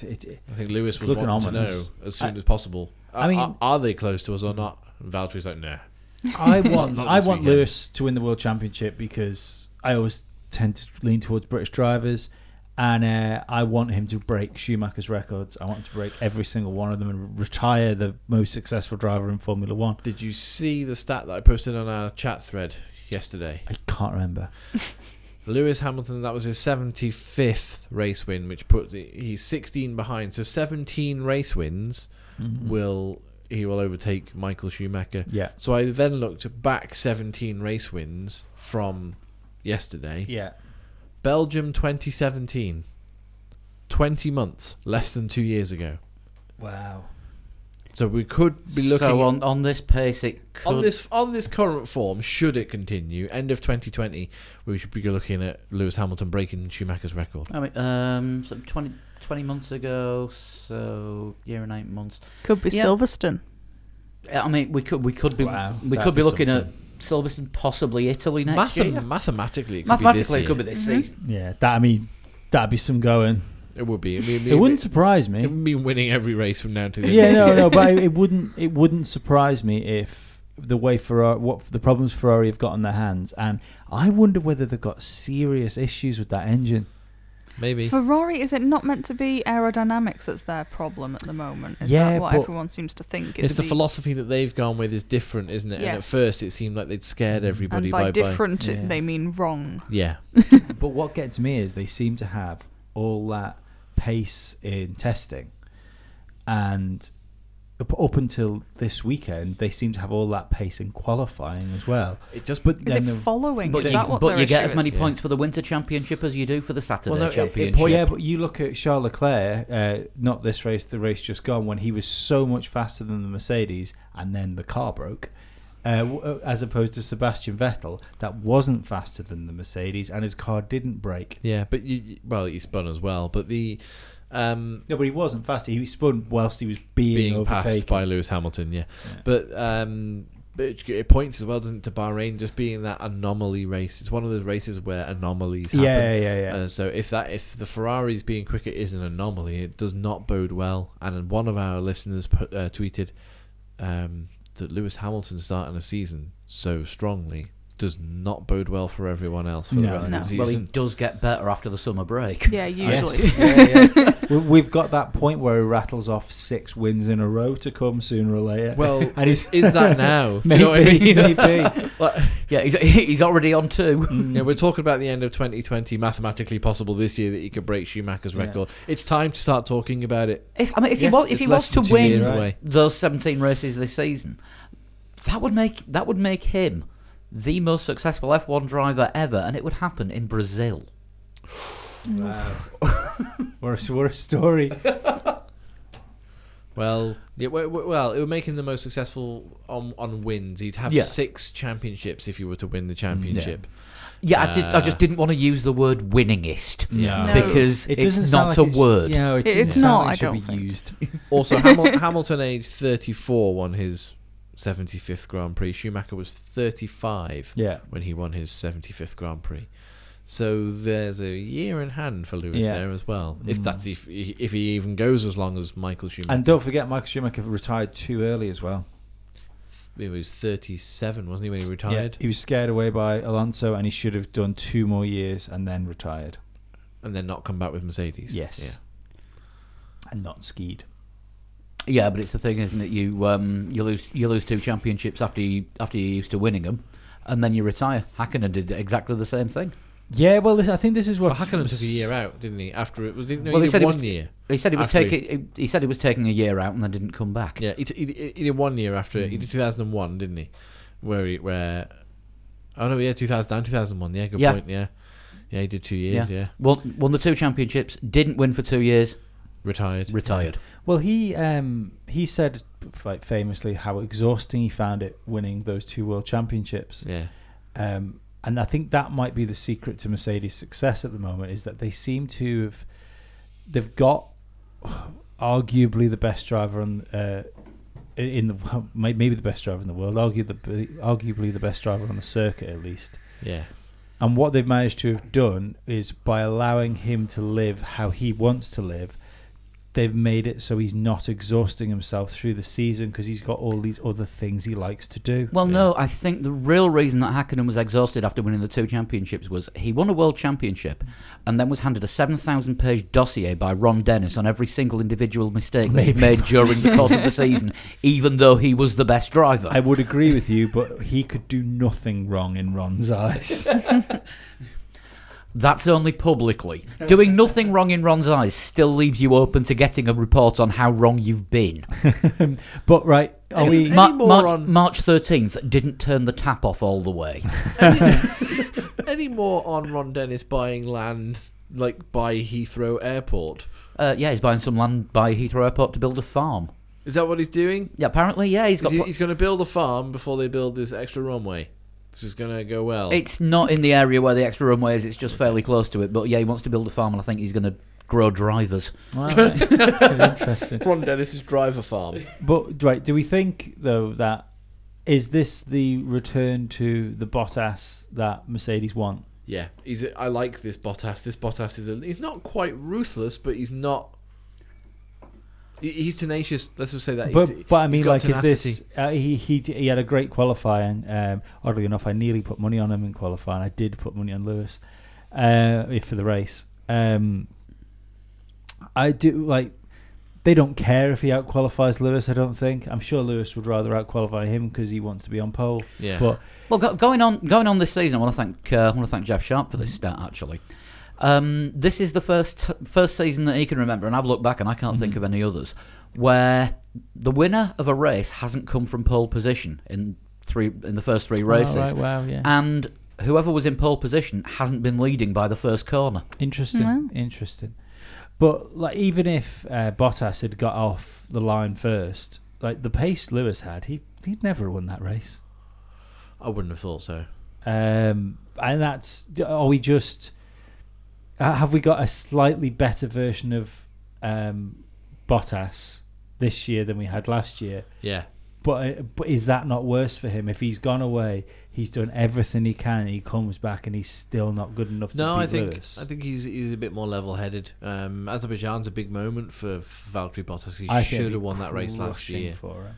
[SPEAKER 4] it, it,
[SPEAKER 3] I think Lewis
[SPEAKER 4] It's
[SPEAKER 3] was
[SPEAKER 4] looking
[SPEAKER 3] wanting to know
[SPEAKER 4] ominous.
[SPEAKER 3] as soon
[SPEAKER 4] I-
[SPEAKER 3] as possible.
[SPEAKER 4] I
[SPEAKER 3] I mean,
[SPEAKER 4] mean-
[SPEAKER 3] are, are they close to us or not? And Valtteri's like, nah. <laughs>
[SPEAKER 4] I want
[SPEAKER 3] Not
[SPEAKER 4] I
[SPEAKER 3] this
[SPEAKER 4] want
[SPEAKER 3] weekend.
[SPEAKER 4] Lewis to win the world championship because I always tend to lean towards British drivers, and uh, I want him to break Schumacher's records. I want him to break every single one of them and retire the most successful driver in Formula One.
[SPEAKER 3] Did you see the stat that I posted on our chat thread yesterday?
[SPEAKER 4] I can't remember.
[SPEAKER 3] Lewis Hamilton, that was his 75th race win, which put the, he's 16 behind. So 17 race wins
[SPEAKER 1] Mm-hmm.
[SPEAKER 3] will he will overtake Michael Schumacher.
[SPEAKER 4] Yeah.
[SPEAKER 3] So I then looked back 17 race wins from yesterday.
[SPEAKER 4] Yeah.
[SPEAKER 3] Belgium 2017. 20 months, less than 2 years ago.
[SPEAKER 4] Wow.
[SPEAKER 3] So we could be looking
[SPEAKER 1] so
[SPEAKER 3] at-
[SPEAKER 1] on, on this pace, it could.
[SPEAKER 3] on this on this current form, should it continue, end of 2020, we should be looking at Lewis Hamilton breaking Schumacher's record.
[SPEAKER 1] I mean, um, so 20, 20 months ago, so year and eight months.
[SPEAKER 2] Could be
[SPEAKER 1] Yeah.
[SPEAKER 2] Silverstone.
[SPEAKER 1] I mean, we could we could be
[SPEAKER 4] Wow,
[SPEAKER 1] we
[SPEAKER 4] that'd
[SPEAKER 1] could be,
[SPEAKER 4] be
[SPEAKER 1] looking
[SPEAKER 4] something.
[SPEAKER 1] at Silverstone, possibly Italy next
[SPEAKER 3] Mathem-
[SPEAKER 1] year. Mm-hmm.
[SPEAKER 3] Mathematically, it could
[SPEAKER 1] Mathematically, it
[SPEAKER 3] be
[SPEAKER 1] could
[SPEAKER 3] this
[SPEAKER 1] be
[SPEAKER 3] year.
[SPEAKER 1] this
[SPEAKER 2] Mhm.
[SPEAKER 1] season.
[SPEAKER 4] Yeah. That I mean, that'd be some going.
[SPEAKER 3] It would be. It,
[SPEAKER 4] It wouldn't surprise
[SPEAKER 3] It
[SPEAKER 4] me.
[SPEAKER 3] would mean winning every race from now to the
[SPEAKER 4] <laughs> Yeah.
[SPEAKER 3] end.
[SPEAKER 4] No. No. But it, it wouldn't. It wouldn't surprise me if the way Ferrari, what the problems Ferrari have got on their hands, and I wonder whether they've got serious issues with that engine.
[SPEAKER 3] Maybe.
[SPEAKER 2] Ferrari, is it not meant to be aerodynamics that's their problem at the moment? Is
[SPEAKER 4] Yeah,
[SPEAKER 2] that what
[SPEAKER 4] but-
[SPEAKER 2] everyone seems to think?
[SPEAKER 3] It's the
[SPEAKER 2] be-
[SPEAKER 3] philosophy that they've gone with is different, isn't it? And at
[SPEAKER 2] Yes.
[SPEAKER 3] first, it seemed like they'd scared everybody
[SPEAKER 2] And by,
[SPEAKER 3] by
[SPEAKER 2] different,
[SPEAKER 4] Yeah.
[SPEAKER 2] they mean wrong.
[SPEAKER 3] Yeah.
[SPEAKER 4] but what gets me is they seem to have all that pace in testing, and up, up until this weekend, they seem to have all that pace in qualifying as well.
[SPEAKER 3] It just
[SPEAKER 4] But
[SPEAKER 2] Is
[SPEAKER 4] then
[SPEAKER 2] it
[SPEAKER 4] the-
[SPEAKER 2] following?
[SPEAKER 1] But
[SPEAKER 2] is
[SPEAKER 1] you,
[SPEAKER 2] that what
[SPEAKER 1] but
[SPEAKER 2] their
[SPEAKER 1] you get
[SPEAKER 2] issue
[SPEAKER 1] as many
[SPEAKER 2] is?
[SPEAKER 3] Yeah.
[SPEAKER 1] points for the winter championship as you do for the Saturday
[SPEAKER 3] no, it- it
[SPEAKER 1] championship.
[SPEAKER 3] point-
[SPEAKER 4] Well, yeah, but you look at Charles Leclerc, uh, not this race, the race just gone, when he was so much faster than the Mercedes, and then the car broke. Uh, w- uh, as opposed to Sebastian Vettel, that wasn't faster than the Mercedes, and his car didn't break.
[SPEAKER 3] yeah, but you you- well, he spun as well. But the um,
[SPEAKER 4] No, but he wasn't faster. He spun whilst he was being,
[SPEAKER 3] being
[SPEAKER 4] overtaken.
[SPEAKER 3] passed by Lewis Hamilton, yeah.
[SPEAKER 4] Yeah.
[SPEAKER 3] But um, it, it points as well, doesn't it, to Bahrain just being that anomaly race. It's one of those races where anomalies happen.
[SPEAKER 4] Yeah, yeah, yeah.
[SPEAKER 3] Uh, so if that if the Ferraris being quicker is an anomaly, it does not bode well. And then one of our listeners put, uh, tweeted um, that Lewis Hamilton starting a season so strongly does not bode well for everyone else for the
[SPEAKER 4] No,
[SPEAKER 3] rest
[SPEAKER 2] no.
[SPEAKER 3] of the
[SPEAKER 1] Well, he
[SPEAKER 4] <laughs>
[SPEAKER 3] season.
[SPEAKER 1] does get better after the summer break.
[SPEAKER 2] Yeah,
[SPEAKER 1] <laughs>
[SPEAKER 2] usually.
[SPEAKER 4] Yes. Yeah, yeah. We- We've got that point where he rattles off six wins in a row to come sooner or later.
[SPEAKER 3] Well,
[SPEAKER 4] <laughs> And
[SPEAKER 3] is,
[SPEAKER 4] he's-
[SPEAKER 3] is that
[SPEAKER 4] <laughs>
[SPEAKER 3] now? Do
[SPEAKER 4] maybe,
[SPEAKER 3] you know what I mean? <laughs>
[SPEAKER 4] maybe. Mm.
[SPEAKER 3] Like,
[SPEAKER 1] Yeah, he's, <laughs> he's already on two.
[SPEAKER 3] Yeah, we're talking about the end of 2020, mathematically possible this year that he could break Schumacher's
[SPEAKER 4] Yeah.
[SPEAKER 3] record. It's time to start talking about it.
[SPEAKER 1] If I mean, if he
[SPEAKER 4] Yeah,
[SPEAKER 1] was, if
[SPEAKER 3] it's
[SPEAKER 1] he was
[SPEAKER 3] less
[SPEAKER 1] to
[SPEAKER 3] than two
[SPEAKER 1] win
[SPEAKER 3] years away.
[SPEAKER 1] those seventeen races this season, that would make that would make him the most successful F one driver ever, and it would happen in Brazil.
[SPEAKER 4] Wow. we're, a, we're a story.
[SPEAKER 3] Well, yeah, we- we- well, it would make him the most successful on on wins. He'd have
[SPEAKER 1] Yeah.
[SPEAKER 3] six championships if he were to win the championship.
[SPEAKER 1] Yeah, I, did, I
[SPEAKER 3] Uh,
[SPEAKER 1] just didn't want to use the word winningest
[SPEAKER 4] No.
[SPEAKER 2] No.
[SPEAKER 1] because
[SPEAKER 4] It
[SPEAKER 1] it's
[SPEAKER 4] doesn't
[SPEAKER 1] not
[SPEAKER 4] sound like
[SPEAKER 1] a
[SPEAKER 4] it sh-
[SPEAKER 1] word.
[SPEAKER 4] Yeah, it
[SPEAKER 2] It-
[SPEAKER 4] doesn't
[SPEAKER 2] it's
[SPEAKER 4] sound
[SPEAKER 2] not,
[SPEAKER 4] like it
[SPEAKER 2] I
[SPEAKER 4] should be
[SPEAKER 2] don't think.
[SPEAKER 4] used.
[SPEAKER 3] Also, <laughs> Hamil- Hamilton, aged 34, won his 75th Grand Prix. Schumacher was 35
[SPEAKER 4] Yeah.
[SPEAKER 3] when he won his 75th Grand Prix. So there's a year in hand for Lewis
[SPEAKER 4] Yeah.
[SPEAKER 3] there as well. If
[SPEAKER 4] Mm.
[SPEAKER 3] that's if if he even goes as long as Michael Schumacher.
[SPEAKER 4] And don't forget, Michael Schumacher retired too early as well.
[SPEAKER 3] he was 37, wasn't he, when he retired?
[SPEAKER 4] He was scared away by Alonso and he should have done two more years and then retired.
[SPEAKER 3] And then not come back with Mercedes.
[SPEAKER 4] Yes. And not skied.
[SPEAKER 1] Yeah, but it's the thing, isn't it? You um, you lose you lose two championships after you after you're used to winning them, and then you retire. Hakkinen did exactly the same thing.
[SPEAKER 4] Yeah, well, this, I think this is
[SPEAKER 3] Well,
[SPEAKER 4] what.
[SPEAKER 3] Hakkinen took a year out, didn't he? After it was, didn't, no,
[SPEAKER 1] Well,
[SPEAKER 3] he
[SPEAKER 1] he
[SPEAKER 3] did
[SPEAKER 1] said it
[SPEAKER 3] one
[SPEAKER 1] was-
[SPEAKER 3] year.
[SPEAKER 1] He said he was
[SPEAKER 3] After he-
[SPEAKER 1] taking he, he said he was taking a year out and then didn't come back.
[SPEAKER 3] Yeah, he, t- he, he did one year after he did 2001, didn't he? Where he where oh no, yeah, 2000 and 2001. Yeah, good
[SPEAKER 1] Yeah.
[SPEAKER 3] point. Yeah, yeah, he did two years. Yeah,
[SPEAKER 1] Won, won the two championships, didn't win for two years,
[SPEAKER 3] retired.
[SPEAKER 1] retired.
[SPEAKER 4] Well, he um, he said like famously how exhausting he found it winning those two world championships.
[SPEAKER 3] Yeah,
[SPEAKER 4] Um, and I think that might be the secret to Mercedes' success at the moment is that they seem to have they've got arguably the best driver on uh, in the well, may- maybe the best driver in the world, argu- the arguably the best driver on the circuit at least.
[SPEAKER 3] yeah,
[SPEAKER 4] And what they've managed to have done is by allowing him to live how he wants to live, they've made it so he's not exhausting himself through the season because he's got all these other things he likes to do.
[SPEAKER 1] Well, no, I think the real reason that Hakkinen was exhausted after winning the two championships was he won a world championship and then was handed a 7,000 page dossier by Ron Dennis on every single individual mistake that he'd made during the course of <laughs> the season, even though he was the best driver.
[SPEAKER 4] I would agree with you, but he could do nothing wrong in Ron's eyes.
[SPEAKER 1] That's only publicly. Doing nothing wrong in Ron's eyes still leaves you open to getting a report on how wrong you've been.
[SPEAKER 4] but right, are
[SPEAKER 1] <laughs>
[SPEAKER 4] we?
[SPEAKER 3] Any
[SPEAKER 1] Ma-
[SPEAKER 3] more
[SPEAKER 1] March,
[SPEAKER 3] on-
[SPEAKER 1] March 13th didn't turn the tap off all the way.
[SPEAKER 3] <laughs> Any more on Ron Dennis buying land like by Heathrow Airport?
[SPEAKER 1] Uh, yeah, he's buying some land by Heathrow Airport to build a farm.
[SPEAKER 3] Is that what he's doing?
[SPEAKER 1] Yeah, apparently, yeah, he's
[SPEAKER 3] He's,
[SPEAKER 1] got.
[SPEAKER 3] he,
[SPEAKER 1] pl-
[SPEAKER 3] he's going to build a farm before they build this extra runway. This is going to go well.
[SPEAKER 1] It's not in the area where the extra runway is. It's just fairly close to it. But yeah, he wants to build a farm, and I think he's going to grow drivers.
[SPEAKER 4] All right. Interesting.
[SPEAKER 3] <laughs> Ron Dennis's driver farm.
[SPEAKER 4] But right, do we think though that is this the return to the Bottas that Mercedes want?
[SPEAKER 3] Yeah, he's. A, I like this Bottas. This Bottas is. A, he's not quite ruthless, but he's not. he- He's tenacious. Let's just say that. He's-
[SPEAKER 4] But, but I
[SPEAKER 3] he's
[SPEAKER 4] mean,
[SPEAKER 3] got
[SPEAKER 4] like, is this?
[SPEAKER 3] tenacity.
[SPEAKER 4] Uh, he he d- he had a great qualifying. Um, oddly enough, I nearly put money on him in qualifying. I did put money on Lewis, uh, if for the race. Um, I do like. They don't care if he out qualifies Lewis. I don't think. I'm sure Lewis would rather out qualify him because he wants to be on pole.
[SPEAKER 3] Yeah.
[SPEAKER 4] But
[SPEAKER 1] Well, go, going on, going on this season, I want to thank, uh, I want to thank Jeff Sharp for this stat. Actually, um, this is the first first season that he can remember, and I've looked back and I can't think of any others where the winner of a race hasn't come from pole position in three in the first three races,
[SPEAKER 4] Alright, wow, Oh, yeah.
[SPEAKER 1] and whoever was in pole position hasn't been leading by the first corner.
[SPEAKER 4] Interesting,
[SPEAKER 2] Wow.
[SPEAKER 4] interesting. But like, even if uh, Bottas had got off the line first, like the pace Lewis had, he he'd never won that race.
[SPEAKER 3] I wouldn't have thought so.
[SPEAKER 4] Um, and that's are we just uh, have we got a slightly better version of um, Bottas this year than we had last year?
[SPEAKER 3] Yeah.
[SPEAKER 4] But, but is that not worse for him? If he's gone away, he's done everything he can. He comes back and he's still not good enough to
[SPEAKER 3] No,
[SPEAKER 4] beat
[SPEAKER 3] I think
[SPEAKER 4] Lewis.
[SPEAKER 3] I think he's he's a bit more level-headed. Um, Azerbaijan's a big moment for for Valtteri Bottas. He
[SPEAKER 4] I think it'd
[SPEAKER 3] should
[SPEAKER 4] be
[SPEAKER 3] have won that race last
[SPEAKER 4] crushing
[SPEAKER 3] year.
[SPEAKER 4] for him.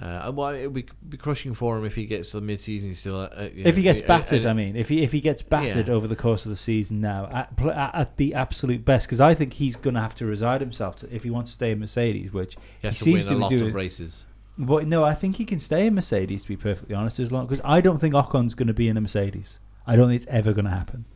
[SPEAKER 3] Uh, well, it would be, be crushing for him if he gets to the mid-season. He's still, uh, uh, you
[SPEAKER 4] if
[SPEAKER 3] know,
[SPEAKER 4] he gets
[SPEAKER 3] uh,
[SPEAKER 4] battered,
[SPEAKER 3] uh,
[SPEAKER 4] I mean, if he if he gets battered
[SPEAKER 3] Yeah.
[SPEAKER 4] over the course of the season now, at, pl- at at the absolute best, because I think he's going to have to resign himself to, if he wants to stay in Mercedes. Which
[SPEAKER 3] he has
[SPEAKER 4] he
[SPEAKER 3] to win
[SPEAKER 4] seems
[SPEAKER 3] a
[SPEAKER 4] to be
[SPEAKER 3] lot
[SPEAKER 4] doing-
[SPEAKER 3] of races.
[SPEAKER 4] But no, I think he can stay in Mercedes to be perfectly honest, as long because I don't think Ocon's going to be in a Mercedes. I don't think it's ever going to happen.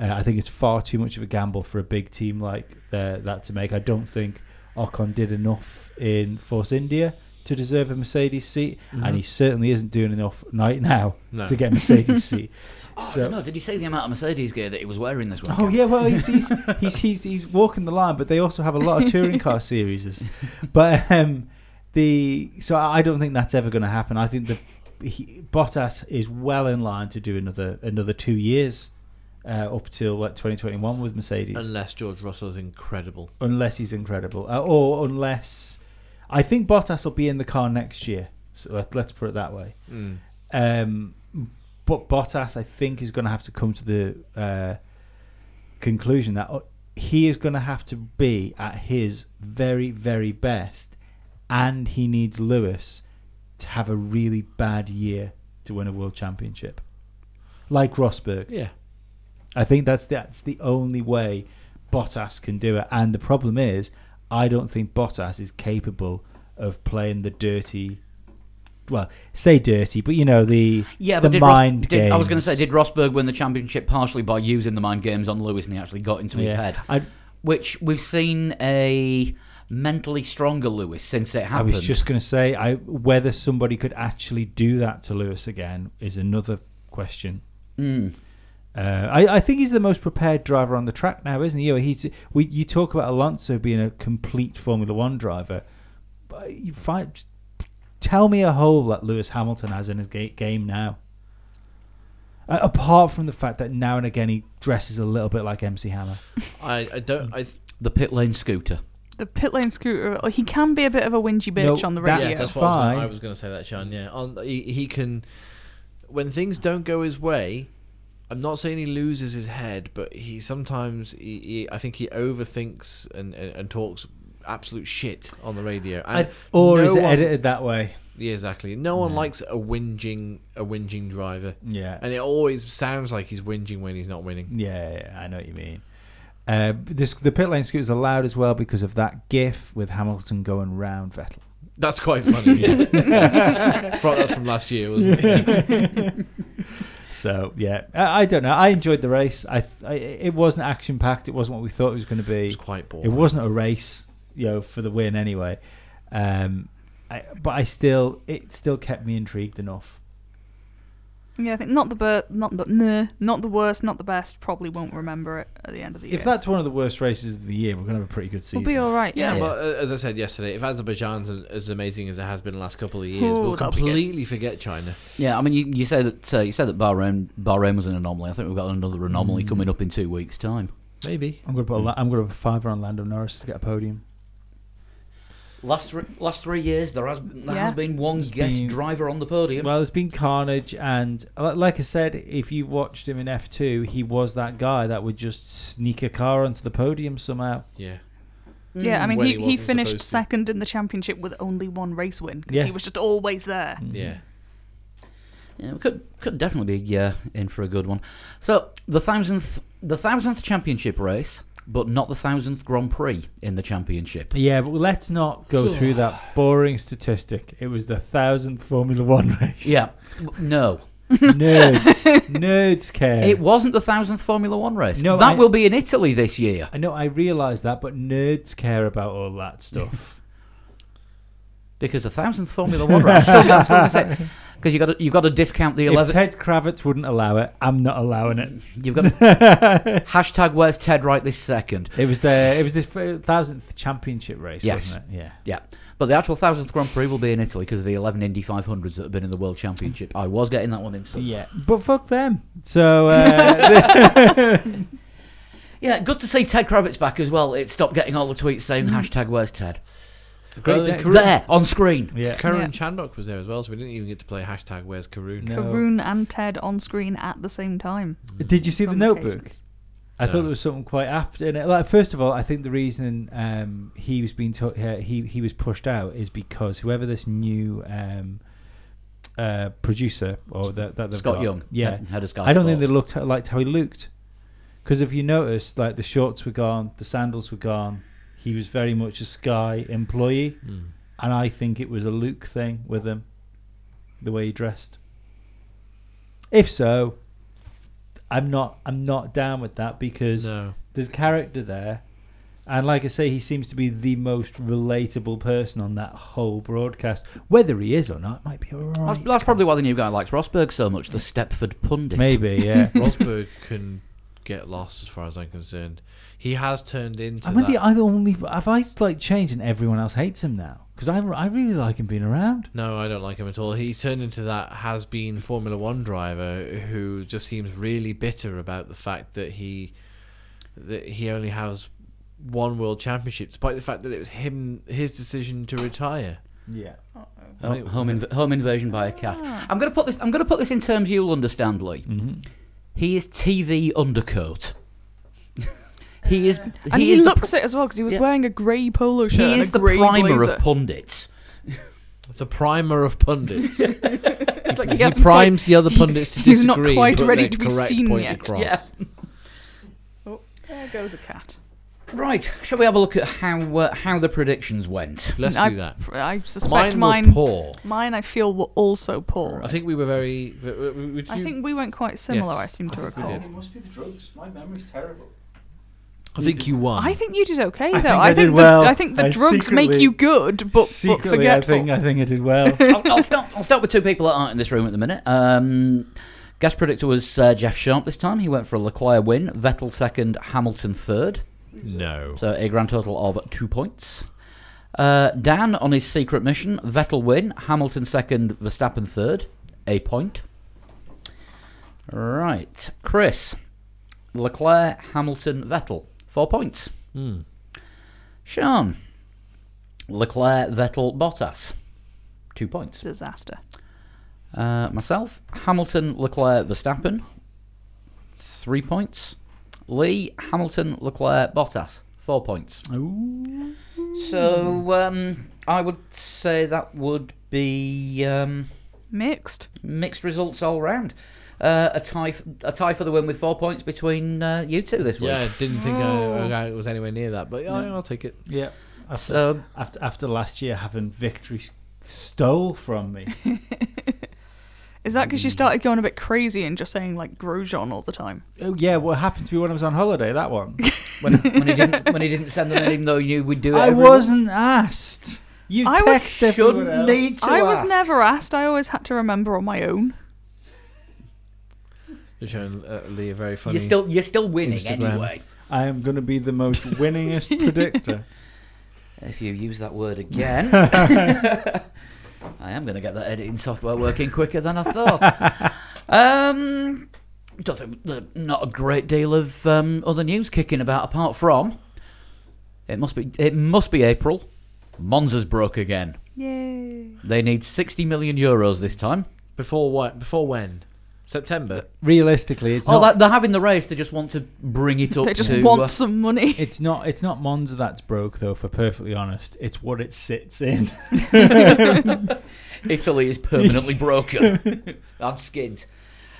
[SPEAKER 4] Uh, I think it's far too much of a gamble for a big team like uh, that to make. I don't think Ocon did enough in Force India to deserve a Mercedes seat,
[SPEAKER 1] Mm-hmm.
[SPEAKER 4] and he certainly isn't doing enough right now
[SPEAKER 3] No.
[SPEAKER 4] to get
[SPEAKER 1] <laughs>
[SPEAKER 4] a Mercedes seat.
[SPEAKER 1] Oh,
[SPEAKER 4] So-
[SPEAKER 1] I don't know. Did you see the amount of Mercedes gear that he was wearing this weekend?
[SPEAKER 4] Oh yeah, well he's he's, he's he's he's walking the line, but they also have a lot of touring car series. But um, the so I don't think that's ever going to happen. I think the he, Bottas is well in line to do another another two years uh, up till what 2021 with Mercedes,
[SPEAKER 3] Unless George Russell's incredible.
[SPEAKER 4] unless he's incredible, uh, or unless I think Bottas will be in the car next year. So let, let's put it that way. Um, but Bottas, I think, is going to have to come to the uh, conclusion that uh, he is going to have to be at his very, very best, and he needs Lewis to have a really bad year to win a world championship, like Rosberg.
[SPEAKER 3] Yeah.
[SPEAKER 4] I think that's that's the only way Bottas can do it. And the problem is, I don't think Bottas is capable of playing the dirty. Well, say dirty, but you know the
[SPEAKER 1] Yeah,
[SPEAKER 4] the
[SPEAKER 1] but did Ros-
[SPEAKER 4] mind
[SPEAKER 1] did- I was going to
[SPEAKER 4] games.
[SPEAKER 1] say, did Rosberg win the championship partially by using the mind games on Lewis, and he actually got into his
[SPEAKER 4] Yeah.
[SPEAKER 1] head?
[SPEAKER 4] I,
[SPEAKER 1] Which we've seen a mentally stronger Lewis since it
[SPEAKER 4] I
[SPEAKER 1] happened.
[SPEAKER 4] was just going to say, I whether somebody could actually do that to Lewis again is another question.
[SPEAKER 1] Mm.
[SPEAKER 4] Uh, I, I think he's the most prepared driver on the track now, isn't he? You know, he's we you talk about Alonso being a complete Formula One driver, but you find, just tell me a hole that Lewis Hamilton has in his ga- game now. Uh, apart from the fact that now and again he dresses a little bit like MC Hammer.
[SPEAKER 3] I, I don't. I th-
[SPEAKER 1] The pit lane scooter.
[SPEAKER 2] The pit lane scooter, oh, he can be a bit of a whingy bitch
[SPEAKER 4] No,
[SPEAKER 2] on the
[SPEAKER 4] that's-
[SPEAKER 2] radio.
[SPEAKER 3] yeah, that's
[SPEAKER 4] Yes.
[SPEAKER 3] what I was gonna-
[SPEAKER 4] fine.
[SPEAKER 3] I was going to say that, Sean. Yeah, on, he, he can. When things don't go his way, I'm not saying he loses his head, but he sometimes he, he I think he overthinks and, and, and talks absolute shit on the radio. And
[SPEAKER 4] I- or
[SPEAKER 3] no
[SPEAKER 4] is it
[SPEAKER 3] one-
[SPEAKER 4] edited that way?
[SPEAKER 3] Yeah, exactly. No one likes a whinging a whinging driver,
[SPEAKER 4] Yeah.
[SPEAKER 3] and it always sounds like he's whinging when he's not winning.
[SPEAKER 4] Yeah, yeah, I know what you mean. Uh, this, the pit lane scooters allowed as well because of that GIF with Hamilton going round Vettel.
[SPEAKER 3] That's quite funny.
[SPEAKER 4] <laughs>
[SPEAKER 3] yeah. from, from last year, wasn't it?
[SPEAKER 4] So yeah, I, I don't know. I enjoyed the race. I, th- I it wasn't action packed. It wasn't what we thought it was going to
[SPEAKER 3] It
[SPEAKER 4] be.
[SPEAKER 3] was quite boring.
[SPEAKER 4] It wasn't a race, you know, for the win anyway. Um, I, but I still, it still kept me intrigued enough.
[SPEAKER 2] Yeah, I think not the bur- not the nah, not the worst, not the best. Probably won't remember it at the end of the year.
[SPEAKER 4] If that's one of the worst races of the year, we're going to have a pretty good season.
[SPEAKER 2] we'll be all right.
[SPEAKER 3] Yeah,
[SPEAKER 2] Yeah,
[SPEAKER 3] but uh, as I said yesterday, if Azerbaijan's an- as amazing as it has been the last couple of years,
[SPEAKER 2] Ooh,
[SPEAKER 3] we'll
[SPEAKER 2] that'll be good.
[SPEAKER 3] completely forget China.
[SPEAKER 1] Yeah, I mean, you, you say that uh, you said that Bahrain Bahrain was an anomaly. I think we've got another anomaly
[SPEAKER 4] Hmm.
[SPEAKER 1] coming up in two weeks' time.
[SPEAKER 3] Maybe.
[SPEAKER 4] I'm going to put. A, la- I'm going to have a fiver on Lando Norris to get a podium.
[SPEAKER 1] Last three, last three years, there has there
[SPEAKER 2] Yeah.
[SPEAKER 1] has been one
[SPEAKER 4] There's
[SPEAKER 1] guest
[SPEAKER 4] been-
[SPEAKER 1] driver on the podium.
[SPEAKER 4] Well, there's been carnage, and li- like I said, if you watched him in F2, he was that guy that would just sneak a car onto the podium somehow.
[SPEAKER 3] Yeah.
[SPEAKER 1] Hmm.
[SPEAKER 2] yeah. I mean,
[SPEAKER 3] When
[SPEAKER 2] he,
[SPEAKER 3] he
[SPEAKER 2] he
[SPEAKER 3] wasn't
[SPEAKER 2] finished
[SPEAKER 3] supposed to.
[SPEAKER 2] second in the championship with only one race win because
[SPEAKER 4] Yeah.
[SPEAKER 2] he was just always there.
[SPEAKER 3] Yeah.
[SPEAKER 1] Yeah, we could could definitely be yeah in for a good one. So the thousandth the thousandth championship race, but not the thousandth Grand Prix in the championship.
[SPEAKER 4] Yeah, but let's not go through that boring statistic. It was the thousandth Formula One race.
[SPEAKER 1] Yeah, w- no,
[SPEAKER 4] <laughs>
[SPEAKER 1] <laughs>
[SPEAKER 4] nerds, nerds care.
[SPEAKER 1] it wasn't the thousandth Formula One race.
[SPEAKER 4] No,
[SPEAKER 1] that
[SPEAKER 4] I-
[SPEAKER 1] will be in Italy this year.
[SPEAKER 4] I know, I realise that, but nerds care about all that stuff.
[SPEAKER 1] <laughs> Because the thousandth Formula One
[SPEAKER 4] <laughs>
[SPEAKER 1] race, I'm still going to say, because you got to you got to discount the
[SPEAKER 4] if
[SPEAKER 1] eleven.
[SPEAKER 4] Ted Kravitz wouldn't allow it, I'm not
[SPEAKER 1] <laughs>
[SPEAKER 4] allowing it. <laughs>
[SPEAKER 1] You've got to, hashtag Where's Ted right this second.
[SPEAKER 4] It was the it was this thousandth championship race,
[SPEAKER 1] Yes.
[SPEAKER 4] wasn't it? Yeah.
[SPEAKER 1] Yeah, but the actual thousandth Grand Prix will be in Italy because of the eleven Indy 500s that have been in the World Championship. I was getting that one in. Some.
[SPEAKER 4] Yeah, but fuck them. So uh, <laughs> Mm.
[SPEAKER 1] Yeah, good to see Ted Kravitz back as well. It stopped getting all the tweets saying hashtag Where's Ted.
[SPEAKER 3] Well,
[SPEAKER 4] day.
[SPEAKER 3] the Karun,
[SPEAKER 1] There on screen.
[SPEAKER 4] Yeah.
[SPEAKER 3] Karun
[SPEAKER 2] Yeah.
[SPEAKER 3] Chandok was there as well, so we didn't even get to play hashtag Where's Karun.
[SPEAKER 4] No.
[SPEAKER 2] Karun and Ted on screen at the same time.
[SPEAKER 4] Did you see the
[SPEAKER 2] Some
[SPEAKER 4] Notebook?
[SPEAKER 2] occasions.
[SPEAKER 4] I thought
[SPEAKER 3] No.
[SPEAKER 4] there was something quite apt in it. Like, first of all, I think the reason um, he was being to- uh, he he was pushed out is because whoever this new um, uh, producer or that, that they've
[SPEAKER 1] Scott
[SPEAKER 4] got-
[SPEAKER 1] Young.
[SPEAKER 4] yeah,
[SPEAKER 1] Head- head of Sky
[SPEAKER 4] I don't think they
[SPEAKER 1] Sports.
[SPEAKER 4] looked at- liked how he looked. Because if you noticed, like the shorts were gone, the sandals were gone. He was very much a Sky employee,
[SPEAKER 3] Mm.
[SPEAKER 4] and I think it was a Luke thing with him, the way he dressed. If so, I'm not I'm not down with that
[SPEAKER 2] <laughs>
[SPEAKER 4] because
[SPEAKER 3] No.
[SPEAKER 4] there's character there, and like I say, he seems to be the most relatable person on that whole broadcast. Whether he is or not, it might be alright.
[SPEAKER 1] That's, that's probably why the new guy likes Rosberg so much. The Stepford pundit.
[SPEAKER 2] <laughs>
[SPEAKER 4] maybe yeah.
[SPEAKER 3] Rosberg can get lost as far as I'm concerned. He has turned into
[SPEAKER 4] Am I
[SPEAKER 3] that-
[SPEAKER 4] the I the only? Have I like changed and everyone else hates him now? Because I, I really like him being around.
[SPEAKER 3] No, I don't like him at all. He turned into that has been Formula One driver who just seems really bitter about the fact that he that he only has one world championship, despite the fact that it was him his decision to retire.
[SPEAKER 4] Yeah.
[SPEAKER 1] Oh, home, inv- home invasion by a cat.
[SPEAKER 4] Ah.
[SPEAKER 1] I'm gonna put this. I'm gonna put this in terms you'll understand, Lee.
[SPEAKER 4] Mm-hmm.
[SPEAKER 1] He is TV undercoat. <laughs> he is.
[SPEAKER 2] And he,
[SPEAKER 1] is the
[SPEAKER 2] looks it as well because he was
[SPEAKER 1] Yeah.
[SPEAKER 2] wearing a grey polo
[SPEAKER 1] pr-
[SPEAKER 2] shirt.
[SPEAKER 1] he
[SPEAKER 2] and
[SPEAKER 1] is
[SPEAKER 2] a
[SPEAKER 1] the
[SPEAKER 2] grey
[SPEAKER 1] primer
[SPEAKER 2] blazer.
[SPEAKER 1] of <laughs> pundits.
[SPEAKER 3] The primer
[SPEAKER 2] <laughs>
[SPEAKER 3] of pundits.
[SPEAKER 2] It's like
[SPEAKER 3] he
[SPEAKER 2] he hasn't quite-
[SPEAKER 3] primes the other pundits to disagree.
[SPEAKER 2] he's not quite
[SPEAKER 3] but
[SPEAKER 2] ready
[SPEAKER 3] their
[SPEAKER 2] to be
[SPEAKER 3] correct
[SPEAKER 2] seen
[SPEAKER 3] point
[SPEAKER 2] yet.
[SPEAKER 3] across.
[SPEAKER 1] Yeah.
[SPEAKER 2] There goes a cat.
[SPEAKER 1] Right. Shall we have a look at how uh, how the predictions went?
[SPEAKER 3] Let's
[SPEAKER 2] I,
[SPEAKER 3] do that.
[SPEAKER 2] I suspect
[SPEAKER 3] Mine,
[SPEAKER 2] mine.
[SPEAKER 3] were poor.
[SPEAKER 2] Mine, I feel, were also poor.
[SPEAKER 3] I think we were very. w- w- w- would
[SPEAKER 2] I
[SPEAKER 3] you-
[SPEAKER 2] think we went quite similar.
[SPEAKER 3] Yes,
[SPEAKER 2] I seem
[SPEAKER 3] I
[SPEAKER 2] to
[SPEAKER 3] think we
[SPEAKER 2] recall.
[SPEAKER 3] did.
[SPEAKER 4] must be the drugs. My memory's terrible.
[SPEAKER 3] I think you won.
[SPEAKER 2] I think you did okay though.
[SPEAKER 4] think
[SPEAKER 2] I
[SPEAKER 4] I
[SPEAKER 2] think,
[SPEAKER 4] did
[SPEAKER 2] the,
[SPEAKER 4] well.
[SPEAKER 2] I think the
[SPEAKER 4] I
[SPEAKER 2] drugs make
[SPEAKER 4] secretly-
[SPEAKER 2] you good, but, but
[SPEAKER 4] Secretly, I
[SPEAKER 2] forgetful.
[SPEAKER 4] think I think I did well.
[SPEAKER 1] I'll, I'll start. I'll start with two people that aren't in this room at the minute. Um, guest predictor was uh, Jeff Sharp this time. He went for a Leclerc win. Vettel second. Hamilton third.
[SPEAKER 3] no.
[SPEAKER 1] So a grand total of two points. Uh, Dan on his secret mission. Vettel win. Hamilton second. Verstappen third. A point. Right, Chris. Leclerc, Hamilton, Vettel. Four points.
[SPEAKER 3] Hmm.
[SPEAKER 1] Sean. Leclerc, Vettel, Bottas. Two points.
[SPEAKER 2] Disaster.
[SPEAKER 1] Uh, myself, Hamilton, Leclerc, Verstappen. Three points. Lee, Hamilton, Leclerc, Bottas. Four points.
[SPEAKER 4] Ooh.
[SPEAKER 1] So um, I would say that would be um,
[SPEAKER 2] Mixed.
[SPEAKER 1] mixed results all round. Uh, a tie, f- a tie for the win with four points between uh, you two this week.
[SPEAKER 3] Yeah, didn't think I, I was anywhere near that, but yeah, I'll take it.
[SPEAKER 4] Yeah. After,
[SPEAKER 1] So
[SPEAKER 4] after after last year having victory stole from me.
[SPEAKER 2] Is that because you started going a bit crazy and just saying like Grosjean all the time?
[SPEAKER 4] <laughs> oh yeah, what happened to me when I was on holiday? That one.
[SPEAKER 1] when, when he didn't when he didn't send them in, even though he knew we'd do it,
[SPEAKER 4] <laughs> I
[SPEAKER 1] every week.
[SPEAKER 4] wasn't asked. You
[SPEAKER 2] I was-
[SPEAKER 4] text everyone
[SPEAKER 1] Shouldn't
[SPEAKER 4] else.
[SPEAKER 1] need to
[SPEAKER 2] I was
[SPEAKER 1] ask.
[SPEAKER 2] never asked. I always had to remember on my own.
[SPEAKER 3] You're showing uh, Lee a very funny.
[SPEAKER 1] You're still you're still winning
[SPEAKER 3] Instagram.
[SPEAKER 1] anyway.
[SPEAKER 4] I am going to be the most winningest <laughs> predictor.
[SPEAKER 1] If you use that word
[SPEAKER 2] <laughs>
[SPEAKER 1] again, <laughs> I am going to get that editing software working quicker than I thought.
[SPEAKER 2] <laughs>
[SPEAKER 1] um, don't think- there's not a great deal of um, other news kicking about apart from it must be it must be April. Monza's broke again.
[SPEAKER 2] Yay!
[SPEAKER 1] They need 60 million euros this time.
[SPEAKER 3] Before what? Before when? September.
[SPEAKER 4] Realistically, it's
[SPEAKER 1] Oh,
[SPEAKER 4] not
[SPEAKER 1] that, they're having the race. They just want to bring it up.
[SPEAKER 2] <laughs> They just
[SPEAKER 1] to,
[SPEAKER 2] want
[SPEAKER 1] uh,
[SPEAKER 2] some money.
[SPEAKER 4] It's not. It's not Monza that's broke, though. For perfectly honest, it's what it sits in. <laughs> yeah,
[SPEAKER 1] Italy is
[SPEAKER 2] <laughs>
[SPEAKER 1] permanently broken. <laughs> I'm skint.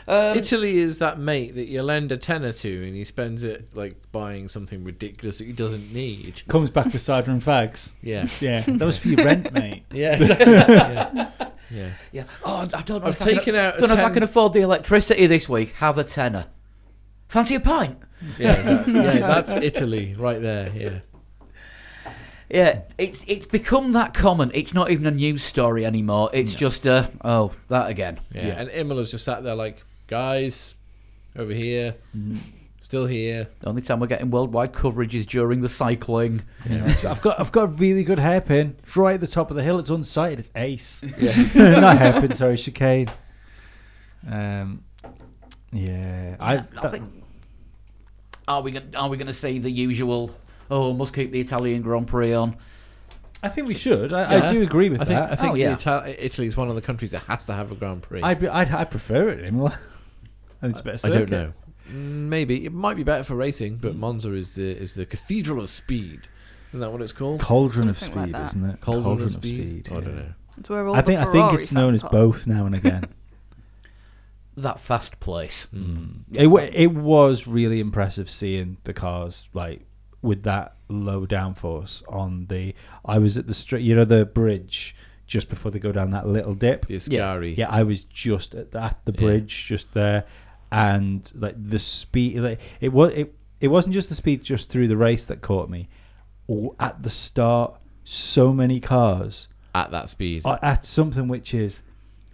[SPEAKER 1] Um,
[SPEAKER 3] Italy is that mate that you lend a tenner to and he spends it like buying something ridiculous that he doesn't need.
[SPEAKER 4] comes back with cider and fags.
[SPEAKER 1] <laughs>
[SPEAKER 3] Yeah.
[SPEAKER 4] Yeah, that was for your <laughs> rent, mate.
[SPEAKER 3] Yeah. Exactly. yeah. <laughs> yeah.
[SPEAKER 1] Yeah. Oh, I don't know.
[SPEAKER 3] I've
[SPEAKER 1] if I
[SPEAKER 3] taken
[SPEAKER 1] can,
[SPEAKER 3] out a
[SPEAKER 1] Don't know if I
[SPEAKER 3] ten-
[SPEAKER 1] can afford the electricity this week. Have a tenner. Fancy a pint?
[SPEAKER 3] Yeah, <laughs> exactly. yeah. That's Italy right there. Yeah.
[SPEAKER 1] Yeah. It's it's become that common. It's not even a news story anymore. It's just uh oh that again.
[SPEAKER 3] Yeah. And Imola's just sat there like, guys, over here,
[SPEAKER 1] Mm-hmm.
[SPEAKER 3] still here.
[SPEAKER 1] The only time we're getting worldwide coverage is during the cycling.
[SPEAKER 4] I've got. I've got a really good hairpin. It's right at the top of the hill. It's unsighted. It's ace.
[SPEAKER 3] Yeah.
[SPEAKER 4] <laughs> Not hairpin. Sorry, chicane. Um. Yeah, <laughs> I.
[SPEAKER 1] I
[SPEAKER 4] that-
[SPEAKER 1] think. Are we gonna, are we going to see the usual? Oh, must keep the Italian Grand Prix on.
[SPEAKER 4] I think we should. I, I
[SPEAKER 3] Yeah.
[SPEAKER 4] do agree with
[SPEAKER 3] I think
[SPEAKER 4] that.
[SPEAKER 3] I think
[SPEAKER 1] Oh, yeah.
[SPEAKER 3] Ita- Italy is one of the countries that has to have a Grand Prix.
[SPEAKER 4] I'd, be, I'd, I'd prefer it anymore. <laughs> and it's a better
[SPEAKER 3] I don't
[SPEAKER 4] circuit.
[SPEAKER 3] know. Mm, Maybe it might be better for racing, but
[SPEAKER 1] Mm.
[SPEAKER 3] Monza is the is the cathedral of speed. Isn't that what it's called?
[SPEAKER 4] Cauldron of
[SPEAKER 2] Something like
[SPEAKER 4] speed,
[SPEAKER 2] that.
[SPEAKER 4] isn't it?
[SPEAKER 3] Cauldron, of speed. Oh, I
[SPEAKER 4] yeah.
[SPEAKER 3] don't know.
[SPEAKER 2] It's where all
[SPEAKER 4] I
[SPEAKER 2] the
[SPEAKER 4] think I
[SPEAKER 2] Ferrari
[SPEAKER 4] think it's known
[SPEAKER 2] fans
[SPEAKER 4] as
[SPEAKER 2] are.
[SPEAKER 4] both now
[SPEAKER 3] <laughs>
[SPEAKER 4] and again.
[SPEAKER 1] That fast place.
[SPEAKER 3] Hmm.
[SPEAKER 4] It wa it was really impressive seeing the cars like with that low downforce on the. I was at the street, you know, the bridge just before they go down that little dip.
[SPEAKER 3] The Ascari.
[SPEAKER 4] Yeah, I was just at the, at the
[SPEAKER 3] Yeah.
[SPEAKER 4] bridge, just there, and like the speed, like it was it. It wasn't just the speed just through the race that caught me. Or at the start, so many cars
[SPEAKER 3] At that speed.
[SPEAKER 4] are at something which is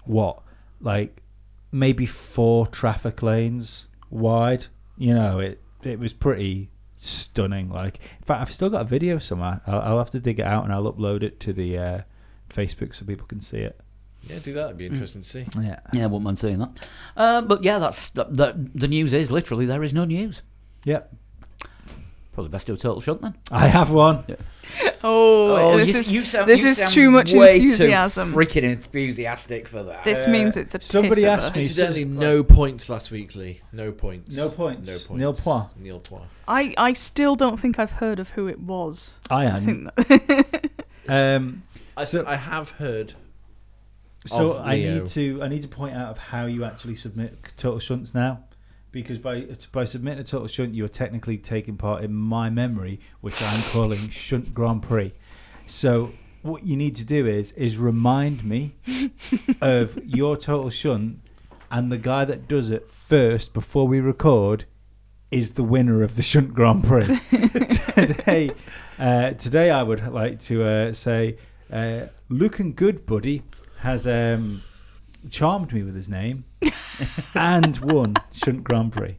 [SPEAKER 4] what like maybe four traffic lanes wide. You know, it it was pretty stunning. Like, in fact, I've still got a video somewhere. I'll, I'll have to dig it out and I'll upload it to the uh, Facebook so people can see it.
[SPEAKER 3] Yeah, do that. It'd
[SPEAKER 4] mm.
[SPEAKER 3] be interesting to see.
[SPEAKER 4] Yeah.
[SPEAKER 1] Yeah, I wouldn't mind seeing that. Uh, but yeah, that's the, the, the news is literally there is no news.
[SPEAKER 4] Yep.
[SPEAKER 1] Probably best do a total shunt then.
[SPEAKER 4] I have one.
[SPEAKER 2] Oh, this
[SPEAKER 1] you,
[SPEAKER 2] is
[SPEAKER 1] you sound,
[SPEAKER 2] this
[SPEAKER 1] you
[SPEAKER 2] is
[SPEAKER 1] sound
[SPEAKER 2] too much
[SPEAKER 1] way
[SPEAKER 2] enthusiasm.
[SPEAKER 1] Too freaking enthusiastic for that.
[SPEAKER 2] this means it's a
[SPEAKER 4] somebody
[SPEAKER 2] piss of
[SPEAKER 4] asked
[SPEAKER 2] a-
[SPEAKER 4] me-
[SPEAKER 3] Incidentally, no points last week, Lee. No points.
[SPEAKER 4] No
[SPEAKER 3] No
[SPEAKER 4] points.
[SPEAKER 3] points.
[SPEAKER 4] Nil points.
[SPEAKER 3] Nil points.
[SPEAKER 2] I I still don't think I've heard of who it was.
[SPEAKER 4] I
[SPEAKER 2] I
[SPEAKER 4] am.
[SPEAKER 2] think that,
[SPEAKER 4] Um,
[SPEAKER 3] I,
[SPEAKER 4] So-
[SPEAKER 3] I have heard.
[SPEAKER 4] so
[SPEAKER 3] Of
[SPEAKER 4] I
[SPEAKER 3] Leo.
[SPEAKER 4] need to I need to point out of how you actually submit total shunts now, because by by submitting a total shunt, you are technically taking part in my memory, which I'm
[SPEAKER 3] <laughs>
[SPEAKER 4] calling shunt Grand Prix. So what you need to do is is remind me
[SPEAKER 3] <laughs>
[SPEAKER 4] of your total shunt, and the guy that does it first before we record is the winner of the shunt Grand
[SPEAKER 3] <laughs>
[SPEAKER 4] Prix <laughs> today. Uh, today I would like to uh, say, uh, looking good, buddy, has um, charmed me with his name
[SPEAKER 2] <laughs>
[SPEAKER 4] and won Shunt Grand Prix.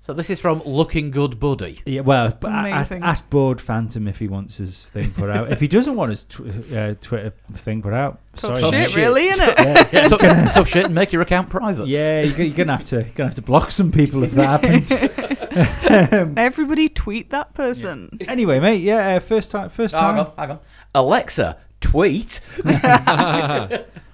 [SPEAKER 1] So this is from Looking Good
[SPEAKER 2] <laughs>
[SPEAKER 1] Buddy.
[SPEAKER 4] Yeah, well, but a- at,
[SPEAKER 2] Amazing.
[SPEAKER 4] at board Phantom if he wants his thing put out. if he doesn't want his tw- uh, Twitter thing put out,
[SPEAKER 2] tough
[SPEAKER 4] sorry.
[SPEAKER 2] shit,
[SPEAKER 4] mate.
[SPEAKER 1] Oh, Shit.
[SPEAKER 2] really, isn't it?
[SPEAKER 4] Yeah, yeah,
[SPEAKER 1] tough, tough shit and make your account private.
[SPEAKER 4] yeah, you're, gonna- you're gonna have to you're gonna have to block some people if
[SPEAKER 2] <laughs>
[SPEAKER 4] that happens. <laughs> Um,
[SPEAKER 2] Everybody tweet that person.
[SPEAKER 4] anyway, mate, yeah, uh, first time, first
[SPEAKER 1] Oh, hang
[SPEAKER 4] time.
[SPEAKER 1] on, hang on. Alexa, tweet.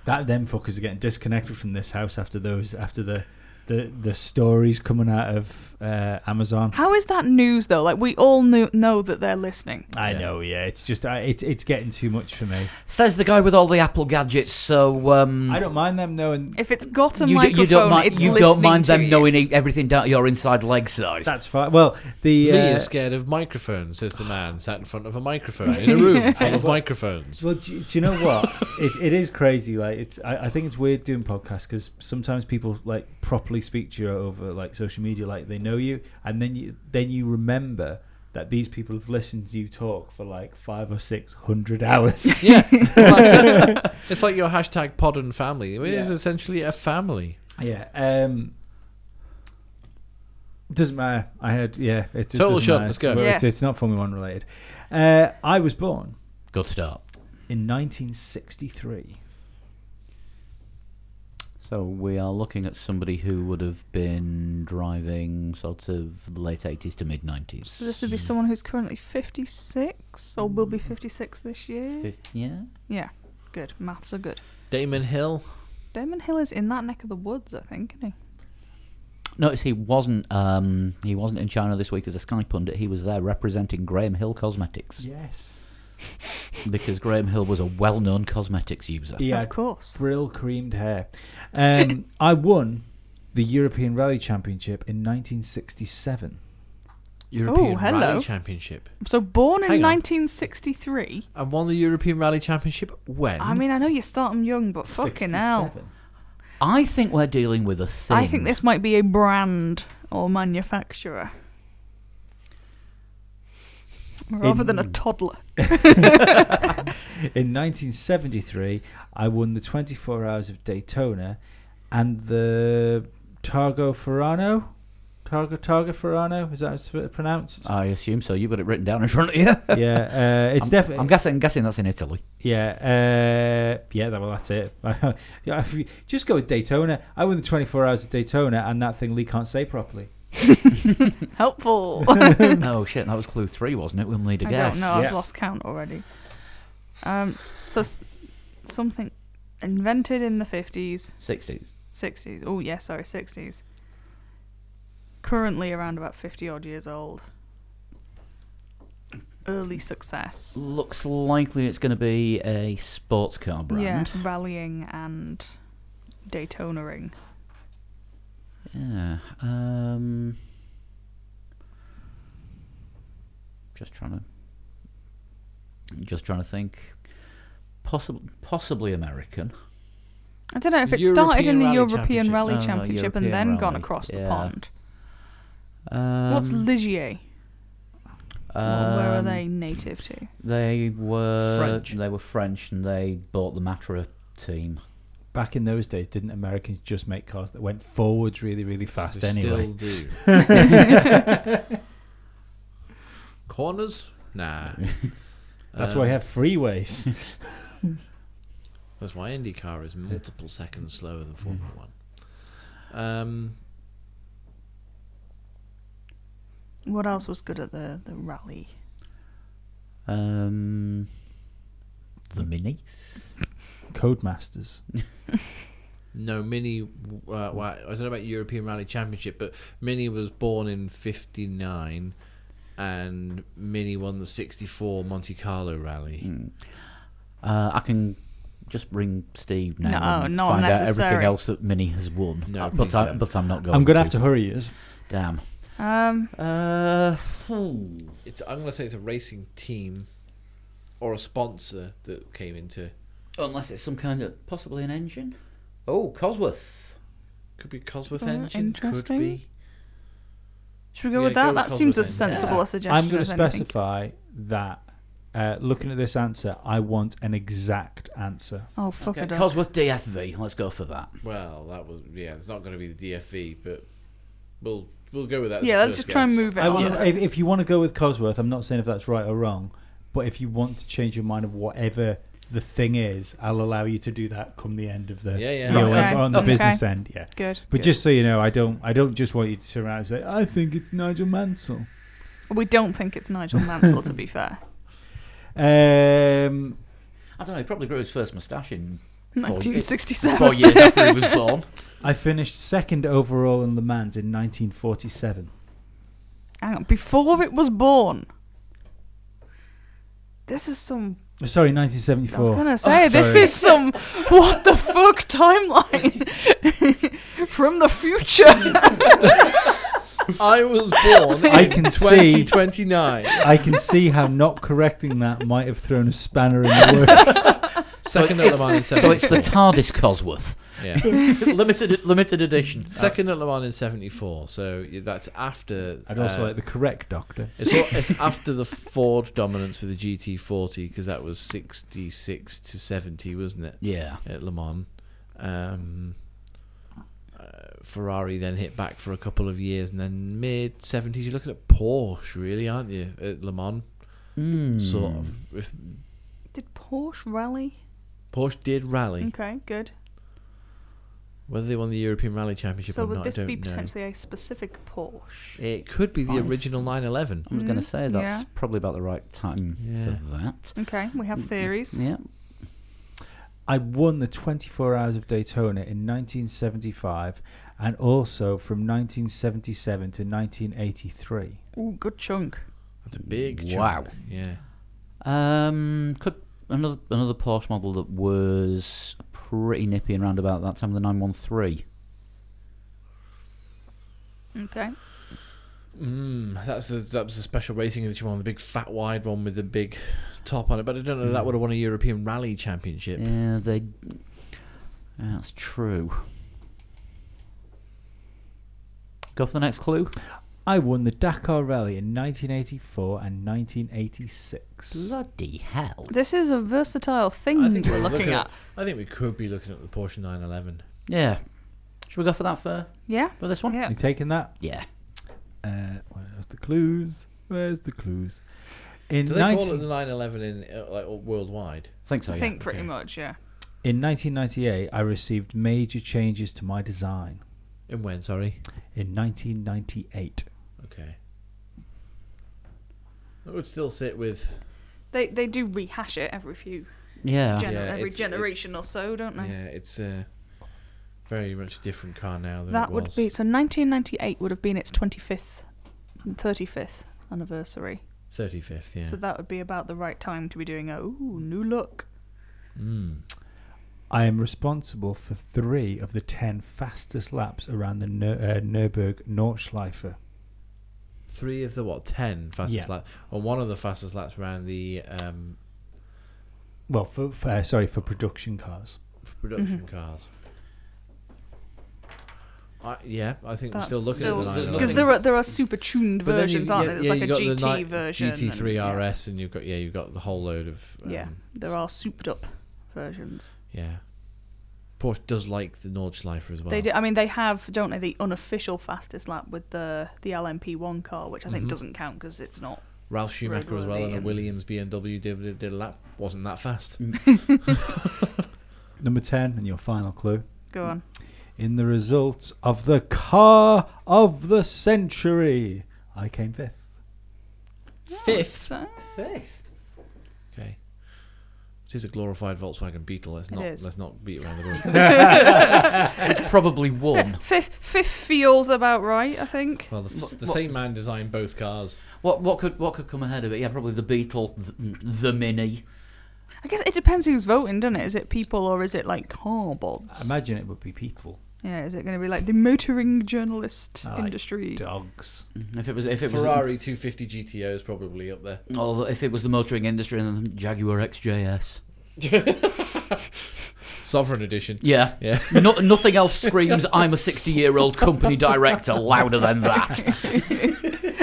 [SPEAKER 4] That them fuckers are getting disconnected from this house after those after the the, the stories coming out of uh, Amazon.
[SPEAKER 2] How is that news though? Like we all knew, know that they're listening.
[SPEAKER 4] I know, yeah. It's just I, it, it's getting too much for me.
[SPEAKER 1] Says the guy with all the Apple gadgets. So um,
[SPEAKER 3] Mm.
[SPEAKER 4] I don't mind them knowing
[SPEAKER 2] If it's got a
[SPEAKER 1] you, d-
[SPEAKER 2] microphone,
[SPEAKER 1] you don't mind.
[SPEAKER 2] it's
[SPEAKER 1] You
[SPEAKER 2] listening
[SPEAKER 1] don't mind
[SPEAKER 2] to
[SPEAKER 1] them
[SPEAKER 2] you.
[SPEAKER 1] knowing e- everything down to your inside leg size.
[SPEAKER 4] that's fine. Well, the
[SPEAKER 3] Lee
[SPEAKER 4] uh,
[SPEAKER 3] is scared of microphones, says the
[SPEAKER 4] <sighs>
[SPEAKER 3] man sat in front of a microphone
[SPEAKER 4] <laughs>
[SPEAKER 3] in a room full of microphones.
[SPEAKER 4] well, do, do you know what? it, it is crazy. Like it's I, I think it's weird doing podcasts because sometimes people like properly speak to you over like social media, like they know you, and then you then you remember. That these people have listened to you talk for like five or six hundred hours.
[SPEAKER 3] Yeah, well, that's
[SPEAKER 4] <laughs>
[SPEAKER 3] it. it's like your hashtag pod and family. It is
[SPEAKER 4] Yeah.
[SPEAKER 3] essentially a family.
[SPEAKER 4] yeah. Um Doesn't matter. I had yeah. It, it
[SPEAKER 3] Total
[SPEAKER 4] doesn't
[SPEAKER 3] shot,
[SPEAKER 4] matter.
[SPEAKER 3] let's go.
[SPEAKER 4] It's- It's,
[SPEAKER 2] Yes.
[SPEAKER 4] it's not Formula One related. Uh, I was born
[SPEAKER 1] Good start.
[SPEAKER 4] in 1963.
[SPEAKER 1] So we are looking at somebody who would have been driving sort of late eighties to mid
[SPEAKER 2] So
[SPEAKER 1] nineties.
[SPEAKER 2] this would be someone who's currently 56 or will be 56 this year.
[SPEAKER 1] Yeah.
[SPEAKER 2] Yeah, good. Maths are good.
[SPEAKER 3] Damon Hill.
[SPEAKER 2] Damon Hill is in that neck of the woods, I think, isn't
[SPEAKER 1] Notice he wasn't. Um, he wasn't in China this week as a Sky pundit. He was there representing Graham Hill Cosmetics
[SPEAKER 4] Yes.
[SPEAKER 1] because Graham Hill was a well-known cosmetics user.
[SPEAKER 2] he?
[SPEAKER 4] He
[SPEAKER 2] Of
[SPEAKER 4] had
[SPEAKER 2] course.
[SPEAKER 4] brill creamed hair.
[SPEAKER 2] <laughs>
[SPEAKER 4] Um, I won the European Rally Championship in 1967.
[SPEAKER 3] European
[SPEAKER 2] hello.
[SPEAKER 3] Rally Championship.
[SPEAKER 2] So born in
[SPEAKER 3] Hang on.
[SPEAKER 2] 1963.
[SPEAKER 3] And won the European Rally Championship when?
[SPEAKER 2] I mean, I know you start 'em young, but fucking hell.
[SPEAKER 4] 67.
[SPEAKER 1] I think we're dealing with a thing.
[SPEAKER 2] I think this might be a brand or manufacturer. Rather than a
[SPEAKER 4] In-
[SPEAKER 2] toddler.
[SPEAKER 4] In 1973, I won the 24 Hours of Daytona and the Targo Ferrano. Targo Targo Ferrano is that how it's pronounced?
[SPEAKER 1] I assume so. You've got it written down in front of you.
[SPEAKER 4] yeah, uh, it's
[SPEAKER 1] Uh, <laughs> I'm,
[SPEAKER 4] definitely.
[SPEAKER 1] I'm guessing. Guessing that's in Italy. <laughs>
[SPEAKER 4] Yeah, uh, yeah. that- Well, that's it. <laughs> Yeah, if you- Just go with Daytona. I won the 24 Hours of Daytona, and that thing Lee can't say properly.
[SPEAKER 1] <laughs>
[SPEAKER 2] Helpful.
[SPEAKER 1] oh shit, that was clue three, wasn't it? We'll need a
[SPEAKER 2] I
[SPEAKER 1] guess.
[SPEAKER 2] don't know.
[SPEAKER 4] Yes.
[SPEAKER 2] I've lost count already. Um, so s- something invented in the fifties,
[SPEAKER 1] Sixties.
[SPEAKER 2] sixties. Oh yeah, sorry, sixties. Currently around about fifty odd years old. Early success.
[SPEAKER 1] Looks likely it's going to be a sports car brand.
[SPEAKER 2] Yeah, rallying and Daytonering.
[SPEAKER 1] Yeah. Um, just trying to. Just trying to think. Possible, possibly American.
[SPEAKER 2] I don't know if it started
[SPEAKER 3] European
[SPEAKER 2] in the
[SPEAKER 3] Rally
[SPEAKER 2] European
[SPEAKER 3] Championship.
[SPEAKER 2] Rally
[SPEAKER 1] Oh,
[SPEAKER 2] Championship and
[SPEAKER 1] European
[SPEAKER 2] then gone
[SPEAKER 1] Rally,
[SPEAKER 2] across the
[SPEAKER 1] yeah.
[SPEAKER 2] pond.
[SPEAKER 1] Um,
[SPEAKER 2] What's Ligier? Well, where are
[SPEAKER 1] um,
[SPEAKER 2] they native to?
[SPEAKER 1] They were
[SPEAKER 3] French.
[SPEAKER 1] They were French, and they bought the Matra team.
[SPEAKER 4] Back in those days, didn't Americans just make cars that went forwards really, really fast
[SPEAKER 3] They Still
[SPEAKER 4] anyway?
[SPEAKER 3] do.
[SPEAKER 4] <laughs>
[SPEAKER 3] Corners? Nah.
[SPEAKER 4] That's
[SPEAKER 3] Um,
[SPEAKER 1] uh,
[SPEAKER 4] why I
[SPEAKER 1] <laughs>
[SPEAKER 4] have freeways.
[SPEAKER 3] That's why IndyCar is multiple seconds slower than Formula
[SPEAKER 4] Mm.
[SPEAKER 3] One. Um,
[SPEAKER 2] What else was good at the, the rally?
[SPEAKER 1] Um, the Mini.
[SPEAKER 4] Codemasters.
[SPEAKER 3] no, Mini. Uh, well, I don't know about European Rally Championship, but Mini was born in '59, and Mini won the '64 Monte Carlo Rally.
[SPEAKER 4] Mm.
[SPEAKER 1] Uh, I can just ring Steve now
[SPEAKER 2] No,
[SPEAKER 1] and
[SPEAKER 2] not
[SPEAKER 1] find out everything
[SPEAKER 2] necessary.
[SPEAKER 1] else that Mini has won.
[SPEAKER 3] No,
[SPEAKER 1] Uh,
[SPEAKER 3] please
[SPEAKER 1] but I,
[SPEAKER 3] don't.
[SPEAKER 1] but I'm not going.
[SPEAKER 4] I'm going to have
[SPEAKER 1] to.
[SPEAKER 4] to hurry you.
[SPEAKER 1] Damn.
[SPEAKER 2] Um,
[SPEAKER 1] Uh, hmm.
[SPEAKER 3] It's. I'm going to say it's a racing team, or a sponsor that came into.
[SPEAKER 1] Unless it's some kind of possibly an engine. Oh, Cosworth.
[SPEAKER 3] Could be Cosworth
[SPEAKER 2] Oh,
[SPEAKER 3] Engine.
[SPEAKER 2] interesting.
[SPEAKER 3] Could be.
[SPEAKER 2] should we go
[SPEAKER 3] Yeah,
[SPEAKER 2] with that?
[SPEAKER 3] go
[SPEAKER 2] that
[SPEAKER 3] with
[SPEAKER 2] seems as
[SPEAKER 3] Cosworth then.
[SPEAKER 2] sensible a suggestion.
[SPEAKER 4] I'm going to
[SPEAKER 2] as anything.
[SPEAKER 4] specify that uh, looking at this answer, I want an exact answer.
[SPEAKER 2] Oh fuck
[SPEAKER 1] Okay,
[SPEAKER 2] it up.
[SPEAKER 1] Cosworth DFV. Let's go for that.
[SPEAKER 3] Well, that was yeah. It's not going to be the DFE, but we'll we'll go with that. as
[SPEAKER 2] Yeah,
[SPEAKER 3] the
[SPEAKER 2] let's
[SPEAKER 3] first
[SPEAKER 2] just try and
[SPEAKER 3] guess.
[SPEAKER 2] move it.
[SPEAKER 4] I
[SPEAKER 2] on.
[SPEAKER 4] will- if, if you want to go with Cosworth, I'm not saying if that's right or wrong, but if you want to change your mind of whatever the thing is, I'll allow you to do that come the end of the
[SPEAKER 3] Yeah, yeah.
[SPEAKER 4] you know,
[SPEAKER 2] Okay.
[SPEAKER 4] on the
[SPEAKER 2] Okay.
[SPEAKER 4] business end, yeah.
[SPEAKER 2] Good.
[SPEAKER 4] But
[SPEAKER 3] Good.
[SPEAKER 4] just so you know, I don't I don't just want you to turn around and say I think it's Nigel Mansell.
[SPEAKER 2] We don't think it's
[SPEAKER 4] <laughs>
[SPEAKER 2] Nigel Mansell, to be fair.
[SPEAKER 4] Um,
[SPEAKER 1] I don't know. He probably grew his first moustache in four, ye- <laughs>
[SPEAKER 2] 1967.
[SPEAKER 1] four years after he was born.
[SPEAKER 4] I finished second overall in Le Mans in 1947.
[SPEAKER 2] Hang on, before it was born. This is some.
[SPEAKER 4] Sorry,
[SPEAKER 2] I was
[SPEAKER 4] 1974.
[SPEAKER 2] gonna say this
[SPEAKER 4] Oh, sorry.
[SPEAKER 2] is some <laughs> what the fuck timeline <laughs> from the future.
[SPEAKER 3] <laughs> I was born.
[SPEAKER 4] I
[SPEAKER 3] in
[SPEAKER 4] can see-
[SPEAKER 3] 2029.
[SPEAKER 4] I can see how not correcting that might have thrown a spanner in the works.
[SPEAKER 3] Second at Le Mans in
[SPEAKER 1] So it's the
[SPEAKER 3] 74.
[SPEAKER 1] TARDIS
[SPEAKER 2] <laughs>
[SPEAKER 1] Cosworth.
[SPEAKER 3] yeah.
[SPEAKER 1] limited limited <laughs> edition.
[SPEAKER 3] <laughs> Second at Le Mans in 74. So y- that's after.
[SPEAKER 4] <laughs> I'd also
[SPEAKER 3] uh,
[SPEAKER 4] like the correct doctor.
[SPEAKER 3] It's, al- it's after the Ford dominance with the GT40 because that was 66 to 70, wasn't it?
[SPEAKER 1] Yeah.
[SPEAKER 3] At Le Mans. Um, uh, Ferrari then hit back for a couple of years, and then mid 70s, you're looking at Porsche, really, aren't you? At Le Mans,
[SPEAKER 1] Mm.
[SPEAKER 3] sort of. If
[SPEAKER 2] Did Porsche rally?
[SPEAKER 3] Porsche did rally.
[SPEAKER 2] Okay, good.
[SPEAKER 3] Whether they won the European Rally Championship
[SPEAKER 2] So
[SPEAKER 3] or
[SPEAKER 2] would
[SPEAKER 3] not,
[SPEAKER 2] this
[SPEAKER 3] I don't
[SPEAKER 2] be
[SPEAKER 3] know.
[SPEAKER 2] potentially a specific Porsche?
[SPEAKER 3] It could be the
[SPEAKER 1] I th-
[SPEAKER 3] original 911.
[SPEAKER 1] I was going to say that's
[SPEAKER 2] Hmm, yeah.
[SPEAKER 1] probably about the right time
[SPEAKER 3] Yeah.
[SPEAKER 1] for that.
[SPEAKER 2] Okay, we have theories.
[SPEAKER 1] Yeah.
[SPEAKER 4] I won the 24 Hours of Daytona in 1975 and also from 1977 to 1983.
[SPEAKER 2] Ooh, good chunk.
[SPEAKER 3] That's a big
[SPEAKER 1] Wow.
[SPEAKER 3] chunk. Yeah.
[SPEAKER 1] Um, could another another Porsche model that was pretty nippy and round about that time, the 913.
[SPEAKER 2] Okay.
[SPEAKER 3] Mm, that's the that was the special racing that you won, the big fat wide one with the big top on it. But I don't know that would have won a European Rally Championship.
[SPEAKER 2] Hmm.
[SPEAKER 1] Yeah, they. That's true. Go for the next clue.
[SPEAKER 4] I won the Dakar Rally in 1984 and 1986.
[SPEAKER 1] Bloody hell!
[SPEAKER 2] This is a versatile thing
[SPEAKER 3] I
[SPEAKER 2] we're
[SPEAKER 3] think
[SPEAKER 2] looking, at.
[SPEAKER 3] at. I think we could be looking at the Porsche 911.
[SPEAKER 1] Yeah. Should we go for that for
[SPEAKER 2] Yeah?
[SPEAKER 1] for this one?
[SPEAKER 2] Yeah.
[SPEAKER 4] You taking that?
[SPEAKER 1] Yeah.
[SPEAKER 4] Uh, where's the clues? Where's the clues? In,
[SPEAKER 3] Do they
[SPEAKER 4] 19
[SPEAKER 3] call it the 911 in uh, like worldwide?
[SPEAKER 1] I think so.
[SPEAKER 2] I
[SPEAKER 1] yeah.
[SPEAKER 2] think pretty
[SPEAKER 3] okay.
[SPEAKER 2] much, yeah.
[SPEAKER 4] in 1998, I received major changes to my design.
[SPEAKER 3] And when? Sorry.
[SPEAKER 4] in 1998.
[SPEAKER 3] Okay. I would still sit with.
[SPEAKER 2] They they do rehash it every few
[SPEAKER 1] Yeah.
[SPEAKER 2] gener-
[SPEAKER 3] Yeah,
[SPEAKER 2] every
[SPEAKER 3] it's- it-
[SPEAKER 2] generation or so, don't they?
[SPEAKER 3] Yeah, it's uh, very much a different car now than
[SPEAKER 2] That
[SPEAKER 3] it
[SPEAKER 2] would
[SPEAKER 3] was.
[SPEAKER 2] be so. 1998 would have been its 25th, and 35th anniversary.
[SPEAKER 3] thirty fifth. Yeah.
[SPEAKER 2] So that would be about the right time to be doing a ooh, new look.
[SPEAKER 3] mm.
[SPEAKER 4] I am responsible for three of the ten fastest laps around the Nür- uh, Nürburg Nordschleife.
[SPEAKER 3] Three of the what? Ten fastest
[SPEAKER 4] Yeah.
[SPEAKER 3] laps. Well, one of the fastest laps around the um,
[SPEAKER 4] Well, for, for uh, sorry for production cars.
[SPEAKER 3] production
[SPEAKER 2] Mm-hmm.
[SPEAKER 3] cars. I, yeah, I think
[SPEAKER 2] That's
[SPEAKER 3] we're still looking
[SPEAKER 2] still-
[SPEAKER 3] at the
[SPEAKER 1] There's
[SPEAKER 3] nine.
[SPEAKER 2] Because
[SPEAKER 1] nothing-
[SPEAKER 2] there are there are super tuned
[SPEAKER 3] But then
[SPEAKER 2] versions, aren't there? There's like a
[SPEAKER 3] you've got
[SPEAKER 2] GT
[SPEAKER 3] ni-
[SPEAKER 2] version. and-
[SPEAKER 3] GT3
[SPEAKER 2] yeah.
[SPEAKER 3] RS, and you've got yeah, you've got the whole load of um,
[SPEAKER 2] Yeah. there are souped up versions.
[SPEAKER 3] yeah. Porsche does like the Nordschleifer as well.
[SPEAKER 2] They do. I mean, they have, don't they? The unofficial fastest lap with the the LMP1 car, which I think
[SPEAKER 3] Mhm.
[SPEAKER 2] doesn't count because it's not.
[SPEAKER 3] Ralph Schumacher as well,
[SPEAKER 2] Regularly,
[SPEAKER 3] and a
[SPEAKER 2] um,
[SPEAKER 3] Williams BMW did, did, did a lap. Wasn't that fast?
[SPEAKER 4] Number ten, and your final clue.
[SPEAKER 3] Mm.
[SPEAKER 2] Go on.
[SPEAKER 4] In the results of the car of the century, I came fifth.
[SPEAKER 3] Fifth.
[SPEAKER 2] So-
[SPEAKER 3] Fifth. Okay. It is a glorified Volkswagen Beetle. Let's
[SPEAKER 2] It
[SPEAKER 3] not
[SPEAKER 2] is.
[SPEAKER 3] let's not beat around the
[SPEAKER 2] <laughs>
[SPEAKER 3] bush.
[SPEAKER 1] Probably one.
[SPEAKER 2] Fifth, fifth feels about right, I think.
[SPEAKER 3] well, the,
[SPEAKER 1] What-
[SPEAKER 3] the
[SPEAKER 1] what-
[SPEAKER 3] same man designed both cars.
[SPEAKER 1] What what could what could come ahead of it? Yeah, probably the Beetle, th- the Mini.
[SPEAKER 2] I guess it depends who's voting, doesn't it? Is it people or is it like car bots?
[SPEAKER 4] imagine it would be people,
[SPEAKER 2] yeah, is it going to be like the motoring journalist
[SPEAKER 4] I like
[SPEAKER 2] industry?
[SPEAKER 4] dogs.
[SPEAKER 1] If it was if it was
[SPEAKER 3] Ferrari 250 GTO is probably up there.
[SPEAKER 1] or if it was the motoring industry and the Jaguar XJS.
[SPEAKER 3] Sovereign edition.
[SPEAKER 1] Yeah.
[SPEAKER 3] Yeah.
[SPEAKER 1] No, nothing else screams I'm a 60-year-old company director louder than that.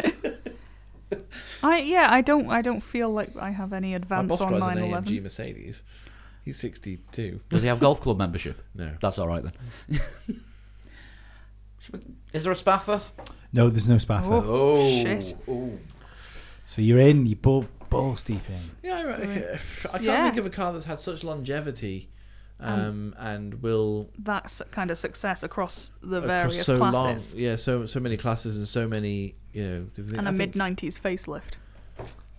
[SPEAKER 2] I yeah, I don't, I don't feel like I have any
[SPEAKER 3] My boss
[SPEAKER 2] advance on
[SPEAKER 3] drives an
[SPEAKER 2] 911.
[SPEAKER 3] AMG Mercedes. He's 62.
[SPEAKER 1] Does he have golf club membership?
[SPEAKER 3] No.
[SPEAKER 1] That's all right then. Should we- <laughs> Is there a spaffer?
[SPEAKER 4] No, there's no Spaffer.
[SPEAKER 2] Oh. shit.
[SPEAKER 1] Oh.
[SPEAKER 4] So you're in. You ball balls deep in.
[SPEAKER 3] Yeah, I, re- I can't
[SPEAKER 2] Yeah.
[SPEAKER 3] think of a car that's had such longevity um, and will
[SPEAKER 2] That s- kind of success across the
[SPEAKER 3] across
[SPEAKER 2] various
[SPEAKER 3] Uh, so
[SPEAKER 2] classes
[SPEAKER 3] long. Yeah, so so many classes and so many you know. th- th-
[SPEAKER 2] and
[SPEAKER 3] I
[SPEAKER 2] a
[SPEAKER 3] think-
[SPEAKER 2] mid 90s facelift.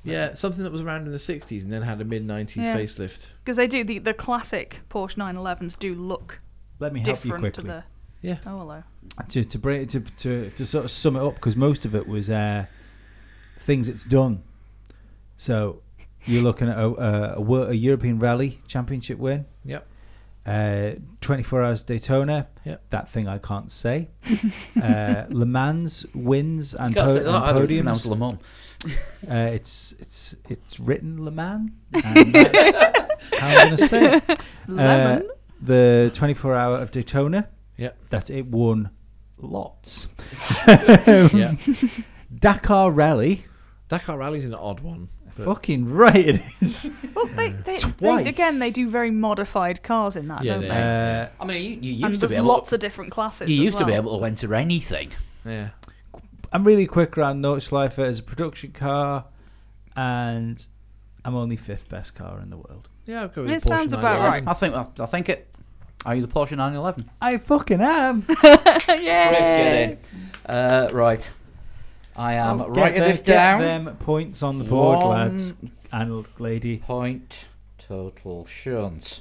[SPEAKER 3] Yeah, something that was around in the 60s and then had a mid 90s
[SPEAKER 2] Yeah.
[SPEAKER 3] facelift.
[SPEAKER 2] Because they do the, the classic Porsche 911s do look
[SPEAKER 4] Let me help you
[SPEAKER 2] different to
[SPEAKER 4] quickly.
[SPEAKER 2] the
[SPEAKER 4] <laughs>
[SPEAKER 3] Yeah.
[SPEAKER 2] oh hello
[SPEAKER 4] to to bring to to to sort of sum it up because most of it was uh, things it's done. So you're looking at a, a, a, wor- a European Rally Championship win.
[SPEAKER 3] Yep.
[SPEAKER 4] Uh, 24 Hours Daytona.
[SPEAKER 3] Yep.
[SPEAKER 4] That thing I can't say. uh, <laughs> Le Mans wins and, po- and
[SPEAKER 1] Pronounced
[SPEAKER 4] podiums.
[SPEAKER 1] Le Mans.
[SPEAKER 4] Uh, it's it's it's written Le Mans. And that's how I'm gonna say it.
[SPEAKER 2] lemon.
[SPEAKER 4] Uh, the 24 hour of Daytona.
[SPEAKER 3] Yep.
[SPEAKER 4] That it won lots.
[SPEAKER 3] <laughs> yeah.
[SPEAKER 4] Dakar Rally.
[SPEAKER 3] Dakar Rally's an odd one. But
[SPEAKER 4] Fucking right it
[SPEAKER 1] <laughs>
[SPEAKER 4] is.
[SPEAKER 2] well, Oh,
[SPEAKER 1] uh,
[SPEAKER 2] they, they, they
[SPEAKER 4] Twice.
[SPEAKER 2] again they do very modified cars in that,
[SPEAKER 3] Yeah,
[SPEAKER 2] don't
[SPEAKER 3] they
[SPEAKER 2] they?
[SPEAKER 3] are.
[SPEAKER 4] Uh,
[SPEAKER 1] I mean, you, you
[SPEAKER 2] and
[SPEAKER 1] used to
[SPEAKER 2] there's
[SPEAKER 1] be able
[SPEAKER 2] lots
[SPEAKER 1] to,
[SPEAKER 2] of different classes.
[SPEAKER 1] you
[SPEAKER 2] as
[SPEAKER 1] used to be
[SPEAKER 2] well.
[SPEAKER 1] able to enter anything.
[SPEAKER 3] yeah.
[SPEAKER 4] I'm really quick around Nordschleifer as a production car, and I'm only fifth best car in the world.
[SPEAKER 3] Yeah, I'll go with
[SPEAKER 2] It
[SPEAKER 3] Porsche
[SPEAKER 2] sounds about
[SPEAKER 3] 911.
[SPEAKER 1] I think I, I think it. Are you the Porsche 911?
[SPEAKER 4] I
[SPEAKER 1] <laughs>
[SPEAKER 4] fucking am.
[SPEAKER 2] Yay!
[SPEAKER 1] Uh, right. I
[SPEAKER 2] Oh,
[SPEAKER 1] am
[SPEAKER 4] Get
[SPEAKER 1] writing
[SPEAKER 4] them-
[SPEAKER 1] this
[SPEAKER 4] get
[SPEAKER 1] down.
[SPEAKER 4] them points on the board,
[SPEAKER 1] One
[SPEAKER 4] lads and lady.
[SPEAKER 1] Point total shunt.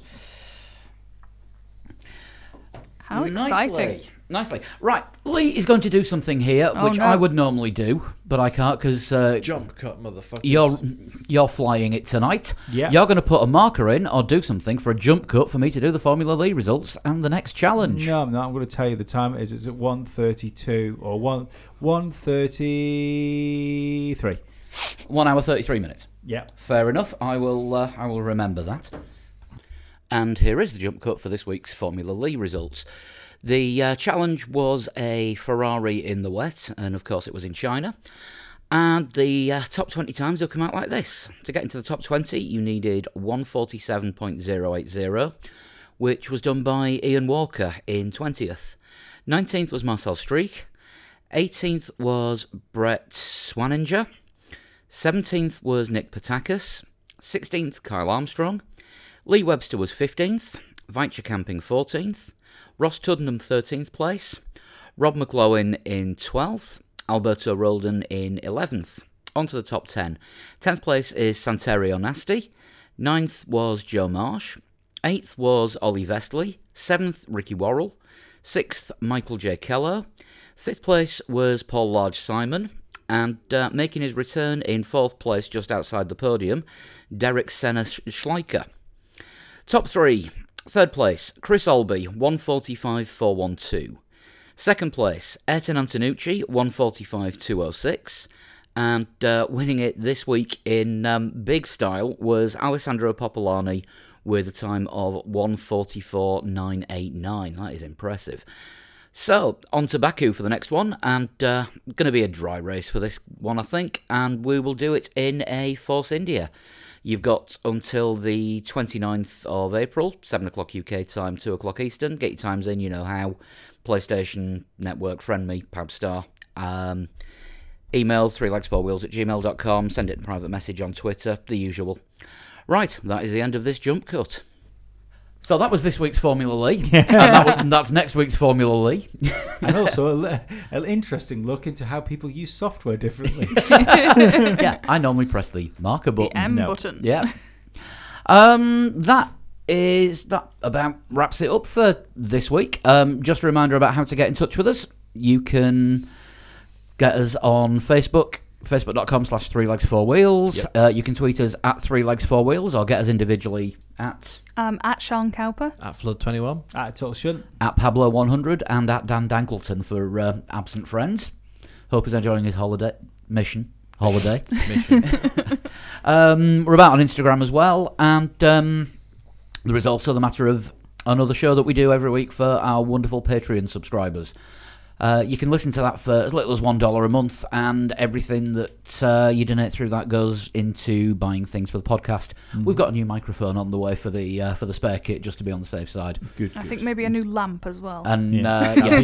[SPEAKER 2] How
[SPEAKER 1] Nicely.
[SPEAKER 2] exciting!
[SPEAKER 1] Nicely. Right. Lee is going to do something here,
[SPEAKER 2] Oh,
[SPEAKER 1] which
[SPEAKER 2] no.
[SPEAKER 1] I would normally do, but I can't because uh,
[SPEAKER 3] <laughs> Jump cut, motherfuckers.
[SPEAKER 1] you're you're flying it tonight.
[SPEAKER 4] Yeah.
[SPEAKER 1] You're going to put a marker in or do something for a jump cut for me to do the Formula Lee results and the next challenge.
[SPEAKER 4] No, I'm not. I'm going to tell you the time it is. It's at 1.32 or 1, 1.33.
[SPEAKER 1] One hour thirty three minutes.
[SPEAKER 4] Yeah.
[SPEAKER 1] Fair enough. I will. Uh, I will remember that. And here is the jump cut for this week's Formula Lee results. The uh, challenge was a Ferrari in the wet, and of course it was in China. And the uh, top 20 times will come out like this. To get into the top 20, you needed 147.080, which was done by Ian Walker in 20th. 19th was Marcel Streak. 18th was Brett Swaninger. 17th was Nick Patakis. 16th, Kyle Armstrong. Lee Webster was 15th. Vitcher Camping 14th. Ross Tuddenham 13th place. Rob McLoughlin in 12th, Alberto Roldan in 11th. On to the top 10. 10th place is Santerio Nasty. 9th was Joe Marsh. 8th was Ollie Vestley. 7th, Ricky Worrell. 6th, Michael J. Keller. 5th place was Paul Large Simon. And uh, making his return in 4th place just outside the podium, Derek Senna Sch- Schleicher. Top three. Third place, Chris Olby, 145.412. Second place, Ayrton Antonucci, 145.206. And uh, winning it this week in um, big style was Alessandro Popolani with a time of 144.989. That is impressive. So, on to Baku for the next one, and uh, going to be a dry race for this one, I think, and we will do it in a Force India. You've got until the 29th of April, 7 o'clock UK time, 2 o'clock Eastern. Get your times in, you know how. PlayStation Network, friend me, Pabstar. Um, email three legs four wheels at gmail.com. Send it in private message on Twitter, the usual. Right, that is the end of this jump cut. So that was this week's Formula Lee. and that was- and that's next week's Formula E. Lee.
[SPEAKER 4] and
[SPEAKER 1] <laughs>
[SPEAKER 4] also a le- an interesting look into how people use
[SPEAKER 1] <laughs>
[SPEAKER 4] software differently.
[SPEAKER 1] yeah, <laughs> I normally press the marker button.
[SPEAKER 2] The M
[SPEAKER 4] no.
[SPEAKER 2] button.
[SPEAKER 1] Yeah. Um, that is that about wraps it up for this week. Um, just a reminder about how to get in touch with us. You can get us on Facebook. Facebook.com slash three legs four wheels.
[SPEAKER 3] Yep.
[SPEAKER 1] Uh, you can tweet us at three legs four wheels or get us individually at
[SPEAKER 2] Um, at Sean Cowper.
[SPEAKER 3] At Flood
[SPEAKER 2] <laughs>
[SPEAKER 3] 21.
[SPEAKER 4] I total shouldn't.
[SPEAKER 1] at Pablo100 and at Dan Dankleton for uh, absent friends. Hope he's enjoying his holiday mission. Holiday.
[SPEAKER 3] Mission.
[SPEAKER 1] Um, we're about on Instagram as well, and um, there is also the matter of another show that we do every week for our wonderful Patreon subscribers. Uh, you can listen to that for as little as one dollar a month, and everything that uh, you donate through that goes into buying things for the podcast. We've got a new microphone on the way for the uh, for the spare kit, just to be on the safe side.
[SPEAKER 4] Good.
[SPEAKER 2] I think maybe a new lamp as well.
[SPEAKER 1] And
[SPEAKER 4] Yeah, <laughs>
[SPEAKER 1] uh,
[SPEAKER 4] that'd
[SPEAKER 1] yeah,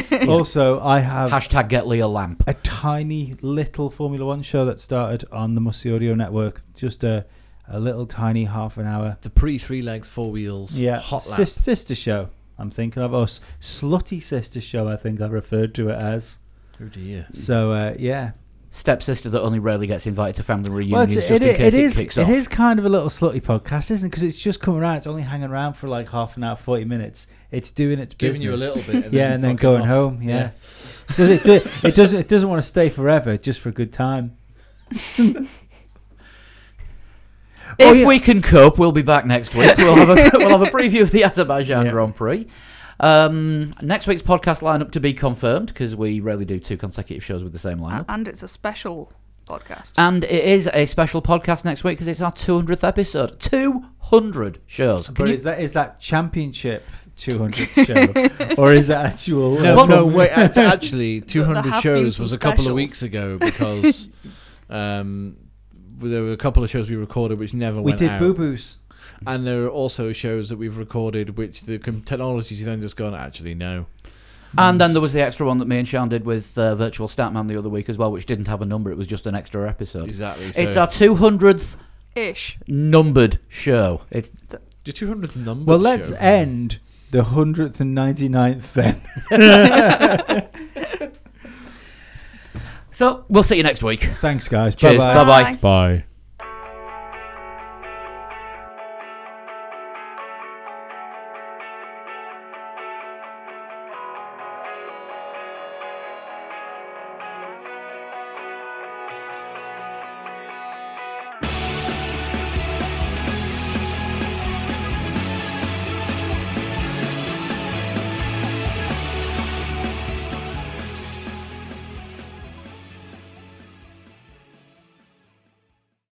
[SPEAKER 3] <laughs>
[SPEAKER 4] nice. Also, I have
[SPEAKER 1] hashtag get Leo lamp.
[SPEAKER 4] a tiny little Formula One show that started on the Musty Audio Network. Just a, a little tiny half an hour.
[SPEAKER 3] the pre three legs, four wheels,
[SPEAKER 4] Yeah,
[SPEAKER 3] hot lap.
[SPEAKER 4] Sis- sister show. I'm thinking of us slutty sister show. I think I referred to it as.
[SPEAKER 3] oh dear.
[SPEAKER 4] So uh, yeah,
[SPEAKER 1] Stepsister that only rarely gets invited to family reunions,
[SPEAKER 4] it's-
[SPEAKER 1] just in
[SPEAKER 4] it-
[SPEAKER 1] case
[SPEAKER 4] it
[SPEAKER 1] it,
[SPEAKER 4] is
[SPEAKER 1] kicks
[SPEAKER 4] it
[SPEAKER 1] off.
[SPEAKER 4] is kind of a little slutty podcast, isn't it? Because it's just coming around. It's only hanging around for like half an hour, forty minutes. It's doing its
[SPEAKER 3] Giving you a
[SPEAKER 4] business.
[SPEAKER 3] little bit. And
[SPEAKER 4] <laughs> yeah, and then
[SPEAKER 3] fucking
[SPEAKER 4] going
[SPEAKER 3] off.
[SPEAKER 4] home. Yeah. does
[SPEAKER 3] <laughs>
[SPEAKER 4] it do? It doesn't. It doesn't want to stay forever, just for a good time. Oh,
[SPEAKER 1] If
[SPEAKER 4] yeah.
[SPEAKER 1] we can cope, we'll be back next
[SPEAKER 4] <laughs>
[SPEAKER 1] week. we'll, have a, we'll have a preview of the Azerbaijan
[SPEAKER 4] Yeah.
[SPEAKER 1] Grand Prix. Um, next week's podcast lineup to be confirmed because we rarely do two consecutive shows with the same
[SPEAKER 2] A-
[SPEAKER 4] Uh,
[SPEAKER 1] lineup.
[SPEAKER 2] and it's a special podcast.
[SPEAKER 1] And it is a special podcast next week because it's our 200th episode. 200 shows. Can
[SPEAKER 4] but
[SPEAKER 1] you-
[SPEAKER 4] is that is that championship 200 <laughs> show, or is it actual?
[SPEAKER 3] No,
[SPEAKER 1] Well,
[SPEAKER 3] no,
[SPEAKER 4] <laughs>
[SPEAKER 3] wait. act- Actually,
[SPEAKER 2] there
[SPEAKER 3] 200
[SPEAKER 2] have been
[SPEAKER 3] shows
[SPEAKER 2] some
[SPEAKER 3] was a couple of
[SPEAKER 2] specials.
[SPEAKER 3] weeks ago <laughs> because um, there were a couple of shows we recorded which never
[SPEAKER 4] we
[SPEAKER 3] went
[SPEAKER 4] did
[SPEAKER 3] out.
[SPEAKER 4] boo boos.
[SPEAKER 3] And there are also shows that we've recorded which the com- technology's then just gone, actually, no.
[SPEAKER 1] and then there was the extra one that me and Sean did with uh, Virtual Statman the other week as well, which didn't have a number. It was just an extra episode.
[SPEAKER 3] Exactly.
[SPEAKER 1] It's
[SPEAKER 3] so-
[SPEAKER 1] our 200th
[SPEAKER 2] Ish.
[SPEAKER 1] numbered show. It's
[SPEAKER 3] Your 200th number.
[SPEAKER 4] Well, let's
[SPEAKER 3] show.
[SPEAKER 4] end the 199th then.
[SPEAKER 1] So we'll see you next week.
[SPEAKER 4] Thanks, guys.
[SPEAKER 1] Cheers.
[SPEAKER 4] Bye-bye.
[SPEAKER 1] Bye-bye.
[SPEAKER 3] Bye.